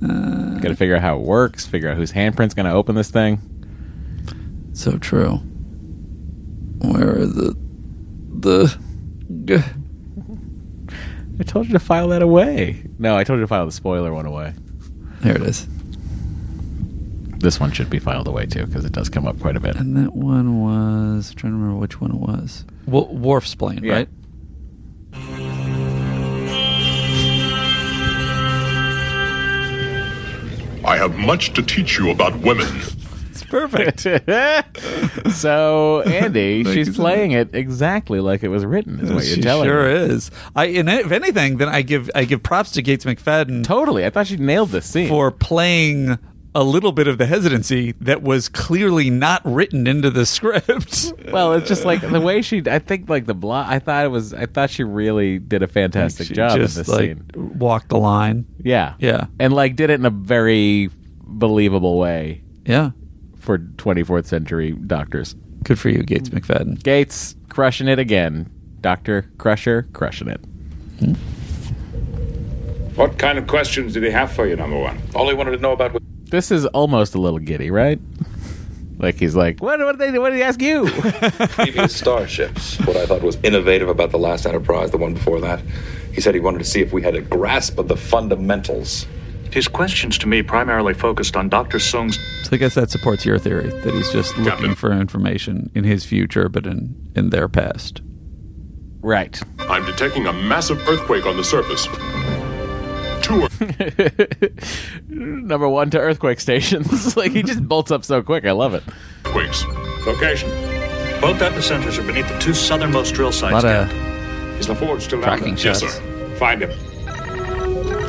Speaker 2: Uh,
Speaker 1: Got to figure out how it works, figure out whose handprint's going to open this thing.
Speaker 2: So true. Where are the the? G-
Speaker 1: I told you to file that away. No, I told you to file the spoiler one away.
Speaker 2: There it is.
Speaker 1: This one should be filed away too because it does come up quite a bit.
Speaker 2: And that one was I'm trying to remember which one it was. W- Worf's plane,
Speaker 1: Yeah.
Speaker 2: right?
Speaker 14: I have much to teach you about women.
Speaker 2: It's perfect.
Speaker 1: so, Andy,
Speaker 2: Thank you
Speaker 1: she's
Speaker 2: so
Speaker 1: playing it exactly like it was written, is what you're telling
Speaker 2: sure
Speaker 1: me.
Speaker 2: is. I and if anything, then I give I give props to Gates McFadden
Speaker 1: Totally. I thought she nailed this scene.
Speaker 2: for playing a little bit of the hesitancy that was clearly not written into the script.
Speaker 1: Well, it's just like the way she. I think like the blonde. I thought it was. I thought she really did a fantastic
Speaker 2: She
Speaker 1: job in
Speaker 2: just,
Speaker 1: this
Speaker 2: like,
Speaker 1: scene.
Speaker 2: Walk the line.
Speaker 1: Yeah,
Speaker 2: Yeah.
Speaker 1: and like did it in a very believable way.
Speaker 2: Yeah,
Speaker 1: for 24th century doctors.
Speaker 2: Good for you, Gates McFadden.
Speaker 1: Gates crushing it again. Doctor Crusher crushing it.
Speaker 10: What kind of questions did he have for you, number one?
Speaker 17: All he wanted to know about was.
Speaker 1: This is almost a little giddy, right? like he's like, what? What did they? What did he ask you?
Speaker 17: previous starships. What I thought was innovative about the last Enterprise, the one before that, he said he wanted to see if we had a grasp of the fundamentals.
Speaker 13: His questions to me primarily focused on Dr. Sung's
Speaker 2: So I guess that supports your theory that he's just looking for information in his future, but in in their past.
Speaker 1: Right.
Speaker 14: I'm detecting a massive earthquake on the surface. Two.
Speaker 1: Number one to earthquake stations. like he just bolts up so quick. I love it.
Speaker 14: Quakes. Location.
Speaker 13: Both epicenters are beneath the two southernmost drill sites.
Speaker 1: Lot of-
Speaker 13: Captain.
Speaker 10: Is LaForge still
Speaker 1: out Tracking there?
Speaker 10: Yes,
Speaker 1: shots.
Speaker 10: sir. Find him.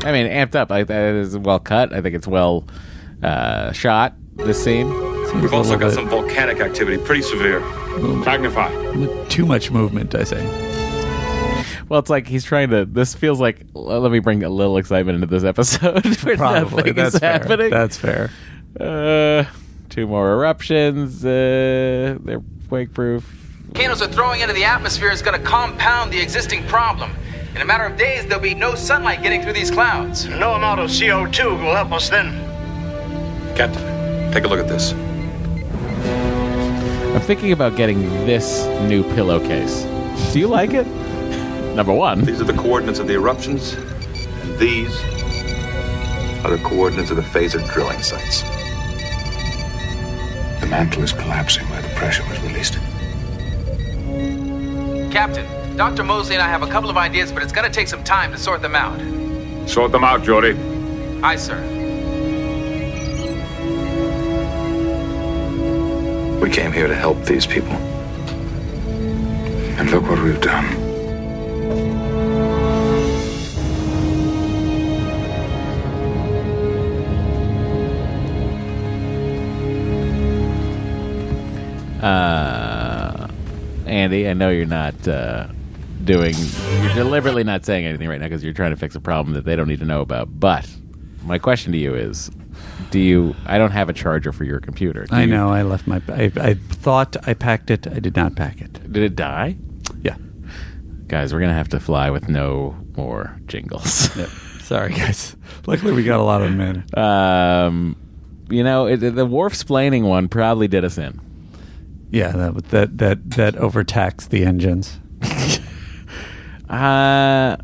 Speaker 1: I mean, amped up. I, that is well cut. I think it's well uh, shot. This scene.
Speaker 17: We've also got some volcanic activity, pretty severe.
Speaker 10: Magnify.
Speaker 2: Too much movement, I say.
Speaker 1: Well, it's like he's trying to. This feels like l- let me bring a little excitement into this episode where
Speaker 2: Probably
Speaker 1: nothing
Speaker 2: that's
Speaker 1: is
Speaker 2: fair.
Speaker 1: happening.
Speaker 2: That's fair.
Speaker 1: Uh, two more eruptions. Uh, they're quake proof.
Speaker 11: Volcanoes are throwing into the atmosphere is going to compound the existing problem. In a matter of days, there'll be no sunlight getting through these clouds. No amount of CO2 will help us then.
Speaker 17: Captain, take a look at this.
Speaker 1: I'm thinking about getting this new pillowcase. Do you like it? Number one.
Speaker 17: These are the coordinates of the eruptions, and these are the coordinates of the phaser drilling sites.
Speaker 10: The mantle is collapsing where the pressure was released.
Speaker 11: Captain, Dr. Mosley and I have a couple of ideas, but it's going to take some time to sort them out.
Speaker 10: Sort them out, Jody.
Speaker 11: Aye, sir.
Speaker 12: We came here to help these people. And look what we've done.
Speaker 1: Uh, Andy, I know you're not uh, doing. You're deliberately not saying anything right now because you're trying to fix a problem that they don't need to know about. But my question to you is, do you? I don't have a charger for your computer. Do
Speaker 2: I
Speaker 1: you-
Speaker 2: know. I left my. I, I thought I packed it. I did not pack it.
Speaker 1: Did it die?
Speaker 2: Yeah.
Speaker 1: Guys, we're gonna have to fly with no more jingles.
Speaker 2: Sorry, guys. Luckily, we got a lot of them in.
Speaker 1: Um, you know, it, the wharf splaining one probably did us in.
Speaker 2: Yeah, that that that that overtaxed the engines.
Speaker 1: Uh,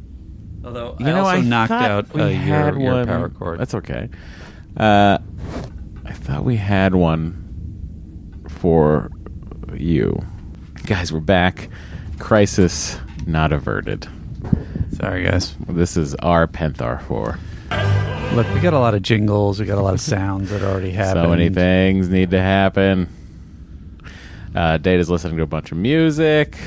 Speaker 2: Although
Speaker 1: you
Speaker 2: I
Speaker 1: know,
Speaker 2: also
Speaker 1: I
Speaker 2: knocked
Speaker 1: thought
Speaker 2: out,
Speaker 1: we
Speaker 2: uh, your-
Speaker 1: had
Speaker 2: your
Speaker 1: one.
Speaker 2: power cord.
Speaker 1: That's okay. Uh, I thought we had one for you guys. We're back. Crisis not averted.
Speaker 2: Sorry, guys.
Speaker 1: This is our Penthar four.
Speaker 2: Look, we got a lot of jingles. We got a lot of sounds that already happened.
Speaker 1: So many things need to happen. Uh, Data's listening to a bunch of music.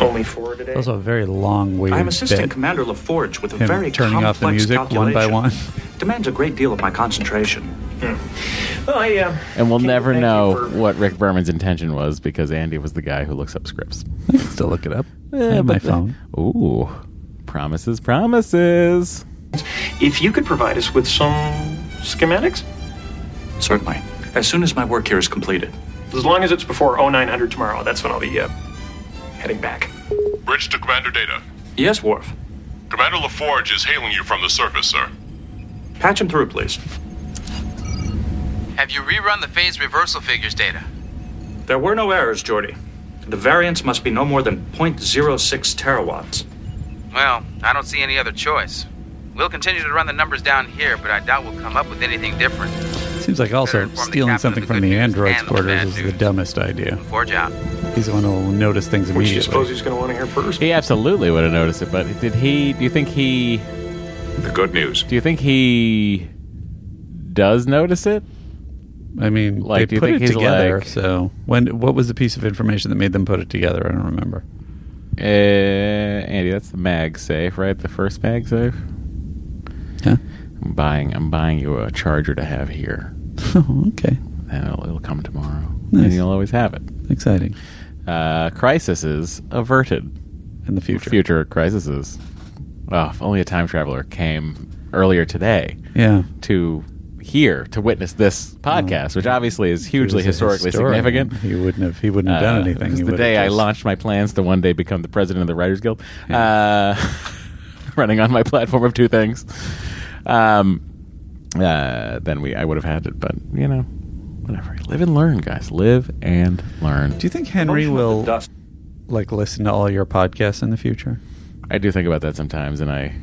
Speaker 13: Only four today.
Speaker 2: Also, a very long wait.
Speaker 13: I'm Assistant Commander LaForge with a very
Speaker 2: turning off the
Speaker 13: complex
Speaker 2: music one by
Speaker 13: calculation.
Speaker 2: one.
Speaker 13: Demands a great deal of my concentration.
Speaker 15: Oh,
Speaker 13: Well, I,
Speaker 15: um,
Speaker 13: uh,
Speaker 1: And we'll never know
Speaker 13: you
Speaker 1: what Rick Berman's intention was because Andy was the guy who looks up scripts.
Speaker 2: I can still look it up.
Speaker 1: Yeah,
Speaker 2: on my
Speaker 1: but- eh,
Speaker 2: phone.
Speaker 1: Ooh, promises, promises.
Speaker 13: if you could provide us with some schematics,
Speaker 20: Certainly. As soon as my work here is completed.
Speaker 13: as long as it's before 0900 tomorrow, that's when I'll be uh, heading back.
Speaker 14: Bridge to Commander Data.
Speaker 20: Yes, Worf.
Speaker 14: Commander LaForge is hailing you from the surface, sir.
Speaker 13: Patch him through, please.
Speaker 11: Have you rerun the phase reversal figures data?
Speaker 13: There were no errors, Jordy. The variance must be no more than 0.06 terawatts.
Speaker 11: Well, I don't see any other choice. We'll continue to run the numbers down here, but I doubt we'll come up with anything different.
Speaker 2: Seems like also stealing something from the androids quarters is the dumbest idea.
Speaker 11: Forge out.
Speaker 2: He's the one who'll notice things
Speaker 13: Which you
Speaker 2: immediately.
Speaker 13: suppose he's going to want to hear first?
Speaker 1: He absolutely would have noticed it, but did he? Do you think he?
Speaker 10: The good news.
Speaker 1: Do you think he does notice it?
Speaker 2: I mean,
Speaker 1: Like, do
Speaker 2: they
Speaker 1: you
Speaker 2: put
Speaker 1: think
Speaker 2: it
Speaker 1: he's
Speaker 2: together.
Speaker 1: like-
Speaker 2: so when? What was the piece of information that made them put it together? I don't remember.
Speaker 1: Uh, Andy, that's the mag safe, right? The first mag safe.
Speaker 2: Yeah.
Speaker 1: I'm buying. I'm buying you a charger to have here.
Speaker 2: Oh, okay.
Speaker 1: And it'll, it'll come tomorrow,
Speaker 2: Nice.
Speaker 1: and you'll always have it.
Speaker 2: Exciting.
Speaker 1: Uh, crises averted
Speaker 2: in the future.
Speaker 1: Future crises. Oh, if only a time traveler came earlier today.
Speaker 2: Yeah.
Speaker 1: To here to witness this podcast, which obviously is hugely
Speaker 2: He was a
Speaker 1: historically
Speaker 2: historian.
Speaker 1: significant.
Speaker 2: He wouldn't have. He wouldn't have done
Speaker 1: Uh,
Speaker 2: anything.
Speaker 1: It was
Speaker 2: He
Speaker 1: the
Speaker 2: would
Speaker 1: day
Speaker 2: have
Speaker 1: I
Speaker 2: just-
Speaker 1: launched my plans to one day become the president of the Writers Guild. Uh, running on my platform of two things. Um, uh, then we, I would have had it, but you know, whatever. Live and learn, guys. Live and learn.
Speaker 2: Do you think Henry will like listen to all your podcasts in the future?
Speaker 1: I do think about that sometimes, and I.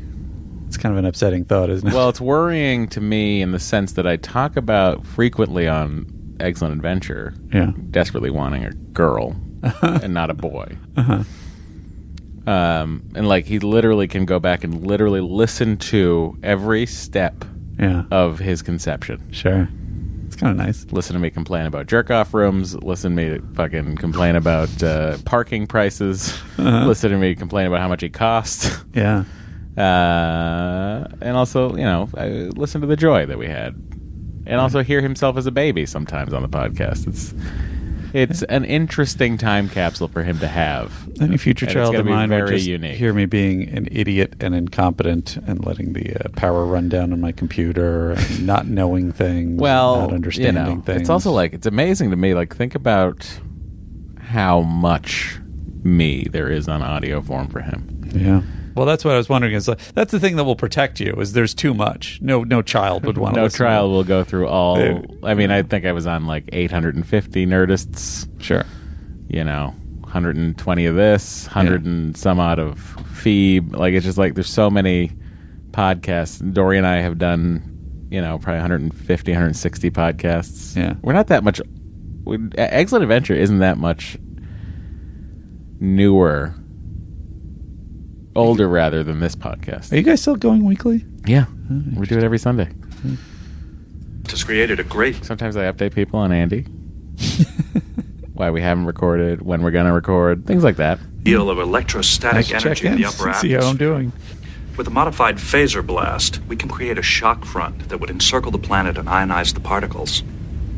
Speaker 2: It's kind of an upsetting thought, isn't it?
Speaker 1: Well, it's worrying to me in the sense that I talk about frequently on Excellent Adventure,
Speaker 2: Yeah.
Speaker 1: desperately wanting a girl and not a boy.
Speaker 2: Uh-huh.
Speaker 1: Um, and like he literally can go back and literally listen to every step
Speaker 2: Yeah.
Speaker 1: of his conception.
Speaker 2: Sure. It's kind of nice.
Speaker 1: Listen to me complain about jerk off rooms. Listen to me fucking complain about uh, parking prices.
Speaker 2: Uh-huh.
Speaker 1: Listen to me complain about how much it costs.
Speaker 2: Yeah.
Speaker 1: Uh, and also, you know, uh, listen to the joy that we had, and also hear himself as a baby sometimes on the podcast. It's it's an interesting time capsule for him to have.
Speaker 2: Any future
Speaker 1: And it's
Speaker 2: child
Speaker 1: gonna
Speaker 2: of
Speaker 1: be
Speaker 2: mine would
Speaker 1: very
Speaker 2: just
Speaker 1: unique.
Speaker 2: hear me being an idiot and incompetent and letting the uh, power run down on my computer and not knowing things,
Speaker 1: well,
Speaker 2: not understanding
Speaker 1: you know,
Speaker 2: things.
Speaker 1: It's also like it's amazing to me. Like think about how much me there is on audio form for him.
Speaker 2: yeah. Well, that's what I was wondering. Is like, that's the thing that will protect you. Is there's too much? No, no child would want to.
Speaker 1: no
Speaker 2: listen.
Speaker 1: trial will go through all.
Speaker 2: Uh,
Speaker 1: I mean, I think I was on like 850 Nerdists.
Speaker 2: Sure.
Speaker 1: You know, 120 of this, 100 and some odd of Phoebe. Like it's just like there's so many podcasts. Dory and I have done, you know, probably 150, 160 podcasts.
Speaker 2: Yeah.
Speaker 1: we're not that much. We, E-, Excellent Adventure isn't that much newer, older rather than this podcast.
Speaker 2: Are you guys still going weekly? Oh,
Speaker 1: Yeah, we do it every Sunday.
Speaker 20: Just created a great.
Speaker 1: Sometimes I update people on Andy, why we haven't recorded, when we're gonna record, things like that.
Speaker 20: Deal of electrostatic
Speaker 2: Nice
Speaker 20: energy in the upper
Speaker 2: see how I'm
Speaker 20: atmosphere.
Speaker 2: doing.
Speaker 20: With a modified phaser blast, we can create a shock front that would encircle the planet and ionize the particles.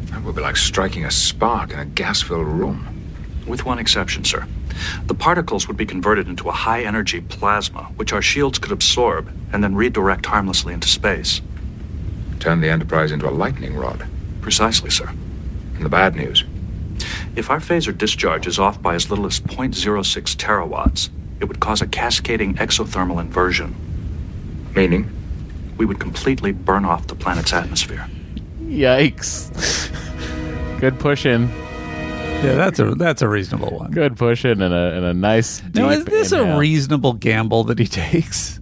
Speaker 10: That would be like striking a spark in a gas-filled room.
Speaker 20: With one exception, sir. The particles would be converted into a high energy plasma, which our shields could absorb and then redirect harmlessly into space.
Speaker 10: Turn the Enterprise into a lightning rod.
Speaker 20: Precisely, sir.
Speaker 10: And the bad news.
Speaker 20: If our phaser discharge is off by as little as 0.06 terawatts, it would cause a cascading exothermal inversion.
Speaker 10: Meaning?
Speaker 20: We would completely burn off the planet's atmosphere.
Speaker 1: Yikes! Good push in.
Speaker 2: Yeah, that's a that's a reasonable one.
Speaker 1: Good push in and a and a nice. Deep
Speaker 2: Now, is this
Speaker 1: inhale.
Speaker 2: a reasonable gamble that he takes?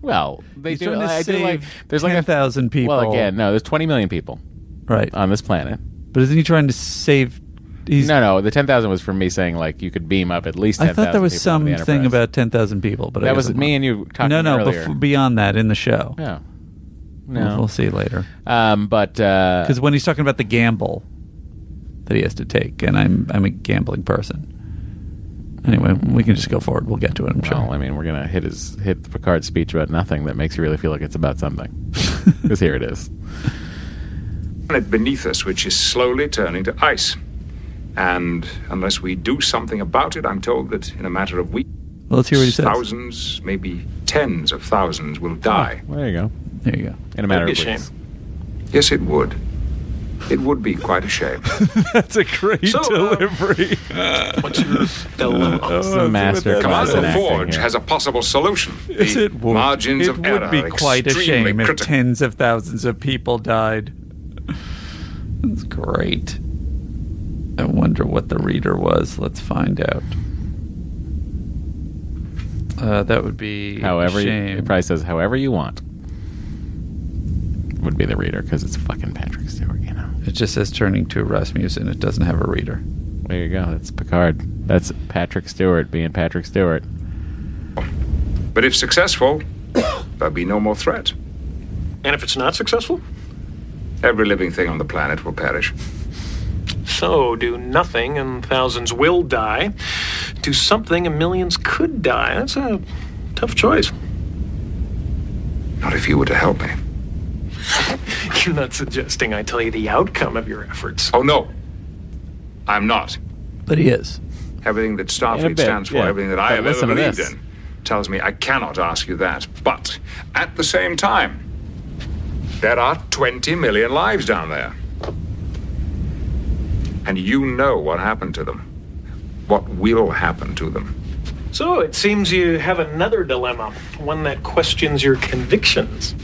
Speaker 1: Well, they
Speaker 2: He's
Speaker 1: do.
Speaker 2: trying to
Speaker 1: I do like.
Speaker 2: save
Speaker 1: There's like a
Speaker 2: 10,000 people.
Speaker 1: Well, again, no. There's 20 million people
Speaker 2: Right.
Speaker 1: on this planet.
Speaker 2: But isn't he trying to save? He's,
Speaker 1: no, no. The 10,000 was from me saying like you could beam up at least. 10,
Speaker 2: I thought there was
Speaker 1: people into the
Speaker 2: something
Speaker 1: Enterprise.
Speaker 2: about ten thousand people, but I
Speaker 1: that
Speaker 2: guess
Speaker 1: was
Speaker 2: I'm
Speaker 1: me
Speaker 2: wrong.
Speaker 1: and you talking
Speaker 2: no, no,
Speaker 1: earlier.
Speaker 2: bef- beyond that in the show.
Speaker 1: Yeah.
Speaker 2: We'll-
Speaker 1: No.
Speaker 2: we'll, see later.
Speaker 1: Um, but because
Speaker 2: Because when he's talking about the gamble that he has to take, and I'm I'm a gambling person. Anyway, we can just go forward. We'll get to it. I'm sure.
Speaker 1: Well, I mean, we're gonna hit his hit Picard's speech about nothing that makes you really feel like it's about something. Because here it is.
Speaker 10: Planet beneath us, which is slowly turning to ice. And unless we do something about it, I'm told that in a matter of weeks,
Speaker 2: Well, let's hear what he says.
Speaker 10: thousands, maybe tens of thousands, will
Speaker 2: Oh,
Speaker 10: die.
Speaker 1: Well, there you go.
Speaker 2: There you go.
Speaker 1: In a matter
Speaker 10: That'd be a
Speaker 1: of weeks.
Speaker 10: Yes, it would. It would be quite a shame.
Speaker 2: That's a great
Speaker 10: So, uh,
Speaker 2: delivery.
Speaker 10: What's your
Speaker 2: Oh,
Speaker 1: It's a master class in
Speaker 10: Commander
Speaker 1: acting
Speaker 10: Forge
Speaker 1: here.
Speaker 10: has a possible solution.
Speaker 2: Yes,
Speaker 10: The
Speaker 2: it would.
Speaker 10: Margins
Speaker 2: it
Speaker 10: of
Speaker 2: would
Speaker 10: error
Speaker 2: be
Speaker 10: are
Speaker 2: quite a
Speaker 10: extremely
Speaker 2: shame if
Speaker 10: critical.
Speaker 2: tens of thousands of people died. That's great. I wonder what the reader was. Let's find out. Uh, that would be
Speaker 1: However,
Speaker 2: a
Speaker 1: you,
Speaker 2: shame.
Speaker 1: it probably says however you want. Would be the reader because it's fucking Patrick Stewart, you know.
Speaker 2: It just says turning to Rasmussen. It doesn't have a reader.
Speaker 1: There you go. That's Picard. That's Patrick Stewart being Patrick Stewart.
Speaker 10: But if successful, there'll be no more threat.
Speaker 15: And if it's not successful,
Speaker 10: Every living thing on the planet will perish.
Speaker 15: so do nothing and thousands will die. Do something and millions could die. That's a tough choice.
Speaker 10: Not if you were to help me.
Speaker 15: You're not suggesting I tell you the outcome of your efforts.
Speaker 10: Oh, no. I'm not.
Speaker 2: But he is.
Speaker 10: Everything that
Speaker 2: In a
Speaker 10: Starfleet
Speaker 2: bit,
Speaker 10: stands for,
Speaker 2: yeah.
Speaker 10: everything that I
Speaker 2: But
Speaker 10: have
Speaker 2: listen
Speaker 10: ever
Speaker 2: to
Speaker 10: believed
Speaker 2: this.
Speaker 10: in, tells me I cannot ask you that. But at the same time, there are 20 million lives down there. And you know what happened to them, what will happen to them.
Speaker 15: So it seems you have another dilemma, one that questions your convictions.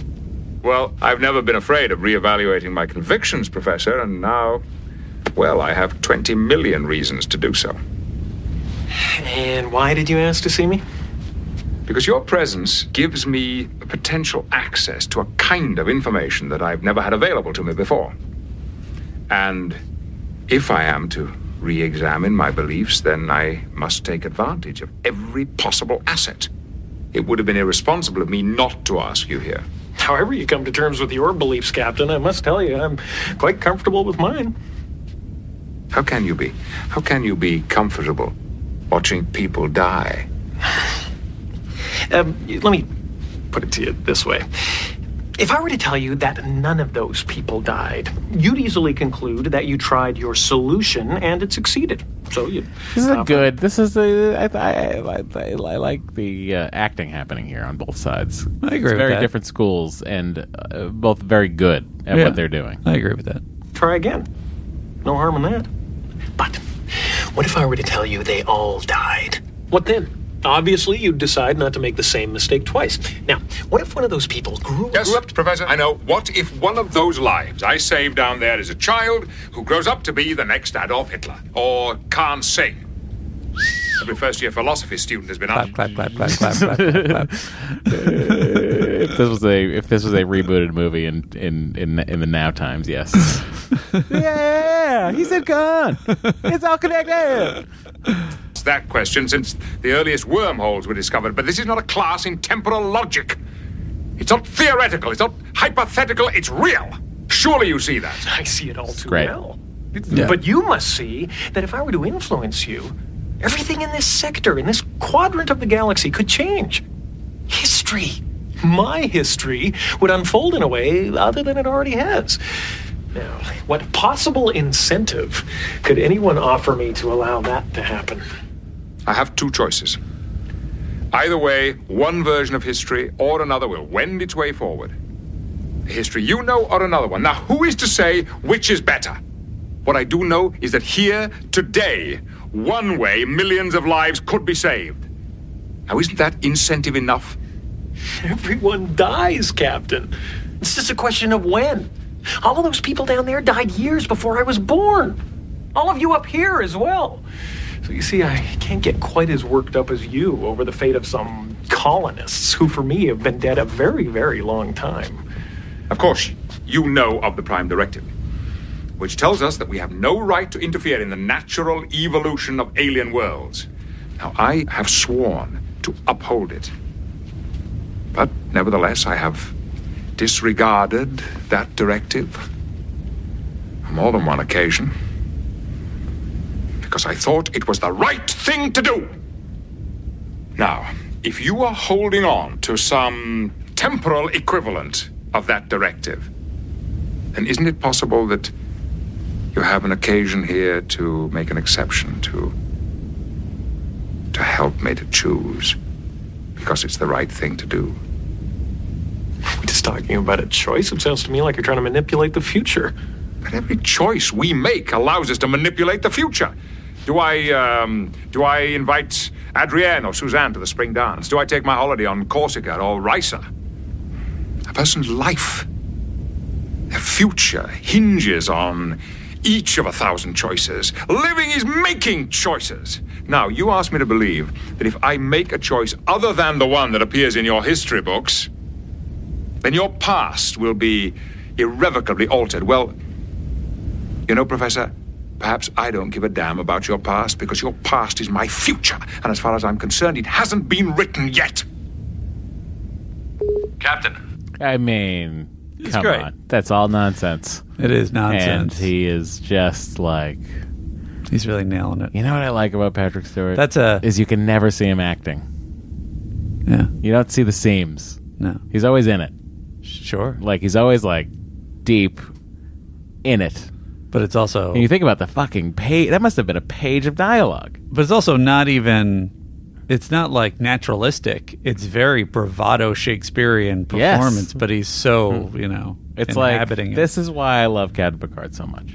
Speaker 10: Well, I've never been afraid of reevaluating my convictions, Professor, and now, well, I have 20 million reasons to do so.
Speaker 15: And why did you ask to see me?
Speaker 10: Because your presence gives me a potential access to a kind of information that I've never had available to me before. And if I am to re examine my beliefs, then I must take advantage of every possible asset. It would have been irresponsible of me not to ask you here.
Speaker 15: However, you come to terms with your beliefs, Captain, I must tell you, I'm quite comfortable with mine.
Speaker 10: How can you be? How can you be comfortable watching people die?
Speaker 15: Um, let me put it to you this way. If I were to tell you that none of those people died, you'd easily conclude that you tried your solution and it succeeded. So you.
Speaker 1: This is
Speaker 2: Uh,
Speaker 1: a good. This is the. I, I, I, I, I like the uh, acting happening here on both sides.
Speaker 2: I agree
Speaker 1: It's
Speaker 2: with
Speaker 1: very
Speaker 2: that.
Speaker 1: different schools and uh, both very good at
Speaker 2: Yeah.
Speaker 1: what they're doing.
Speaker 2: I agree with that.
Speaker 15: Try again. No harm in that. But what if I were to tell you they all died? What then? Obviously, you'd decide not to make the same mistake twice. Now, what if one of those people grew,
Speaker 10: Yes, Professor, I know. What if one of those lives I saved down there is a child who grows up to be the next Adolf Hitler or Khan Singh? Every first year philosophy student has been up.
Speaker 2: Clap, clap, clap, clap, clap, clap, clap.
Speaker 1: if this was a if this was a rebooted movie in in in, in the now times, yes. yeah, he said gone. It's all connected.
Speaker 10: It's that question since the earliest wormholes were discovered, but this is not a class in temporal logic. It's not theoretical, it's not hypothetical, it's real. Surely you see that.
Speaker 15: I see it all too
Speaker 10: great.
Speaker 15: well. But you must see that if I were to influence you, everything in this sector, in this quadrant of the galaxy, could change. History, my history, would unfold in a way other than it already has. Now, what possible incentive could anyone offer me to allow that to happen?
Speaker 10: I have two choices. Either way, one version of history or another will wend its way forward. A history you know or another one. Now, who is to say which is better? What I do know is that here, today, one way millions of lives could be saved. Now, isn't that incentive enough?
Speaker 15: Everyone dies, Captain. It's just a question of when. All of those people down there died years before I was born. All of you up here as well. So you see, I can't get quite as worked up as you over the fate of some colonists who, for me, have been dead a very, very long time.
Speaker 10: Of course, you know of the Prime Directive, which tells us that we have no right to interfere in the natural evolution of alien worlds. Now, I have sworn to uphold it. But nevertheless, I have disregarded that directive on more than one occasion because I thought it was the right thing to do. Now, if you are holding on to some temporal equivalent of that directive, then isn't it possible that you have an occasion here to make an exception to to help me to choose because it's the right thing to do?
Speaker 15: We're just talking about a choice. It sounds to me like you're trying to manipulate the future.
Speaker 10: But every choice we make allows us to manipulate the future. Do I um, do I invite Adrienne or Suzanne to the spring dance? Do I take my holiday on Corsica or Risa? A person's life, their future hinges on each of a thousand choices. Living is making choices. Now, you ask me to believe that if I make a choice other than the one that appears in your history books, then your past will be irrevocably altered. Well, you know, Professor, perhaps I don't give a damn about your past because your past is my future, and as far as I'm concerned, it hasn't been written yet.
Speaker 12: Captain.
Speaker 1: I mean,
Speaker 12: It's
Speaker 1: come
Speaker 12: great.
Speaker 1: on, that's all nonsense.
Speaker 2: It is nonsense.
Speaker 1: And he is just like
Speaker 2: he's really nailing it.
Speaker 1: You know what I like about Patrick Stewart?
Speaker 2: That's a-
Speaker 1: is you can never see him acting.
Speaker 2: Yeah,
Speaker 1: you don't see the seams.
Speaker 2: No,
Speaker 1: he's always in it.
Speaker 2: Sure.
Speaker 1: Like he's always like deep in it.
Speaker 2: But it's also
Speaker 1: And you think about the fucking page that must have been a page of dialogue.
Speaker 2: But it's also not even. It's not like naturalistic. It's very bravado Shakespearean
Speaker 1: Yes. Hmm.
Speaker 2: performance. But he's so you know,
Speaker 1: It's like
Speaker 2: inhabiting it.
Speaker 1: this is why I love Cad Picard so much.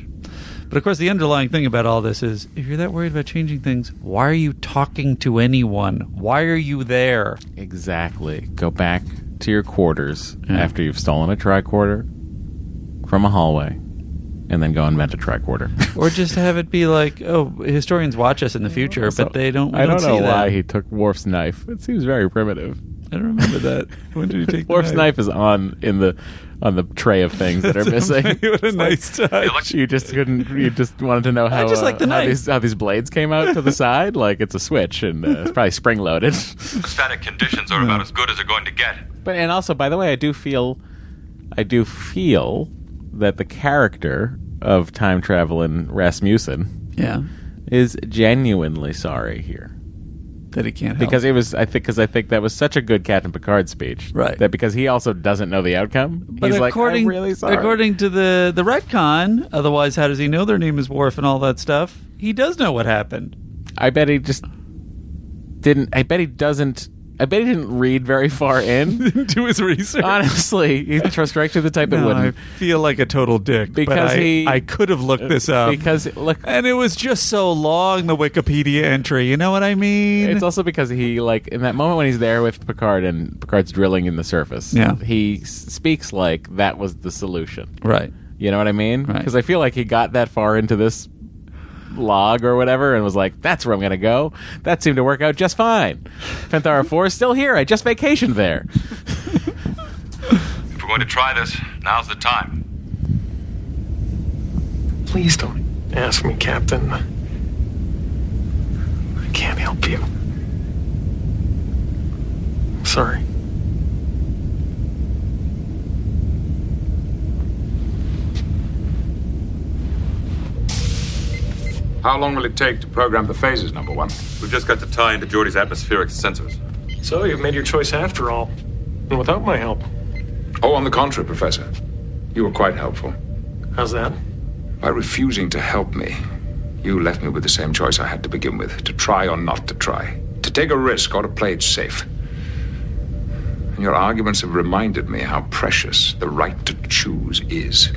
Speaker 2: But of course, the underlying thing about all this is if you're that worried about changing things, why are you talking to anyone? Why are you there?
Speaker 1: Exactly. Go back to your quarters after you've stolen a tricorder from a hallway and then go invent a tricorder.
Speaker 2: Or just have it be like, oh, historians watch us in the future, but they don't. we
Speaker 1: I don't, know
Speaker 2: see
Speaker 1: why
Speaker 2: that.
Speaker 1: he took Worf's knife. It seems very primitive.
Speaker 2: I don't remember that. When did he take the
Speaker 1: Worf's
Speaker 2: knife?
Speaker 1: knife? is on in the on the tray of things that are
Speaker 2: That's
Speaker 1: missing.
Speaker 2: amazing. What a
Speaker 1: It's like,
Speaker 2: nice touch.
Speaker 1: You just couldn't. You just wanted to know how
Speaker 2: just
Speaker 1: uh,
Speaker 2: like the
Speaker 1: how
Speaker 2: knife.
Speaker 1: these how these blades came out to the side. Like it's a switch and uh, it's probably spring loaded.
Speaker 22: Static conditions are about as good as they're going to get.
Speaker 1: Hmm. But and also, by the way, I do feel, I do feel that the character of time traveling Rasmussen,
Speaker 2: Yeah.
Speaker 1: is genuinely sorry here
Speaker 2: That he can't help.
Speaker 1: because it was I think because I think that was such a good Captain Picard speech, right? That because he also doesn't know the outcome,
Speaker 2: But
Speaker 1: he's like,
Speaker 2: according,
Speaker 1: I'm really sorry.
Speaker 2: according to the the retcon, otherwise, how does he know their name is Worf and all that stuff? He does know what happened.
Speaker 1: I bet he just didn't. I bet he doesn't. I bet he didn't read very far in
Speaker 2: to his research.
Speaker 1: Honestly, he's straight to the type that
Speaker 2: No,
Speaker 1: wouldn't.
Speaker 2: I feel like a total dick because
Speaker 1: Because
Speaker 2: I,
Speaker 1: he- Uh,
Speaker 2: I could have looked this up
Speaker 1: because look,
Speaker 2: and it was just so long the Wikipedia entry. You know what I mean?
Speaker 1: It's also because he like in that moment when he's there with Picard and Picard's drilling in the surface.
Speaker 2: Yeah.
Speaker 1: he s- speaks like that was the solution.
Speaker 2: Right.
Speaker 1: You know what I mean?
Speaker 2: Right.
Speaker 1: Because I feel like he got that far into this log or whatever and was like, "That's where I'm going to go." That seemed to work out just fine. Penthara Four is still here. I just vacationed there.
Speaker 22: If we're going to try this, now's the time.
Speaker 15: Please don't ask me, Captain. I can't help you. Sorry.
Speaker 10: How long will it take to program the phases, number one?
Speaker 22: We've just got to tie into Geordie's atmospheric sensors.
Speaker 15: So you've made your choice after all, and without my help.
Speaker 10: Oh, on the contrary, Professor. You were quite helpful.
Speaker 15: How's that?
Speaker 10: By refusing to help me, you left me with the same choice I had to begin with to try or not to try, to take a risk or to play it safe. And your arguments have reminded me how precious the right to choose is.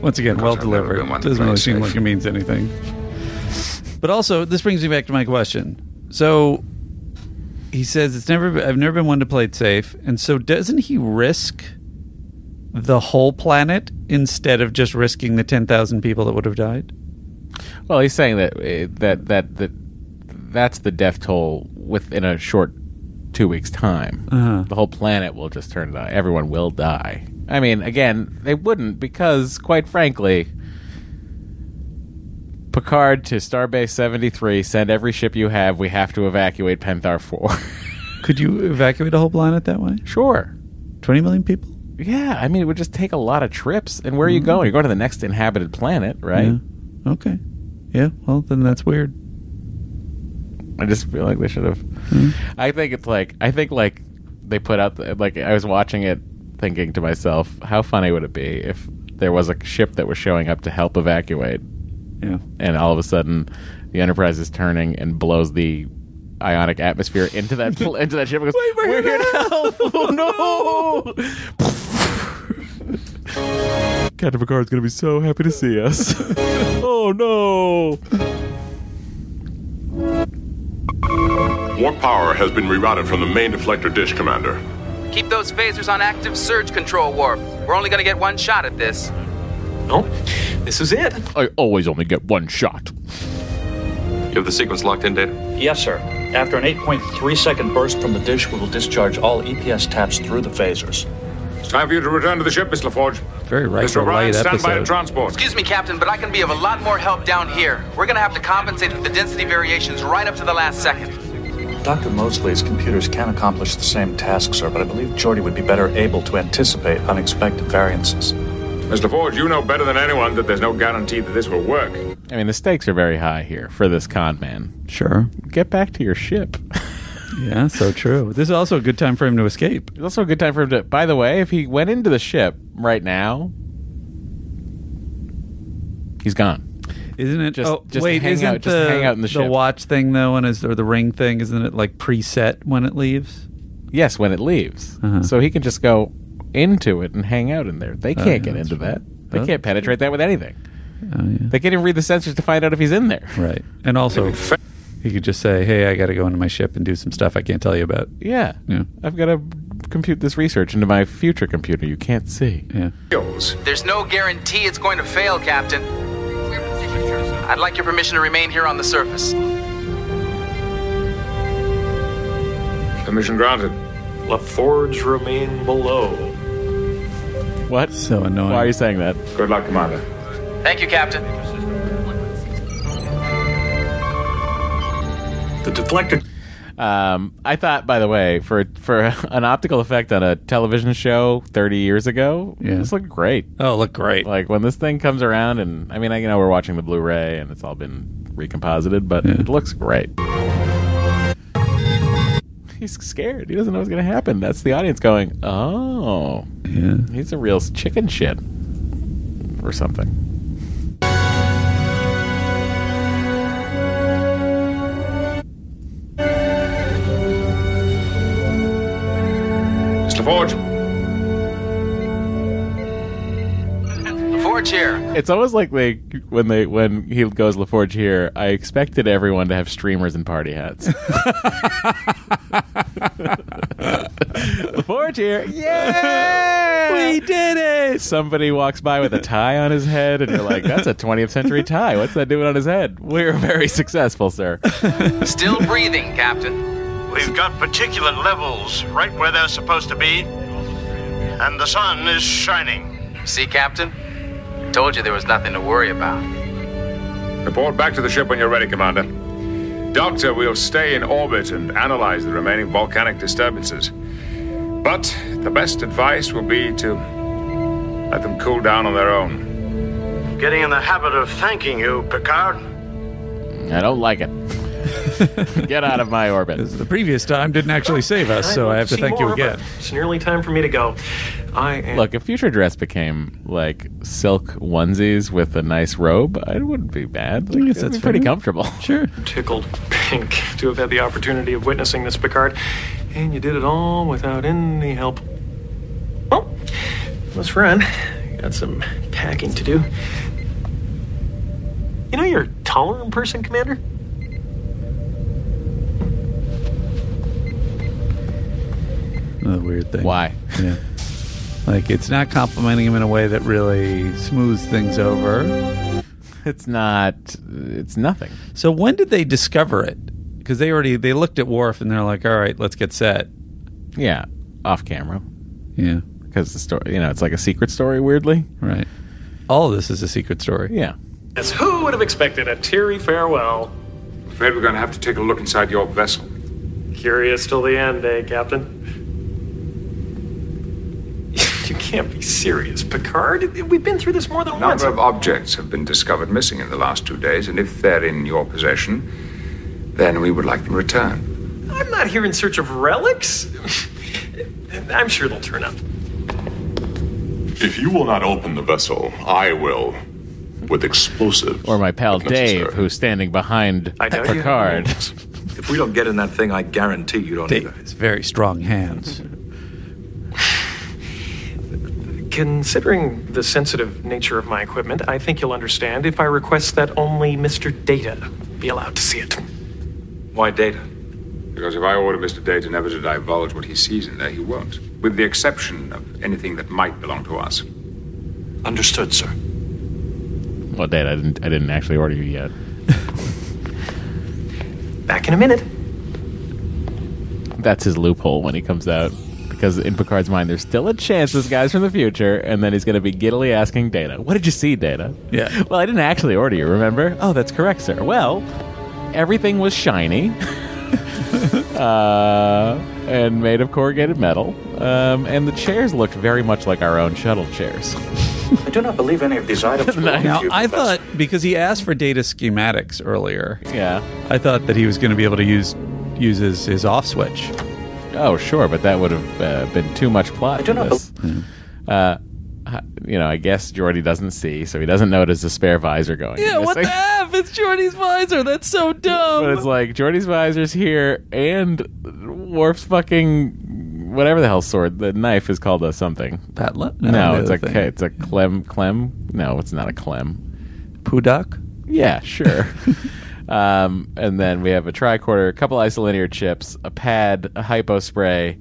Speaker 2: Once again, well
Speaker 10: I've never
Speaker 2: delivered.
Speaker 10: been one to
Speaker 2: Doesn't
Speaker 10: play
Speaker 2: really
Speaker 10: it
Speaker 2: seem
Speaker 10: safe.
Speaker 2: like it means anything. But also, this brings me back to my question. So he says it's never. I've never been one to play it safe, and so doesn't he risk the whole planet instead of just risking the ten thousand people that would have died?
Speaker 1: Well, he's saying that eh, that that that that's the death toll within a short two weeks' time.
Speaker 2: Uh-huh.
Speaker 1: The whole planet will just turn die. Everyone will die. I mean, again, they wouldn't because, quite frankly, Picard to Starbase seventy three, send every ship you have. We have to evacuate Penthar four.
Speaker 2: Could you evacuate a whole planet that way?
Speaker 1: Sure.
Speaker 2: Twenty million people.
Speaker 1: yeah, I mean, it would just take a lot of trips. And where are you going? You're going to the next inhabited planet, right?
Speaker 2: Mm-hmm. Yeah. Okay. Yeah. Well, then that's weird.
Speaker 1: I just feel like they should have. I think it's like I think like they put out the, like I was watching it, thinking to myself, how funny would it be if there was a ship that was showing up to help evacuate,
Speaker 2: Yeah.
Speaker 1: and all of a sudden the Enterprise is turning and blows the ionic atmosphere into that pl- into that ship. and Goes, we're, here to help. Oh no! Captain Picard's gonna be so happy to see us. oh no!
Speaker 14: Warp power has been rerouted from the main deflector dish, Commander.
Speaker 11: Keep those phasers on active surge control, Worf. We're only gonna get one shot at this.
Speaker 15: Nope. This is it.
Speaker 1: I always only get one shot.
Speaker 17: You have the sequence locked in, Data?
Speaker 20: Yes, sir. After an 8.3 second burst from the dish, we will discharge all EPS taps through the phasers.
Speaker 10: It's time for you to return to the ship, Miss LaForge.
Speaker 2: Very right.
Speaker 10: Mr. O'Brien, stand by and transport.
Speaker 11: Excuse me, Captain, but I can be of a lot more help down here. We're gonna have to compensate for the density variations right up to the last second.
Speaker 20: Dr. Mosley's computers can accomplish the same task, sir, but I believe Geordi would be better able to anticipate unexpected variances.
Speaker 10: Miss LaForge, you know better than anyone that there's no guarantee that this will work.
Speaker 1: I mean, the stakes are very high here for this con man.
Speaker 2: Sure.
Speaker 1: Get back to your ship.
Speaker 2: Yeah, so true. This is also a good time for him to escape.
Speaker 1: It's also a good time for him to. By the way, if he went into the ship right now, he's gone.
Speaker 2: Isn't it?
Speaker 1: Just-
Speaker 2: oh,
Speaker 1: just
Speaker 2: wait,
Speaker 1: hang
Speaker 2: isn't
Speaker 1: out- just
Speaker 2: the,
Speaker 1: hang out in the ship.
Speaker 2: watch thing though, and is or the ring thing? Isn't it like preset when it leaves? Uh-huh.
Speaker 1: Yes, when it leaves. So he can just go into it and hang out in there. They
Speaker 2: Oh,
Speaker 1: can't
Speaker 2: yeah,
Speaker 1: get into
Speaker 2: that's
Speaker 1: that.
Speaker 2: right.
Speaker 1: They
Speaker 2: Oh.
Speaker 1: can't penetrate that with anything.
Speaker 2: Oh, yeah.
Speaker 1: They can't even read the sensors to find out if he's in there.
Speaker 2: Right, and also he could just say, "Hey, I got to go into my ship and do some stuff I can't tell you about."
Speaker 1: Yeah.
Speaker 2: Yeah.
Speaker 1: I've got to compute this research into my future computer you can't see.
Speaker 2: Yeah.
Speaker 11: There's no guarantee it's going to fail, Captain. I'd like your permission to remain here on the surface.
Speaker 10: Permission granted.
Speaker 15: LaForge remain below.
Speaker 1: What?
Speaker 2: So annoying.
Speaker 1: Why are you saying that?
Speaker 10: Good luck, Commander.
Speaker 11: Thank you, Captain.
Speaker 1: The deflector. Um, I thought, by the way, for for an optical effect on a television show 30 years ago,
Speaker 2: Yeah.
Speaker 1: this looked great.
Speaker 2: Oh, look great!
Speaker 1: Like when this thing comes around, and I mean, I you know we're watching the Blu-ray, and it's all been recomposited, but it looks great. He's scared. He doesn't know what's going to happen. That's the audience going, "Oh,
Speaker 2: yeah,
Speaker 1: he's a real chicken shit," or something.
Speaker 10: Mr. Forge.
Speaker 11: LaForge here.
Speaker 1: It's almost like they when they when he goes LaForge here. I expected everyone to have streamers and party hats. LaForge here. Yeah, we
Speaker 2: did it.
Speaker 1: Somebody walks by with a tie on his head, and you're like, "That's a 20th century tie. What's that doing on his head?" We're very successful, sir.
Speaker 11: Still breathing, Captain.
Speaker 7: We've got particular levels right where they're supposed to be, and the sun is shining.
Speaker 11: See, Captain? Told you there was nothing to worry about.
Speaker 10: Report back to the ship when you're ready, Commander. Doctor, we'll stay in orbit and analyze the remaining volcanic disturbances. But the best advice will be to let them cool down on their own.
Speaker 7: Getting in the habit of thanking you, Picard.
Speaker 1: I don't like it. Get out of my orbit.
Speaker 2: The previous time didn't actually save us, Uh, so I have to
Speaker 15: See
Speaker 2: thank you
Speaker 15: more, but
Speaker 2: again.
Speaker 15: It's nearly time for me to go. I am.
Speaker 1: Look, if future dress became like silk onesies with a nice robe, it wouldn't be bad. Like, it'd
Speaker 15: that's
Speaker 1: be pretty
Speaker 15: fair.
Speaker 1: comfortable. Sure.
Speaker 15: tickled pink to have had the opportunity of witnessing this, Picard. And you did it all without any help. Well, let's run. Got some packing to do. You know you're a tolerant person, Commander?
Speaker 2: Another weird thing.
Speaker 1: Why?
Speaker 2: Yeah. Like it's not complimenting him in a way that really smooths things over.
Speaker 1: It's not. It's nothing.
Speaker 2: So when did they discover it? Because they already they looked at Worf and they're like, "All right, let's get set."
Speaker 1: Yeah, off camera.
Speaker 2: Yeah,
Speaker 1: because the story, you know, it's like a secret story. Weirdly,
Speaker 2: right. All of this is a secret story.
Speaker 1: Yeah.
Speaker 15: Yes, who would have expected a teary farewell?
Speaker 10: Afraid we're going to have to take a look inside your vessel.
Speaker 15: Curious till the end, eh, Captain? you can't be serious, Picard. We've been through this more than
Speaker 10: A
Speaker 15: once.
Speaker 10: number of objects have been discovered missing in the last two days, and if they're in your possession, then we would like them returned.
Speaker 15: I'm not here in search of relics. I'm sure they'll turn up.
Speaker 14: If you will not open the vessel, I will. With explosive.
Speaker 1: or my pal Dave, who's standing behind
Speaker 20: I know you.
Speaker 1: Picard.
Speaker 20: If we don't get in that thing, I guarantee you don't either.
Speaker 2: It's very strong hands.
Speaker 15: Considering the sensitive nature of my equipment, I think you'll understand if I request that only Mr. Data be allowed to see it.
Speaker 10: Why data? Because if I order Mr. Data never to divulge what he sees in there, he won't, with the exception of anything that might belong to us.
Speaker 20: Understood, sir.
Speaker 1: Well, Dad, I didn't. I didn't actually order you yet.
Speaker 15: Back in a minute.
Speaker 1: That's his loophole when he comes out. Because in Picard's mind, there's still a chance this guy's from the future, and then he's going to be giddily asking Data, What did you see, Data?
Speaker 2: Yeah.
Speaker 1: Well, I didn't actually order you, remember? Oh, that's correct, sir. Well, everything was shiny uh, and made of corrugated metal, um, and the chairs looked very much like our own shuttle chairs.
Speaker 2: I do not believe any of these items.
Speaker 1: were with
Speaker 2: now,
Speaker 1: you,
Speaker 2: I
Speaker 1: Professor.
Speaker 2: thought because he asked for data schematics earlier.
Speaker 1: Yeah.
Speaker 2: I thought that he was going to be able to use uses his off switch.
Speaker 1: Oh, sure, but that would have uh, been too much plot. I
Speaker 2: do not
Speaker 1: this. Uh, h- you know, I guess Jordy doesn't see, so he doesn't notice the spare visor going.
Speaker 2: Yeah, what the f? It's Jordy's visor. That's so dumb.
Speaker 1: But it's like Jordy's visor's here, and Worf's fucking whatever the hell sword. The knife is called a something.
Speaker 2: Patlet?
Speaker 1: No,
Speaker 2: No, the
Speaker 1: it's
Speaker 2: other
Speaker 1: a
Speaker 2: thing.
Speaker 1: it's a clem clem. No, it's not a clem.
Speaker 2: Pudak.
Speaker 1: Yeah, sure. um, and then we have a tricorder, a couple isolinear chips, a pad, a hypo spray,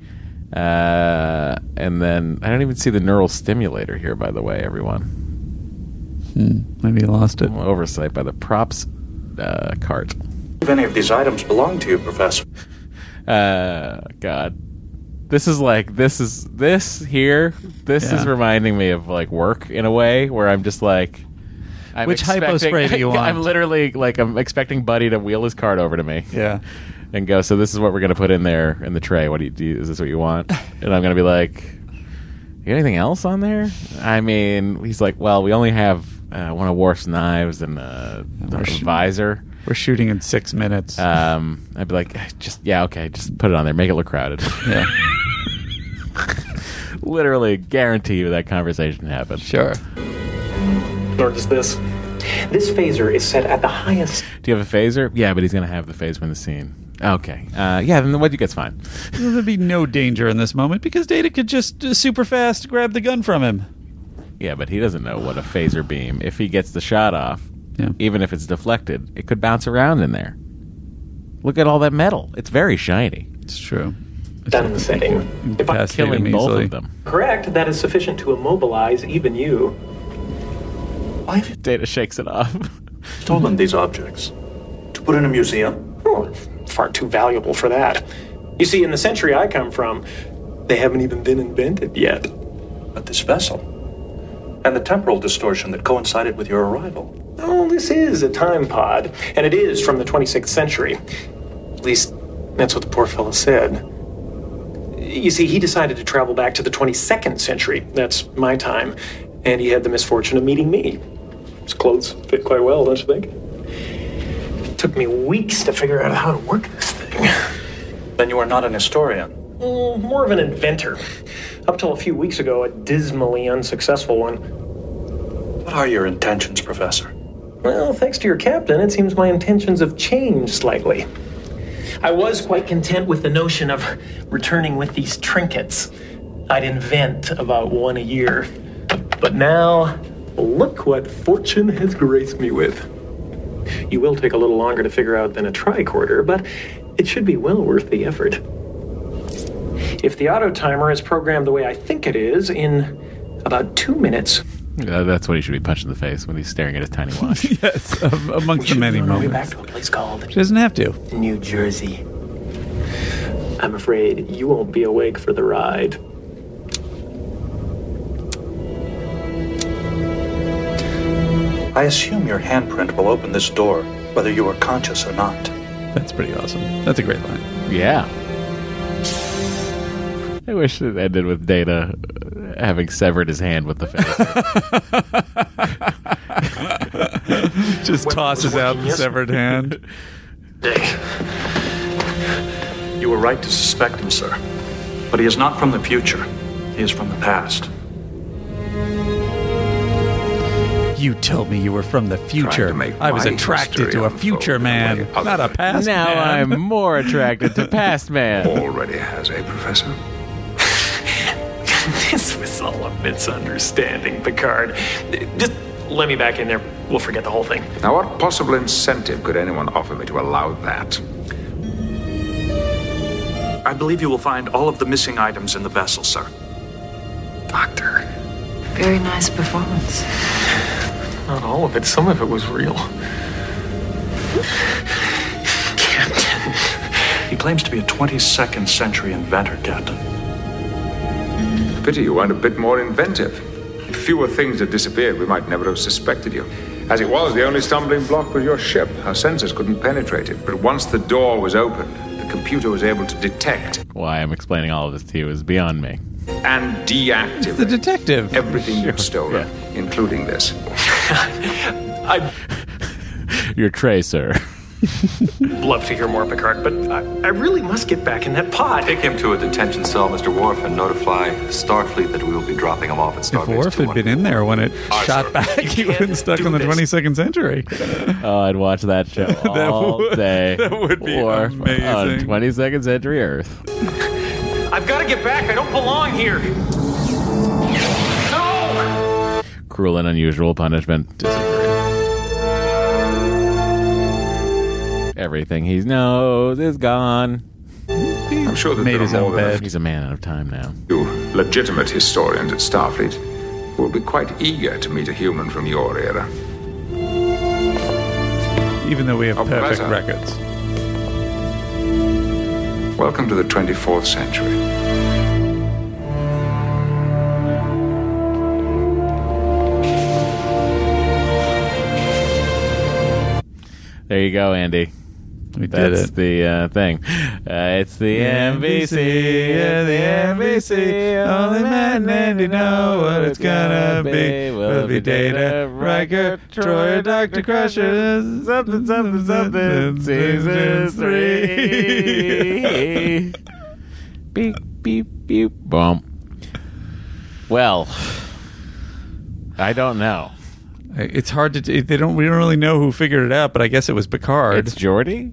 Speaker 1: uh, and then I don't even see the neural stimulator here. By the way, everyone.
Speaker 2: Hmm, maybe he lost it.
Speaker 1: Oversight by the props uh, cart.
Speaker 20: If any of these items belong to you, Professor.
Speaker 1: Uh, God, this is like this is this here. This is
Speaker 2: Yeah.
Speaker 1: reminding me of like work in a way where I'm just like, I'm
Speaker 2: Which hypo
Speaker 1: expecting-
Speaker 2: spray do you
Speaker 1: I'm
Speaker 2: want?
Speaker 1: literally like I'm expecting Buddy to wheel his cart over to me.
Speaker 2: Yeah.
Speaker 1: And go. So this is what we're gonna put in there in the tray. What do you do? Is this what you want? And I'm gonna be like, you got anything else on there? I mean, he's like, well, we only have uh, one of Worf's knives and uh, a visor.
Speaker 2: We're shooting in six minutes.
Speaker 1: Um, I'd be like, just yeah, okay, just put it on there, make it look crowded.
Speaker 2: Yeah.
Speaker 1: Literally guarantee you that conversation happened.
Speaker 2: Sure.
Speaker 15: Notice this. This phaser is set at the highest.
Speaker 1: Do you have a phaser? Yeah, but he's gonna have the phaser in the scene. Okay. Uh, yeah, then what you get's fine.
Speaker 2: There'd be no danger in this moment because Data could just uh, super fast grab the gun from him.
Speaker 1: Yeah, but he doesn't know what a phaser beam. If he gets the shot off, even if it's deflected, it could bounce around in there. Look at all that metal. It's very shiny.
Speaker 2: It's true.
Speaker 15: Done setting. If I'm
Speaker 1: Killing both of them.
Speaker 15: Correct, that is sufficient to immobilize even you.
Speaker 1: Data shakes it off.
Speaker 20: Stolen these objects.
Speaker 15: To put in a museum? Oh, far too valuable for that. You see, in the century I come from, they haven't even been invented yet.
Speaker 20: But this vessel. And the temporal distortion that coincided with your arrival.
Speaker 15: Oh, this is a time pod, and it is from the 26th century. At least, that's what the poor fellow said. You see, he decided to travel back to the 22nd century. That's my time. And he had the misfortune of meeting me. His clothes fit quite well, don't you think? It took me weeks to figure out how to work this thing.
Speaker 20: Then you are not an historian.
Speaker 15: Mm, More of an inventor. Up till a few weeks ago, a dismally unsuccessful one.
Speaker 20: What are your intentions, Professor?
Speaker 15: Well, thanks to your captain, it seems my intentions have changed slightly. I was quite content with the notion of returning with these trinkets. I'd invent about one a year. But now, look what fortune has graced me with. You will take a little longer to figure out than a tricorder, but it should be well worth the effort. If the auto timer is programmed the way I think it is, in about two minutes,
Speaker 1: Uh, that's what he should be punched in the face when he's staring at his tiny watch.
Speaker 2: yes, um, amongst the many
Speaker 15: we'll be
Speaker 2: moments.
Speaker 15: back to a place called
Speaker 2: She doesn't have to.
Speaker 15: New Jersey. I'm afraid you won't be awake for the ride.
Speaker 20: I assume your handprint will open this door, whether you are conscious or not.
Speaker 2: That's pretty awesome. That's a great line.
Speaker 1: Yeah. I wish it ended with Data uh, having severed his hand with the face.
Speaker 2: Just tosses out the severed hand.
Speaker 20: You were right to suspect him, sir. But he is not from the future, he is from the past.
Speaker 2: You told me you were from the future. I was
Speaker 20: my
Speaker 2: attracted to a future man, not a past
Speaker 1: Now
Speaker 2: man.
Speaker 1: I'm more attracted to past man.
Speaker 20: Already has a professor.
Speaker 15: this was all a misunderstanding, Picard. Just let me back in there. We'll forget the whole thing.
Speaker 20: Now, what possible incentive could anyone offer me to allow that? I believe you will find all of the missing items in the vessel, sir. Doctor.
Speaker 18: Very nice performance.
Speaker 15: Not all of it, some of it was real.
Speaker 20: He claims to be a 22nd century inventor, Captain.
Speaker 10: Pity you weren't a bit more inventive. If fewer things had disappeared, we might never have suspected you. As it was, the only stumbling block was your ship. Our sensors couldn't penetrate it. But once the door was opened, the computer was able to detect
Speaker 1: Why I'm explaining all of this to you is beyond me.
Speaker 10: and deactivate the
Speaker 2: detective
Speaker 10: everything you've stolen, including this.
Speaker 1: Your tray, sir.
Speaker 15: Love to hear more, Picard, but I, I really must get back in that pod.
Speaker 12: Take him to a detention cell, Mr. Worf, and notify Starfleet that we will be dropping him off at
Speaker 2: If
Speaker 12: Starbase.
Speaker 2: Worf had been in there when it shot back, he would have been stuck in the 22nd century.
Speaker 1: Oh, I'd watch that show all
Speaker 2: would-
Speaker 1: day. uh,
Speaker 2: that would be
Speaker 1: Or on
Speaker 2: amazing.
Speaker 1: 22nd Century Earth.
Speaker 15: I've got to get back. I don't belong here.
Speaker 1: Cruel and unusual punishment. Disagree. Everything he knows is gone.
Speaker 14: I'm sure that there are more than a
Speaker 1: He's a man out of time now.
Speaker 14: few legitimate historians at Starfleet will be quite eager to meet a human from your era.
Speaker 2: Even though we have perfect
Speaker 14: pleasure.
Speaker 2: records.
Speaker 14: Welcome to the 24th century.
Speaker 1: There you go, Andy.
Speaker 2: We
Speaker 1: That's the uh, thing. Uh, it's the NBC. it's the
Speaker 2: NBC. Only Matt and Andy know what it's gonna be. Will it be Data, Riker, Troy, or Dr. Crusher? Something, something, something.
Speaker 1: Season
Speaker 2: three.
Speaker 1: beep, beep, beep. Bump. Well, I don't know.
Speaker 2: It's hard to. t- They don't. We don't really know who figured it out, but I guess it was Picard. It's
Speaker 1: Geordi.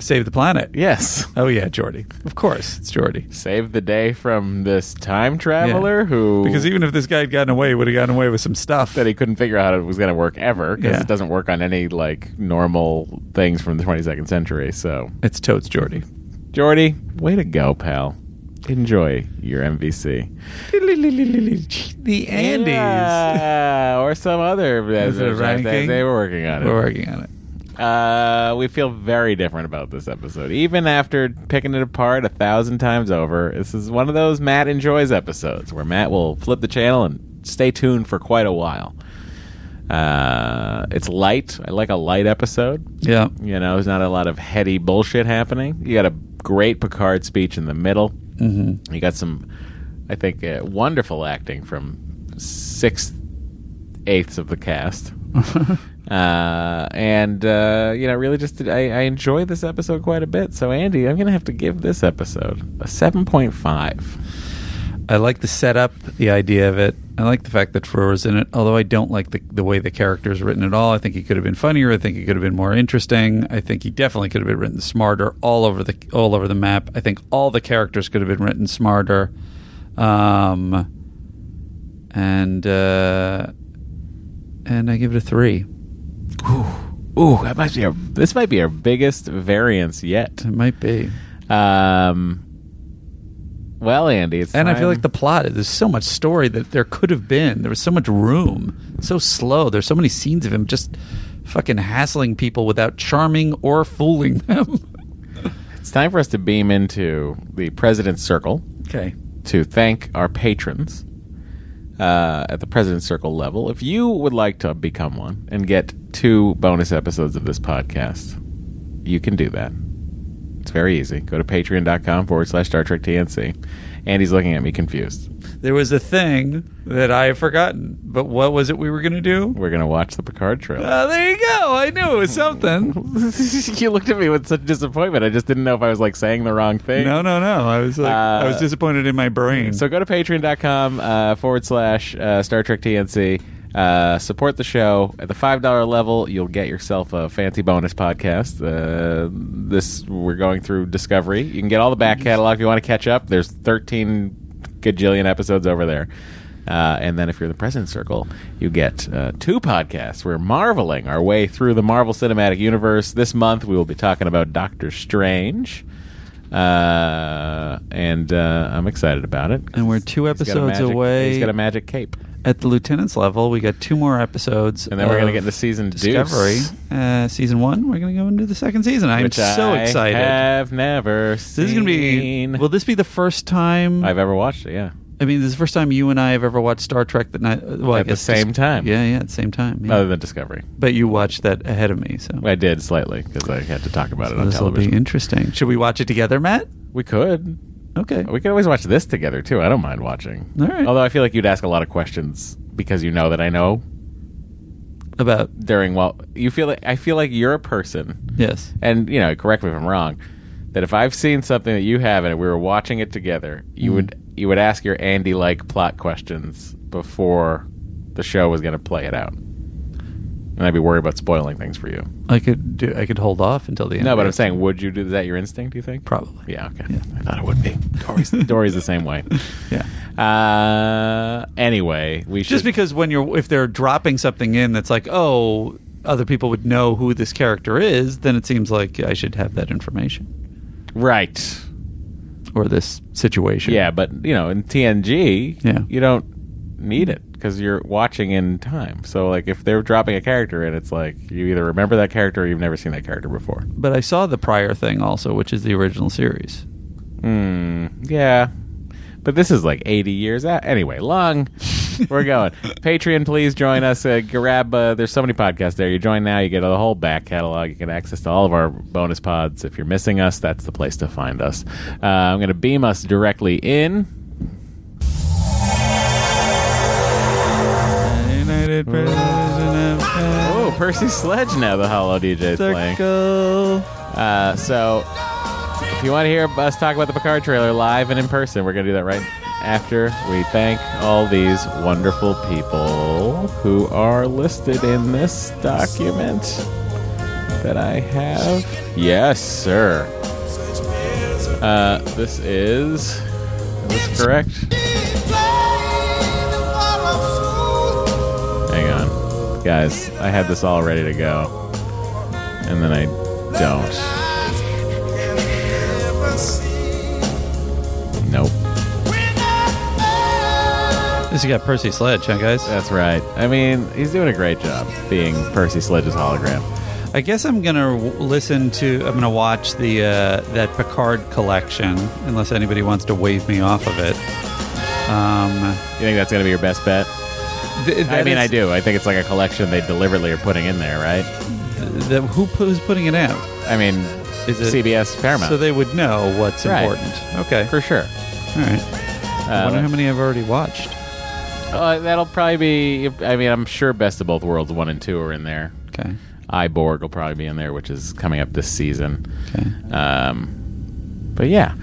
Speaker 2: Save the planet.
Speaker 1: Yes.
Speaker 2: Oh yeah, Geordi. Of course, it's Geordi.
Speaker 1: Save the day from this time traveler who.
Speaker 2: Because even if this guy had gotten away, he would have gotten away with some stuff
Speaker 1: that he couldn't figure out how it was going to work ever because
Speaker 2: Yeah.
Speaker 1: it doesn't work on any like normal things from the 22nd century. So
Speaker 2: it's totes, Jordy.
Speaker 1: Jordy, way to go, pal! Enjoy your MVC.
Speaker 2: the Andes.
Speaker 1: Yeah, or some other.
Speaker 2: Is it a ranking?
Speaker 1: They were working on it.
Speaker 2: We're working on it.
Speaker 1: Uh, we feel very different about this episode, even after picking it apart a thousand times over. This is one of those Matt enjoys episodes where Matt will flip the channel and stay tuned for quite a while. Uh, it's light. I like a light episode.
Speaker 2: Yeah.
Speaker 1: You know, there's not a lot of heady bullshit happening. You got a great Picard speech in the middle.
Speaker 2: Mhm.
Speaker 1: You got some, I think, uh, wonderful acting from six eighths of the cast. uh, and, uh, you know, really just, I, I enjoy this episode quite a bit. So, Andy, I'm going to have to give this episode a 7.5.
Speaker 2: I like the setup, the idea of it. I like the fact that Frewer's in it, although I don't like the, the way the character is written at all. I think he could have been funnier. I think he could have been more interesting. I think he definitely could have been written smarter all over the all over the map. I think all the characters could have been written smarter. Um, and uh, and I give it a three.
Speaker 1: Ooh, that might be our, this might be our biggest variance yet. It
Speaker 2: might be.
Speaker 1: Um, well, Andy, it's
Speaker 2: and I feel
Speaker 1: time-
Speaker 2: like the plot. There's so much story that there could have been. There was so much room. So slow. There's so many scenes of him just fucking hassling people without charming or fooling them.
Speaker 1: It's time for us to beam into the President's Circle.
Speaker 2: Okay.
Speaker 1: To thank our patrons uh, at the President's Circle level. If you would like to become one and get two bonus episodes of this podcast, you can do that. It's very easy. Go to patreon.com forward slash Star Trek TNC. Andy's looking at me confused.
Speaker 2: There was a thing that I have forgotten, but what was it we were going to do?
Speaker 1: We're going to watch the Picard trailer.
Speaker 2: Oh, there you go. I knew it was something.
Speaker 1: you looked at me with such disappointment. I just didn't know if I was like saying the wrong thing.
Speaker 2: No, no, no. I was like, I was
Speaker 1: Uh,
Speaker 2: disappointed in my brain.
Speaker 1: So go to patreon.com uh, forward slash uh, Star Trek TNC. Uh, support the show at the five dollar level. You'll get yourself a fancy bonus podcast. Uh, this we're going through Discovery. You can get all the back catalog if you want to catch up. There's thirteen gajillion episodes over there. Uh, and then if you're in the President's Circle, you get uh, two podcasts. We're marveling our way through the Marvel Cinematic Universe. This month, we will be talking about Doctor Strange. Uh, and uh, I'm excited about it.
Speaker 2: and we're two
Speaker 1: He's got a
Speaker 2: episodes
Speaker 1: magic-
Speaker 2: away.
Speaker 1: He's got a magic cape.
Speaker 2: At the lieutenant's level, we got two more episodes,
Speaker 1: And then we're gonna
Speaker 2: of
Speaker 1: get into season deuce.
Speaker 2: Discovery, uh, season one. We're going to go into the second season. I'm
Speaker 1: which
Speaker 2: so
Speaker 1: I
Speaker 2: excited.
Speaker 1: have never seen.
Speaker 2: This is gonna be. Will this be the first time
Speaker 1: I've ever watched it, yeah.
Speaker 2: Mm. I mean, this is the first time you and I have ever watched Star Trek that night. Well, I
Speaker 1: At the
Speaker 2: guess Dis-
Speaker 1: same time.
Speaker 2: Yeah, yeah, at the same time. yeah.
Speaker 1: Other than Discovery.
Speaker 2: But you watched that ahead of me, so
Speaker 1: I did slightly because I had to talk about it on
Speaker 2: this will
Speaker 1: television.
Speaker 2: be interesting. Should we watch it together, Matt?
Speaker 1: We could.
Speaker 2: Okay.
Speaker 1: We could always watch this together too. I don't mind watching.
Speaker 2: All right.
Speaker 1: Although I feel like you'd ask a lot of questions because you know that I know
Speaker 2: about
Speaker 1: during well you feel like I feel like you're a person.
Speaker 2: Yes.
Speaker 1: And you know, correct me if I'm wrong, that if I've seen something that you haven't and we were watching it together, you
Speaker 2: Mhm.
Speaker 1: would you would ask your Andy like plot questions before the show was gonna play it out. And I'd be worried about spoiling things for you.
Speaker 2: I could do. I could hold off until the end.
Speaker 1: No, but I'm
Speaker 2: Yes.
Speaker 1: saying, would you do is that? Your instinct, do you think?
Speaker 2: Probably.
Speaker 1: Yeah. Okay. I thought it would be. Dory's, Dory's the same way.
Speaker 2: Yeah.
Speaker 1: Uh, anyway, we should
Speaker 2: just because when you're if they're dropping something in that's like oh other people would know who this character is then it seems like i should have that information
Speaker 1: right
Speaker 2: or this situation
Speaker 1: Yeah, but you know, in TNG,
Speaker 2: Yeah.
Speaker 1: you don't need it because you're watching in time. So like, if they're dropping a character in, it's like you either remember that character or you've never seen that character before.
Speaker 2: but i saw the prior thing also which is the original series
Speaker 1: Hmm. Yeah. But this is like 80 years out. Anyway, long. We're going. Patreon, please join us. Uh, grab. Uh, there's so many podcasts there. You join now, you get the whole back catalog. You get access to all of our bonus pods. If you're missing us, that's the place to find us. Uh, I'm going to beam us directly in. Oh, Percy Sledge now the Hollow DJ is playing. Uh, so, if you want to hear us talk about the Picard trailer live and in person, we're going to do that right after we thank all these wonderful people who are listed in this document that I have. Yes, sir. Uh, this is. Is this correct? Hang on. Guys, I had this all ready to go. And then I don't. Nope.
Speaker 2: This you got Percy Sledge, huh, guys?
Speaker 1: That's right. I mean, he's doing a great job being Percy Sledge's hologram.
Speaker 2: i guess i'm gonna w- listen to i'm gonna watch the uh, that picard collection unless anybody wants to wave me off of it um,
Speaker 1: you think that's gonna be your best bet I mean, I do. I think it's like a collection they deliberately are putting in there, right?
Speaker 2: The, who who's putting it out?
Speaker 1: I mean,
Speaker 2: Is it-
Speaker 1: CBS Paramount.
Speaker 2: So they would know what's
Speaker 1: Right.
Speaker 2: important. Okay.
Speaker 1: For sure. Uh,
Speaker 2: All right. I wonder
Speaker 1: but-
Speaker 2: how many I've already watched.
Speaker 1: Uh, that'll probably be. I mean, I'm sure Best of Both Worlds one and two are in there.
Speaker 2: Okay.
Speaker 1: Iborg will probably be in there, which is coming up this season. Okay. Um, but yeah.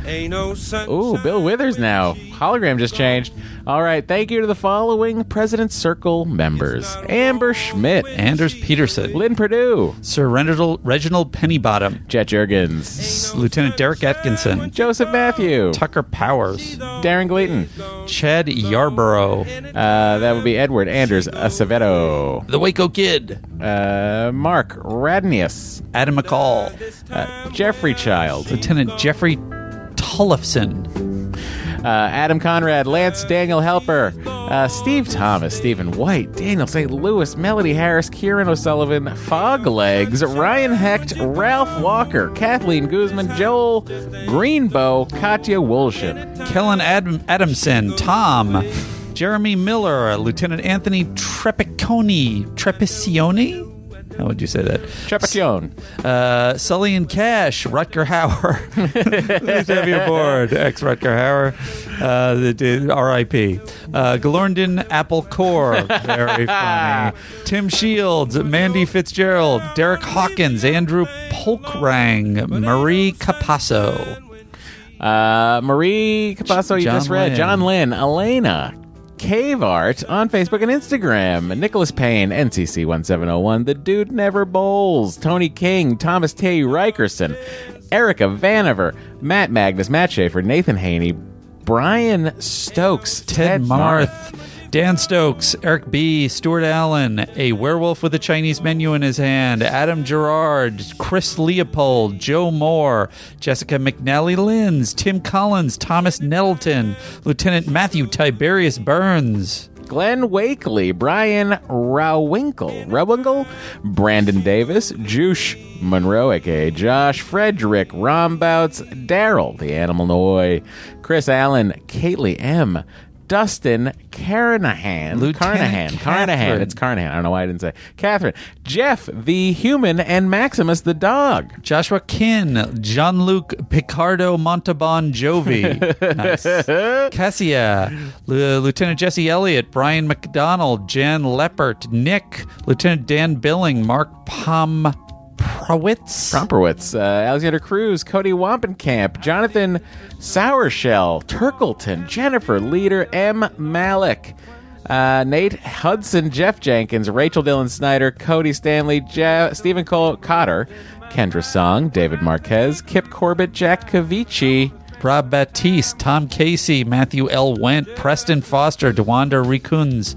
Speaker 1: Ooh, Bill Withers now. Hologram just changed. All right. Thank you to the following President Circle members: Amber Schmidt,
Speaker 2: Anders Peterson,
Speaker 1: Lynn Purdue,
Speaker 2: Sir Reginald, Reginald Pennybottom,
Speaker 1: Jet Jurgens,
Speaker 2: Lieutenant Derek Atkinson,
Speaker 1: Joseph Matthew,
Speaker 2: Tucker Powers,
Speaker 1: Darren Gleaton,
Speaker 2: Hmm. Chad Yarborough.
Speaker 1: Uh, that would be Edward Anders Acevedo,
Speaker 2: the Waco Kid,
Speaker 1: uh, Mark Radnius,
Speaker 2: Adam McCall,
Speaker 1: uh, Jeffrey Child,
Speaker 2: Lieutenant Jeffrey Tollefson,
Speaker 1: uh, Adam Conrad, Lance Daniel Helper, uh, Steve Thomas, Stephen White, Daniel St. Louis, Melody Harris, Kieran O'Sullivan, Fog Legs, Ryan Hecht, Ralph Walker, Kathleen Guzman, Joel Greenbow, Katya Wolshin.
Speaker 2: Kellen Adam- Adamson, Tom, Jeremy Miller, Lieutenant Anthony Trepiconi, Trepicioni. How would you say that?
Speaker 1: Trepicione.
Speaker 2: Uh, Sully and Cash, Rutger Hauer. Please have you aboard, ex Rutger Hauer. Uh, the- the- R.I.P. Uh, Glorndon Apple Core, very funny. Tim Shields, Mandy Fitzgerald, Derek Hawkins, Andrew Polkrang, Marie Capasso.
Speaker 1: Uh, Marie Capasso, you
Speaker 2: John
Speaker 1: just read.
Speaker 2: Lynn.
Speaker 1: John Lynn, Elena, Cave Art on Facebook and Instagram. Nicholas Payne, NCC1701, The Dude Never Bowls, Tony King, Thomas T. Rikerson, Erica Vanover, Matt Magnus, Matt Schaefer, Nathan Haney, Brian Stokes,
Speaker 2: Ted Marth, Dan Stokes, Eric B., Stuart Allen, a werewolf with a Chinese menu in his hand, Adam Gerard, Chris Leopold, Joe Moore, Jessica McNally Linz, Tim Collins, Thomas Nettleton, Lieutenant Matthew Tiberius Burns.
Speaker 1: Glenn Wakely, Brian Rowinkle, Rowinkle, Brandon Davis, Juice Monroe, aka Josh, Frederick Rombouts, Daryl, the Animal Noy, Chris Allen, Kately M, Dustin Carnahan. Carnahan. Carnahan.
Speaker 2: Catherine.
Speaker 1: It's Carnahan. I don't know why I didn't say Catherine. Jeff, the human, and Maximus, the dog.
Speaker 2: Joshua Kin, John Luke Picardo Montalban Jovi, nice. Cassia, L- Lieutenant Jesse Elliott, Brian McDonald, Jan Leppert, Nick, Lieutenant Dan Billing, Mark Pom Prowitz.
Speaker 1: Promperwitz, uh, Alexander Cruz, Cody Wampenkamp, Jonathan Sourshell, Turkleton, Jennifer Leader, M. Malik, uh, Nate Hudson, Jeff Jenkins, Rachel Dillon Snyder, Cody Stanley, Je- Stephen Cole Cotter, Kendra Song, David Marquez, Kip Corbett, Jack Cavici.
Speaker 2: Rob Batiste, Tom Casey, Matthew L. Wendt, Preston Foster, Dewanda Rikuns,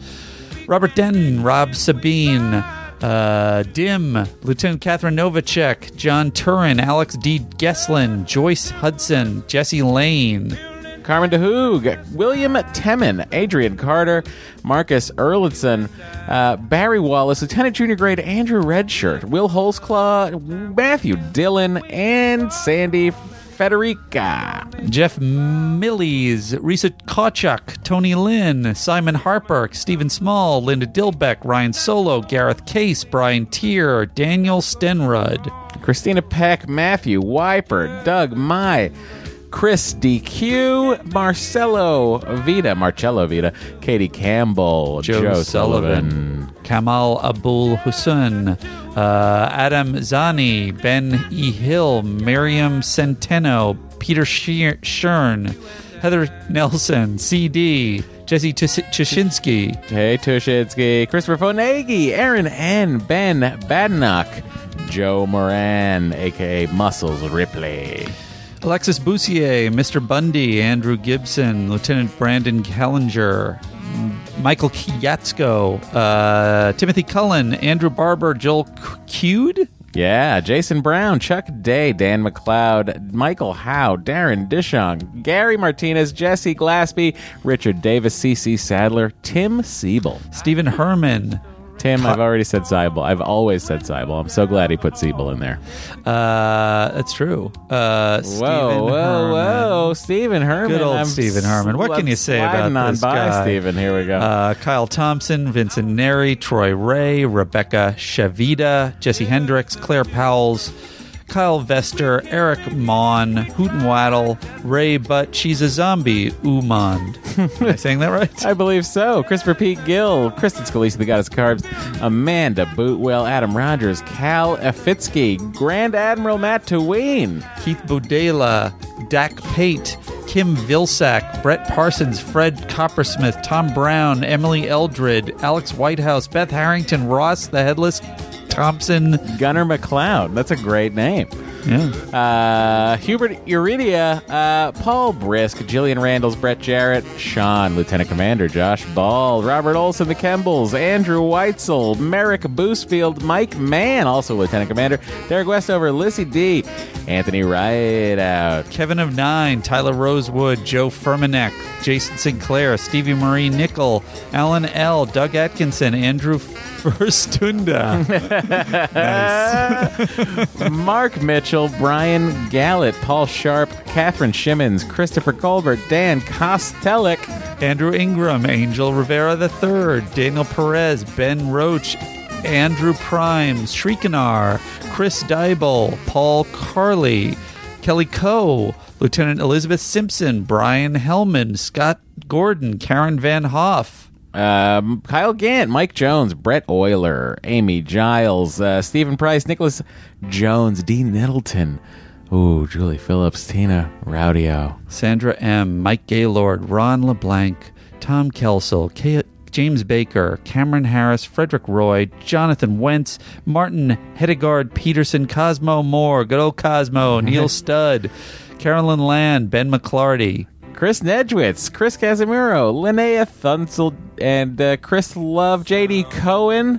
Speaker 2: Robert Denton, Rob Sabine, uh, Dim, Lieutenant Catherine Novacek, John Turin, Alex D. Gesslin, Joyce Hudson, Jesse Lane.
Speaker 1: Carmen DeHoog, William Temin, Adrian Carter, Marcus Erlinson, uh, Barry Wallace, Lieutenant Junior Grade Andrew Redshirt, Will Holsclaw, Matthew Dillon, and Sandy Federica.
Speaker 2: Jeff Millies, Risa Kochuk, Tony Lynn, Simon Harper, Stephen Small, Linda Dilbeck, Ryan Solo, Gareth Case, Brian Tier, Daniel Stenrud.
Speaker 1: Christina Peck, Matthew Wiper, Doug Mai, Chris DQ, Marcelo Vita, Marcello Vita, Katie Campbell, Joe, Sullivan.
Speaker 2: Kamal Abul Hussein, uh, Adam Zani, Ben E. Hill, Miriam Centeno, Peter Sheer- Shern, Heather Nelson, CD, Jesse Tus- Chashinsky.
Speaker 1: Hey Tushitsky, Christopher Fonagi, Aaron N, Ben Badenoch, Joe Moran, aka Muscles Ripley.
Speaker 2: Alexis Boussier, Mr. Bundy, Andrew Gibson, Lieutenant Brandon Callinger, M- Michael Yatsko, uh, Timothy Cullen, Andrew Barber, Joel C- Cude.
Speaker 1: Yeah, Jason Brown, Chuck Day, Dan McLeod, Michael Howe, Darren Dishong, Gary Martinez, Jesse Glasby, Richard Davis, CC Sadler, Tim Siebel,
Speaker 2: Stephen Herman.
Speaker 1: Tim, I've already said Siebel. I've always said Siebel. I'm so glad he put Siebel in there.
Speaker 2: Uh, that's true. Uh,
Speaker 1: whoa, whoa, whoa, Stephen Herman.
Speaker 2: Good old
Speaker 1: I'm
Speaker 2: Stephen Herman. What can you say about
Speaker 1: sliding on
Speaker 2: this
Speaker 1: by
Speaker 2: guy?
Speaker 1: Stephen. Here we go.
Speaker 2: Uh, Kyle Thompson, Vincent Neri, Troy Ray, Rebecca Chavita, Jesse Hendricks, Claire Powells, Kyle Vester, Eric Mon, Hooten Waddle, Ray Butt, She's a Zombie, Umond. Am I saying that right?
Speaker 1: I believe so. Christopher Pete Gill, Kristen Scalise, the Goddess of Carbs, Amanda Bootwell, Adam Rogers, Cal Efitsky, Grand Admiral Matt Teween.
Speaker 2: Keith Bodela, Dak Pate, Kim Vilsack, Brett Parsons, Fred Coppersmith, Tom Brown, Emily Eldred, Alex Whitehouse, Beth Harrington, Ross the Headless Thompson,
Speaker 1: Gunnar McLeod. That's a great name.
Speaker 2: Yeah.
Speaker 1: Uh, Hubert Uridia, uh, Paul Brisk, Jillian Randalls, Brett Jarrett, Sean, Lieutenant Commander Josh Ball, Robert Olson, the Kembles, Andrew Weitzel, Merrick Boosfield, Mike Mann, also Lieutenant Commander, Derek Westover, Lissy D, Anthony Rideout,
Speaker 2: Kevin of Nine, Tyler Rosewood, Joe Furmanek, Jason Sinclair, Stevie Marie Nickel, Alan L., Doug Atkinson, Andrew Firstunda.
Speaker 1: Mark Mitchell, Brian Gallet, Paul Sharp, Catherine Shimmons, Christopher Colbert, Dan Kostelik,
Speaker 2: Andrew Ingram, Angel Rivera III, Daniel Perez, Ben Roach, Andrew Prime, Shrikanar, Chris Dybel, Paul Carley, Kelly Coe, Lieutenant Elizabeth Simpson, Brian Hellman, Scott Gordon, Karen Van Hoff.
Speaker 1: Um, Kyle Gant, Mike Jones, Brett Euler, Amy Giles, uh, Stephen Price, Nicholas Jones, Dean Nettleton. Ooh, Julie Phillips, Tina Raudio.
Speaker 2: Sandra M., Mike Gaylord, Ron LeBlanc, Tom Kelsel, K- James Baker, Cameron Harris, Frederick Roy, Jonathan Wentz, Martin Hedegaard Peterson, Cosmo Moore, good old Cosmo, Neil Studd, Carolyn Land, Ben McClarty.
Speaker 1: Chris Nedwitz, Chris Casimiro, Linnea Thunsel, and uh, Chris Love, JD Cohen.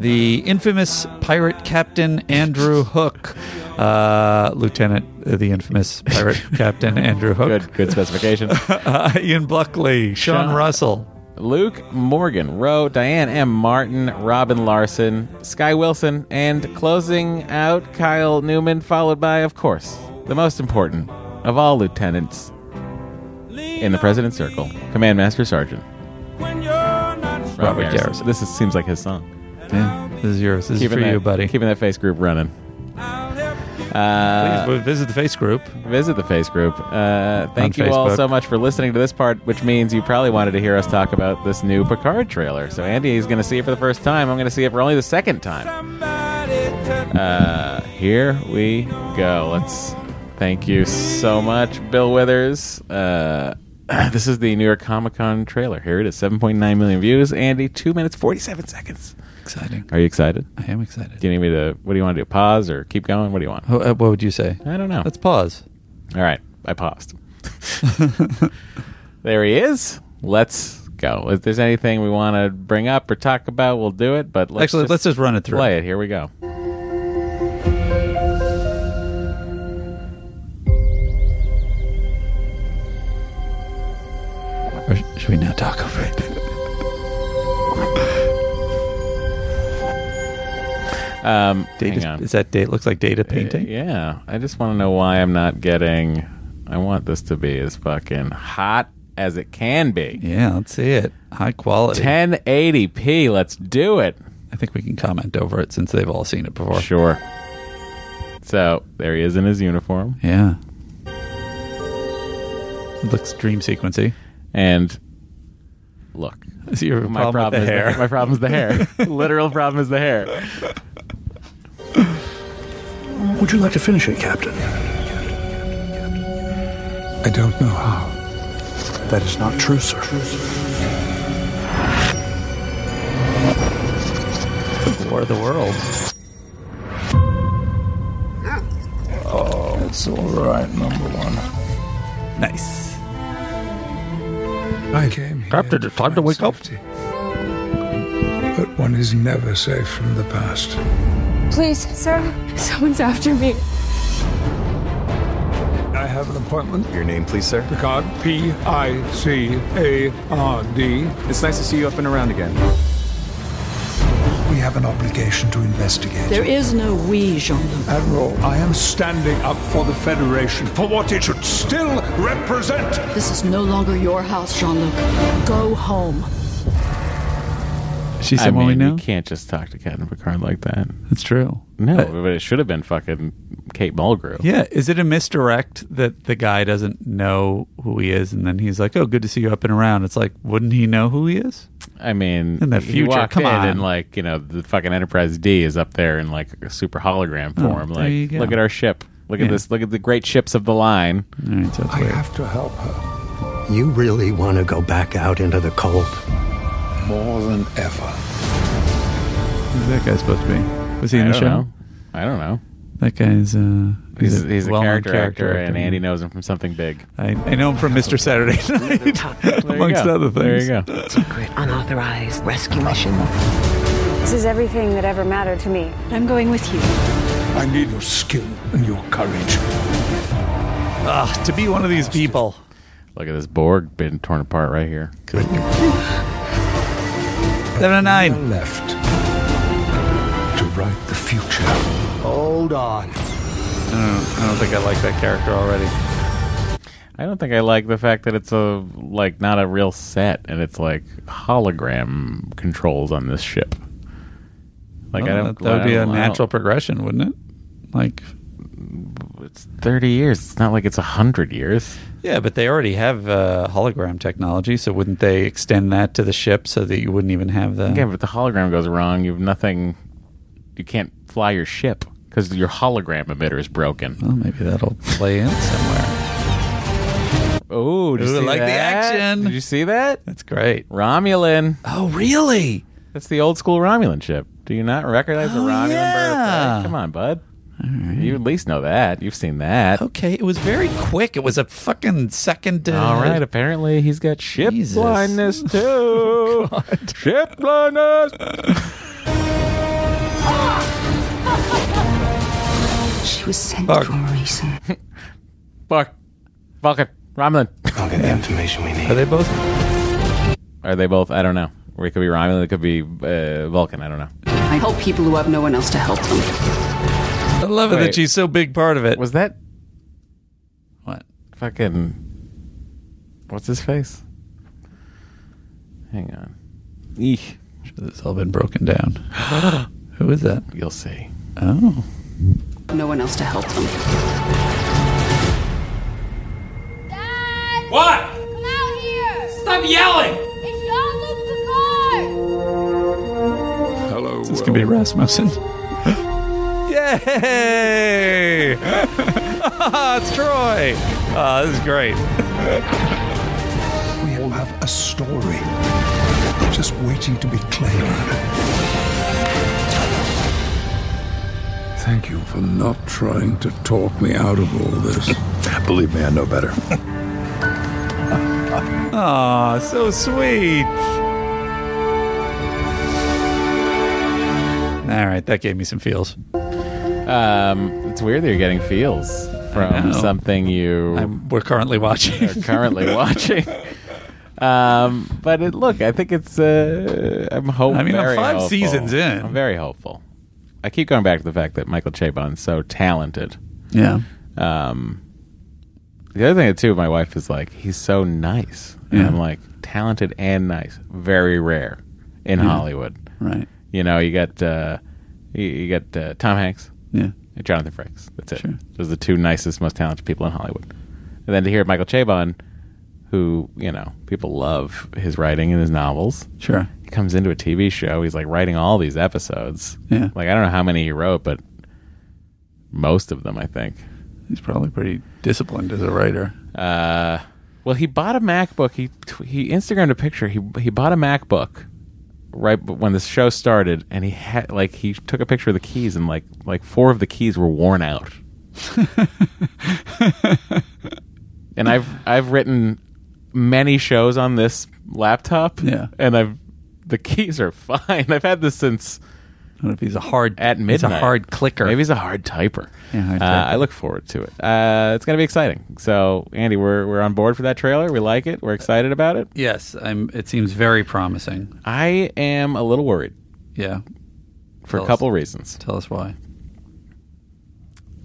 Speaker 2: The infamous pirate captain Andrew Hook, uh, Lieutenant, uh, the infamous pirate captain Andrew Hook,
Speaker 1: Good, good specification.
Speaker 2: uh, Ian Buckley, Sean
Speaker 1: Sean-
Speaker 2: Russell,
Speaker 1: Luke Morgan Rowe, Diane M. Martin, Robin Larson, Sky Wilson, and closing out Kyle Newman, followed by, of course, the most important of all lieutenants, in the President's Circle, Command Master Sergeant. Robert Garrison. This is, seems like his song.
Speaker 2: Yeah, this is yours. This
Speaker 1: Keeping
Speaker 2: is for
Speaker 1: that-
Speaker 2: you, buddy.
Speaker 1: Keeping that face group running. Uh,
Speaker 2: Please visit the face group.
Speaker 1: Visit the face group. Uh, thank
Speaker 2: On
Speaker 1: you all
Speaker 2: Facebook.
Speaker 1: so much for listening to this part, which means you probably wanted to hear us talk about this new Picard trailer. So Andy is going to see it for the first time. I'm going to see it for only the second time. Uh, here we go. Let's thank you so much, Bill Withers. Uh, this is the New York Comic Con trailer. Here it is, 7.9 million views. Andy, two minutes forty-seven seconds.
Speaker 2: Exciting.
Speaker 1: Are you excited?
Speaker 2: I am excited.
Speaker 1: Do you need me to? What do you want to do? Pause or keep going? What do you want?
Speaker 2: Wh- uh, What would you say?
Speaker 1: I don't know.
Speaker 2: Let's pause.
Speaker 1: All right, I paused. there he is. Let's go. If there's anything we want to bring up or talk about, we'll do it. But let's
Speaker 2: Actually,
Speaker 1: just
Speaker 2: let's just run it through.
Speaker 1: Play it. Here we go.
Speaker 2: Or sh- should we not talk over it?
Speaker 1: Um,
Speaker 2: Data-
Speaker 1: hang on. Uh,
Speaker 2: is that date? Looks like data painting.
Speaker 1: yeah, I just want to know why I'm not getting. I want this to be as fucking hot as it can be.
Speaker 2: Yeah, let's see it. High quality.
Speaker 1: 1080p. Let's do it.
Speaker 2: I think we can comment over it since they've all seen it before.
Speaker 1: Sure. So there he is in his uniform.
Speaker 2: Yeah. It looks dream sequency.
Speaker 1: And look,
Speaker 2: Is your problem with the
Speaker 1: is
Speaker 2: hair?
Speaker 1: my problem is the hair. Literal problem is the hair.
Speaker 6: Would you like to finish it, Captain? I don't know how. That is not true, sir.
Speaker 2: War of the World.
Speaker 6: Oh, it's all right, number one.
Speaker 2: Nice.
Speaker 6: I came here
Speaker 2: Captain,
Speaker 6: to
Speaker 2: it's time to
Speaker 6: find
Speaker 2: wake up.
Speaker 6: safety. But one is never safe from the past.
Speaker 19: Please, sir, someone's after me.
Speaker 6: I have an appointment. Your name, please, sir? Picard. P I C A R D. It's nice to see you up and around again. We have an obligation to investigate.
Speaker 23: There is no we, Jean Luc.
Speaker 6: Admiral, I am standing up for the Federation, for what it should still represent.
Speaker 23: This is no longer your house, Jean Luc. Go home.
Speaker 2: She
Speaker 1: I
Speaker 2: said, "Well, we
Speaker 1: mean,
Speaker 2: know."
Speaker 1: you can't just talk to Captain Picard like that.
Speaker 2: That's true.
Speaker 1: No, but it should have been fucking Kate Mulgrew.
Speaker 2: Yeah, is it a misdirect that the guy doesn't know who he is, and then he's like, "Oh, good to see you up and around." It's like, wouldn't he know who he is?
Speaker 1: I mean,
Speaker 2: In the
Speaker 1: he
Speaker 2: future,
Speaker 1: walked
Speaker 2: come
Speaker 1: in
Speaker 2: on.
Speaker 1: and like you know the fucking Enterprise D is up there in like a super hologram
Speaker 2: Oh,
Speaker 1: form.
Speaker 2: there you
Speaker 1: like,
Speaker 2: go.
Speaker 1: look at our ship. Look
Speaker 2: Yeah.
Speaker 1: at this. Look at the great ships of the line.
Speaker 6: I have to help her
Speaker 24: You really want to go back out into the cold?
Speaker 6: more than ever.
Speaker 2: Who's that guy supposed to be? Was he in the
Speaker 1: I don't
Speaker 2: show?
Speaker 1: know. I don't know.
Speaker 2: That guy's uh,
Speaker 1: He's, he's a
Speaker 2: well-known Uh,
Speaker 1: character, actor, and Andy knows him from something big.
Speaker 2: I, I know him from Mr. Saturday Night,
Speaker 1: you
Speaker 2: amongst
Speaker 1: go.
Speaker 2: other
Speaker 1: There you
Speaker 2: things.
Speaker 1: go.
Speaker 23: Secret, unauthorized rescue mission.
Speaker 19: This is everything that ever mattered to me.
Speaker 23: I'm going with you.
Speaker 6: I need your skill and your courage.
Speaker 2: Ah, to be one of these people.
Speaker 1: Look at this Borg being torn apart right here.
Speaker 2: Seven and nine.
Speaker 6: Left to write the future. Hold on.
Speaker 2: I don't, I don't think I like that character already.
Speaker 1: I don't think I like the fact that it's a like not a real set and it's like hologram controls on this ship. Like I
Speaker 2: Well, Oh,
Speaker 1: don't.
Speaker 2: that, that would be
Speaker 1: I
Speaker 2: a
Speaker 1: don't- I don't-
Speaker 2: natural progression, wouldn't it? Like,
Speaker 1: It's thirty years. It's not like it's hundred years.
Speaker 2: yeah, but they already have uh, hologram technology, so wouldn't they extend that to the ship so that you wouldn't even have the?
Speaker 1: Yeah, but if the hologram goes wrong. You have nothing. You can't fly your ship because your hologram emitter is broken.
Speaker 2: Well, maybe that'll play in somewhere.
Speaker 1: Oh, did
Speaker 2: Ooh,
Speaker 1: you
Speaker 2: I
Speaker 1: see
Speaker 2: like the
Speaker 1: that?
Speaker 2: action.
Speaker 1: Did you see that?
Speaker 2: That's great.
Speaker 1: Romulan.
Speaker 2: Oh, really? Oh,
Speaker 1: That's the old school Romulan ship. Do you not recognize the Romulan
Speaker 2: yeah.
Speaker 1: birthday? Come on, bud. You at least know that. You've seen that.
Speaker 2: Okay, it was very quick. It was a fucking second. Uh,
Speaker 1: All right. Apparently, he's got ship
Speaker 2: Jesus.
Speaker 1: blindness
Speaker 2: Oh,
Speaker 1: too. ship blindness.
Speaker 23: She was sent
Speaker 1: Fuck.
Speaker 23: for a reason.
Speaker 1: Fuck. Fuck it. Romulan.
Speaker 24: I'll get the information we need.
Speaker 2: Are they both?
Speaker 1: Are they both? I don't know. Or it could be Romulan. It could be uh, Vulcan. I don't know.
Speaker 23: I help people who have no one else to help them.
Speaker 2: I love it
Speaker 1: Wait.
Speaker 2: that she's so big part of it.
Speaker 1: Was that
Speaker 2: What?
Speaker 1: fucking What's his face? Hang on. Eek.
Speaker 2: It's all been broken down. Who is that?
Speaker 1: You'll see.
Speaker 2: Oh.
Speaker 23: No one else to help them.
Speaker 3: What? Come out here! Stop yelling!
Speaker 2: Hello. It's going to be Rasmussen. Yay! it's Troy. Uh, this is great.
Speaker 6: We all have a story just waiting to be claimed.
Speaker 4: Thank you for not trying to talk me out of all this. Believe me, I know better.
Speaker 2: Aw, Ah, so sweet. All right, that gave me some feels.
Speaker 1: Um, it's weird that you're getting feels
Speaker 2: know.
Speaker 1: from something you
Speaker 2: we're currently watching.
Speaker 1: Are currently watching. Um, but it, look, I think it's. Uh, I'm hopeful.
Speaker 2: I mean, I'm five seasons in.
Speaker 1: I'm very hopeful. I keep going back to the fact that Michael Chabon's so talented.
Speaker 2: Yeah.
Speaker 1: Um, the other thing too, my wife is like, he's so nice. And
Speaker 2: Yeah.
Speaker 1: I'm like, talented and nice, very rare in
Speaker 2: Yeah.
Speaker 1: Hollywood.
Speaker 2: Right.
Speaker 1: You know, you got uh, you, you got uh, Tom Hanks.
Speaker 2: Yeah.
Speaker 1: And Jonathan Frakes. That's it. Those are the two nicest, most talented people in Hollywood. And then to hear Michael Chabon, who you know people love his writing and his novels.
Speaker 2: Sure.
Speaker 1: He comes into a TV show. He's like writing all these episodes.
Speaker 2: Yeah.
Speaker 1: Like I don't know how many he wrote, but most of them, I think.
Speaker 2: He's probably pretty disciplined as a writer.
Speaker 1: Uh, well, he bought a MacBook. He tw- he Instagrammed a picture. He he bought a MacBook right b- when the show started, and he had like he took a picture of the keys, and like like four of the keys were worn out. and I've I've written many shows on this laptop.
Speaker 2: Yeah.
Speaker 1: and I've the keys are fine. I've had this since.
Speaker 2: I don't know if he's a hard
Speaker 1: at midnight.
Speaker 2: He's a hard clicker.
Speaker 1: Maybe he's a hard typer.
Speaker 2: Yeah, hard
Speaker 1: Uh,
Speaker 2: typer.
Speaker 1: I look forward to it. Uh, it's going to be exciting. So, Andy, we're we're on board for that trailer. We like it. We're excited about it.
Speaker 2: Yes, I'm. It seems very promising.
Speaker 1: I am a little worried.
Speaker 2: Yeah,
Speaker 1: for
Speaker 2: Tell
Speaker 1: a
Speaker 2: us-
Speaker 1: couple reasons.
Speaker 2: Tell us why.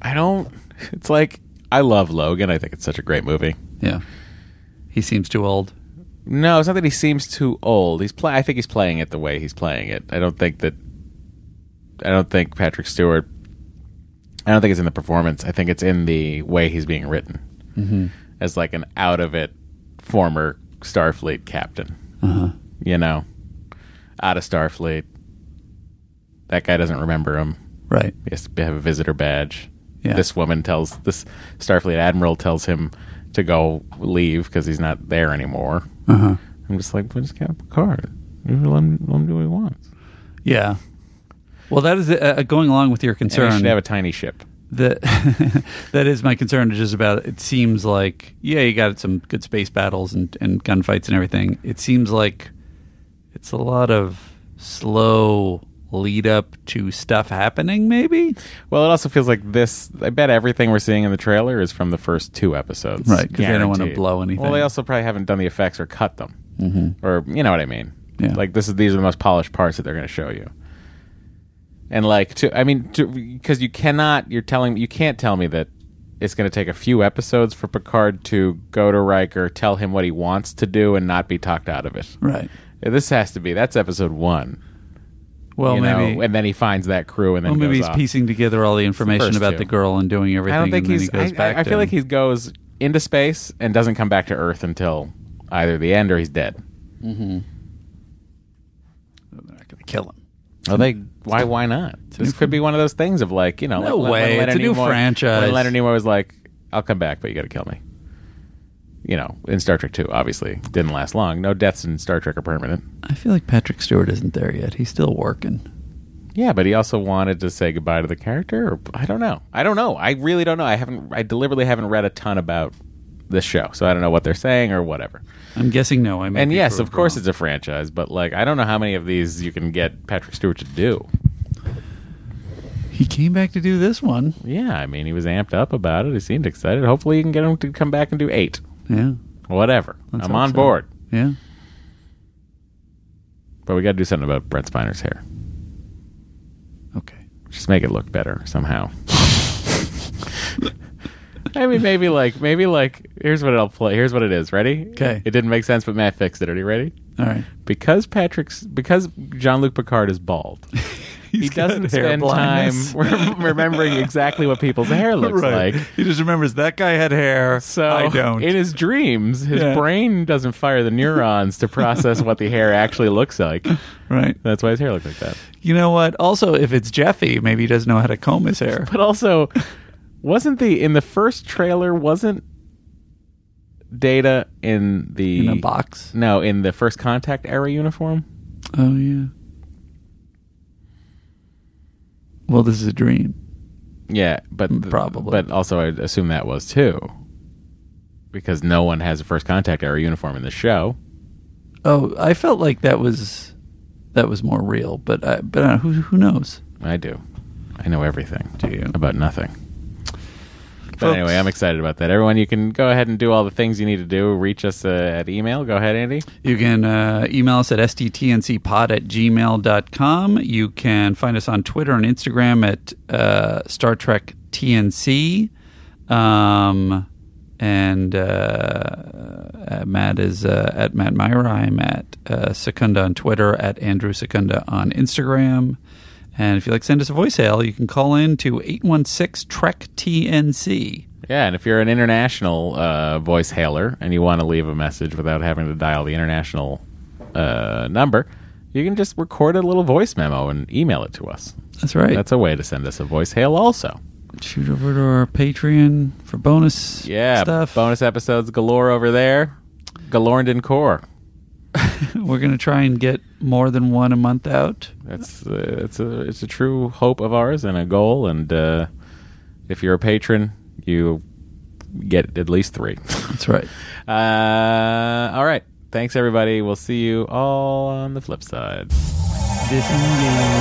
Speaker 1: I don't. It's like I love Logan. I think it's such a great movie.
Speaker 2: Yeah. He seems too old.
Speaker 1: No, it's not that he seems too old. He's play. I think he's playing it the way he's playing it. I don't think that. I don't think Patrick Stewart. I don't think it's in the performance. I think it's in the way he's being written,
Speaker 2: Mhm.
Speaker 1: as like an out of it former Starfleet captain.
Speaker 2: Uh-huh.
Speaker 1: You know, out of Starfleet. That guy doesn't remember him.
Speaker 2: Right.
Speaker 1: He has to have a visitor badge.
Speaker 2: Yeah.
Speaker 1: This woman tells this Starfleet admiral tells him to go leave because he's not there anymore.
Speaker 2: Uh-huh.
Speaker 1: I'm just like, where's Captain Picard? Let him, let him do what he wants.
Speaker 2: Yeah. Well, that is uh, going along with your concern.
Speaker 1: And he should have a tiny ship.
Speaker 2: that that is my concern. Just about it seems like yeah, you got some good space battles and and gunfights and everything. It seems like it's a lot of slow lead up to stuff happening. Maybe
Speaker 1: Well, it also feels like this. I bet everything we're seeing in the trailer is from the first two episodes,
Speaker 2: Right, 'cause they don't wanna
Speaker 1: Guaranteed.
Speaker 2: blow
Speaker 1: Well,
Speaker 2: anything.
Speaker 1: they also probably haven't done the effects or cut them,
Speaker 2: Mhm.
Speaker 1: or you know what I mean.
Speaker 2: Yeah.
Speaker 1: Like this is these are the most polished parts that they're going to show you. And like, to, I mean, because you cannot. You're telling you can't tell me that it's going to take a few episodes for Picard to go to Riker, tell him what he wants to do, and not be talked out of it.
Speaker 2: Right.
Speaker 1: This has to be that's episode one.
Speaker 2: Well,
Speaker 1: You know,
Speaker 2: maybe-
Speaker 1: and then he finds that crew, and then
Speaker 2: well, maybe
Speaker 1: goes
Speaker 2: he's
Speaker 1: off.
Speaker 2: piecing together all the information
Speaker 1: first
Speaker 2: about
Speaker 1: two.
Speaker 2: the girl and doing everything.
Speaker 1: I don't think
Speaker 2: and then
Speaker 1: he's.
Speaker 2: he goes
Speaker 1: I,
Speaker 2: back.
Speaker 1: I, I
Speaker 2: to-
Speaker 1: feel like he goes into space and doesn't come back to Earth until either the end or he's dead. Mm-hmm.
Speaker 2: Mhm. They're not going to kill him.
Speaker 1: Oh, they why why not? This could be one of those things of like you know,
Speaker 2: No
Speaker 1: like,
Speaker 2: way. It's a new
Speaker 1: Nimoy-
Speaker 2: franchise.
Speaker 1: When Leonard Nimoy was like, "I'll come back, but you got to kill me." You know, in Star Trek Two, obviously didn't last long. No deaths in Star Trek are permanent.
Speaker 2: I feel like Patrick Stewart isn't there yet. He's still working.
Speaker 1: Yeah, but he also wanted to say goodbye to the character. Or, I don't know. I don't know. I really don't know. I haven't. I deliberately haven't read a ton about this show, so I don't know what they're saying or whatever.
Speaker 2: I'm guessing no. I might
Speaker 1: and
Speaker 2: be
Speaker 1: yes,
Speaker 2: proved
Speaker 1: of course, it's a franchise, but like I don't know how many of these you can get Patrick Stewart to do.
Speaker 2: He came back to do this one.
Speaker 1: Yeah, I mean, he was amped up about it. He seemed excited. Hopefully, you can get him to come back and do eight.
Speaker 2: Yeah.
Speaker 1: Whatever.
Speaker 2: Let's
Speaker 1: I'm
Speaker 2: hope
Speaker 1: on
Speaker 2: so.
Speaker 1: board.
Speaker 2: Yeah.
Speaker 1: But we got to do something about Brent Spiner's hair.
Speaker 2: Okay.
Speaker 1: Just make it look better somehow. I mean, maybe like maybe like Here's what it'll play. Here's what it is. Ready? Okay. It didn't make sense, but Matt fixed it. Are you ready?
Speaker 2: All right.
Speaker 1: Because Patrick's because Jean Luc Picard is bald. he doesn't
Speaker 2: got hair
Speaker 1: spend
Speaker 2: blindness.
Speaker 1: time remembering exactly what people's hair looks
Speaker 2: Right.
Speaker 1: like.
Speaker 2: He just remembers that guy had hair.
Speaker 1: So
Speaker 2: I don't.
Speaker 1: In his dreams, his
Speaker 2: Yeah.
Speaker 1: brain doesn't fire the neurons to process what the hair actually looks like.
Speaker 2: Right.
Speaker 1: That's why his hair looks like that.
Speaker 2: You know what? Also, if it's Jeffy, maybe he doesn't know how to comb his hair.
Speaker 1: But also, wasn't the in the first trailer wasn't Data in the
Speaker 2: In a
Speaker 1: box? No, in the first contact era uniform.
Speaker 2: Oh yeah. Well, this is a dream.
Speaker 1: Yeah, but
Speaker 2: Mm,
Speaker 1: probably. But also, I assume that was too, because no one has a first contact era uniform in the show.
Speaker 2: Oh, I felt like that was that was more real, but I, but I, who who knows?
Speaker 1: I do. I know everything. Do you about nothing? But
Speaker 2: Folks.
Speaker 1: anyway, I'm excited about that. Everyone, you can go ahead and do all the things you need to do. Reach us uh, at email. Go ahead, Andy.
Speaker 2: You can uh, email us at sttncpod at gmail.com. You can find us on Twitter and Instagram at uh, Star Trek TNC. Um, and uh, uh, Matt is uh, at Matt Myra. I'm at uh, Secunda on Twitter, at Andrew Secunda on Instagram. And if you'd like to send us a voicemail, you can call in to 816 Trek TNC.
Speaker 1: Yeah, and if you're an international uh, voice hailer and you want to leave a message without having to dial the international uh, number, you can just record a little voice memo and email it to us.
Speaker 2: That's right.
Speaker 1: That's a way to send us a voice hail, also.
Speaker 2: Shoot over to our Patreon for bonus
Speaker 1: Yeah,
Speaker 2: stuff.
Speaker 1: bonus episodes galore over there. Galorndon Core.
Speaker 2: We're gonna try and get more than one a month out.
Speaker 1: That's uh, it's a it's a true hope of ours and a goal. And uh, if you're a patron, you get at least three. That's
Speaker 2: right.
Speaker 1: uh, all right. Thanks everybody. We'll see you all on the flip side.
Speaker 2: Disengage.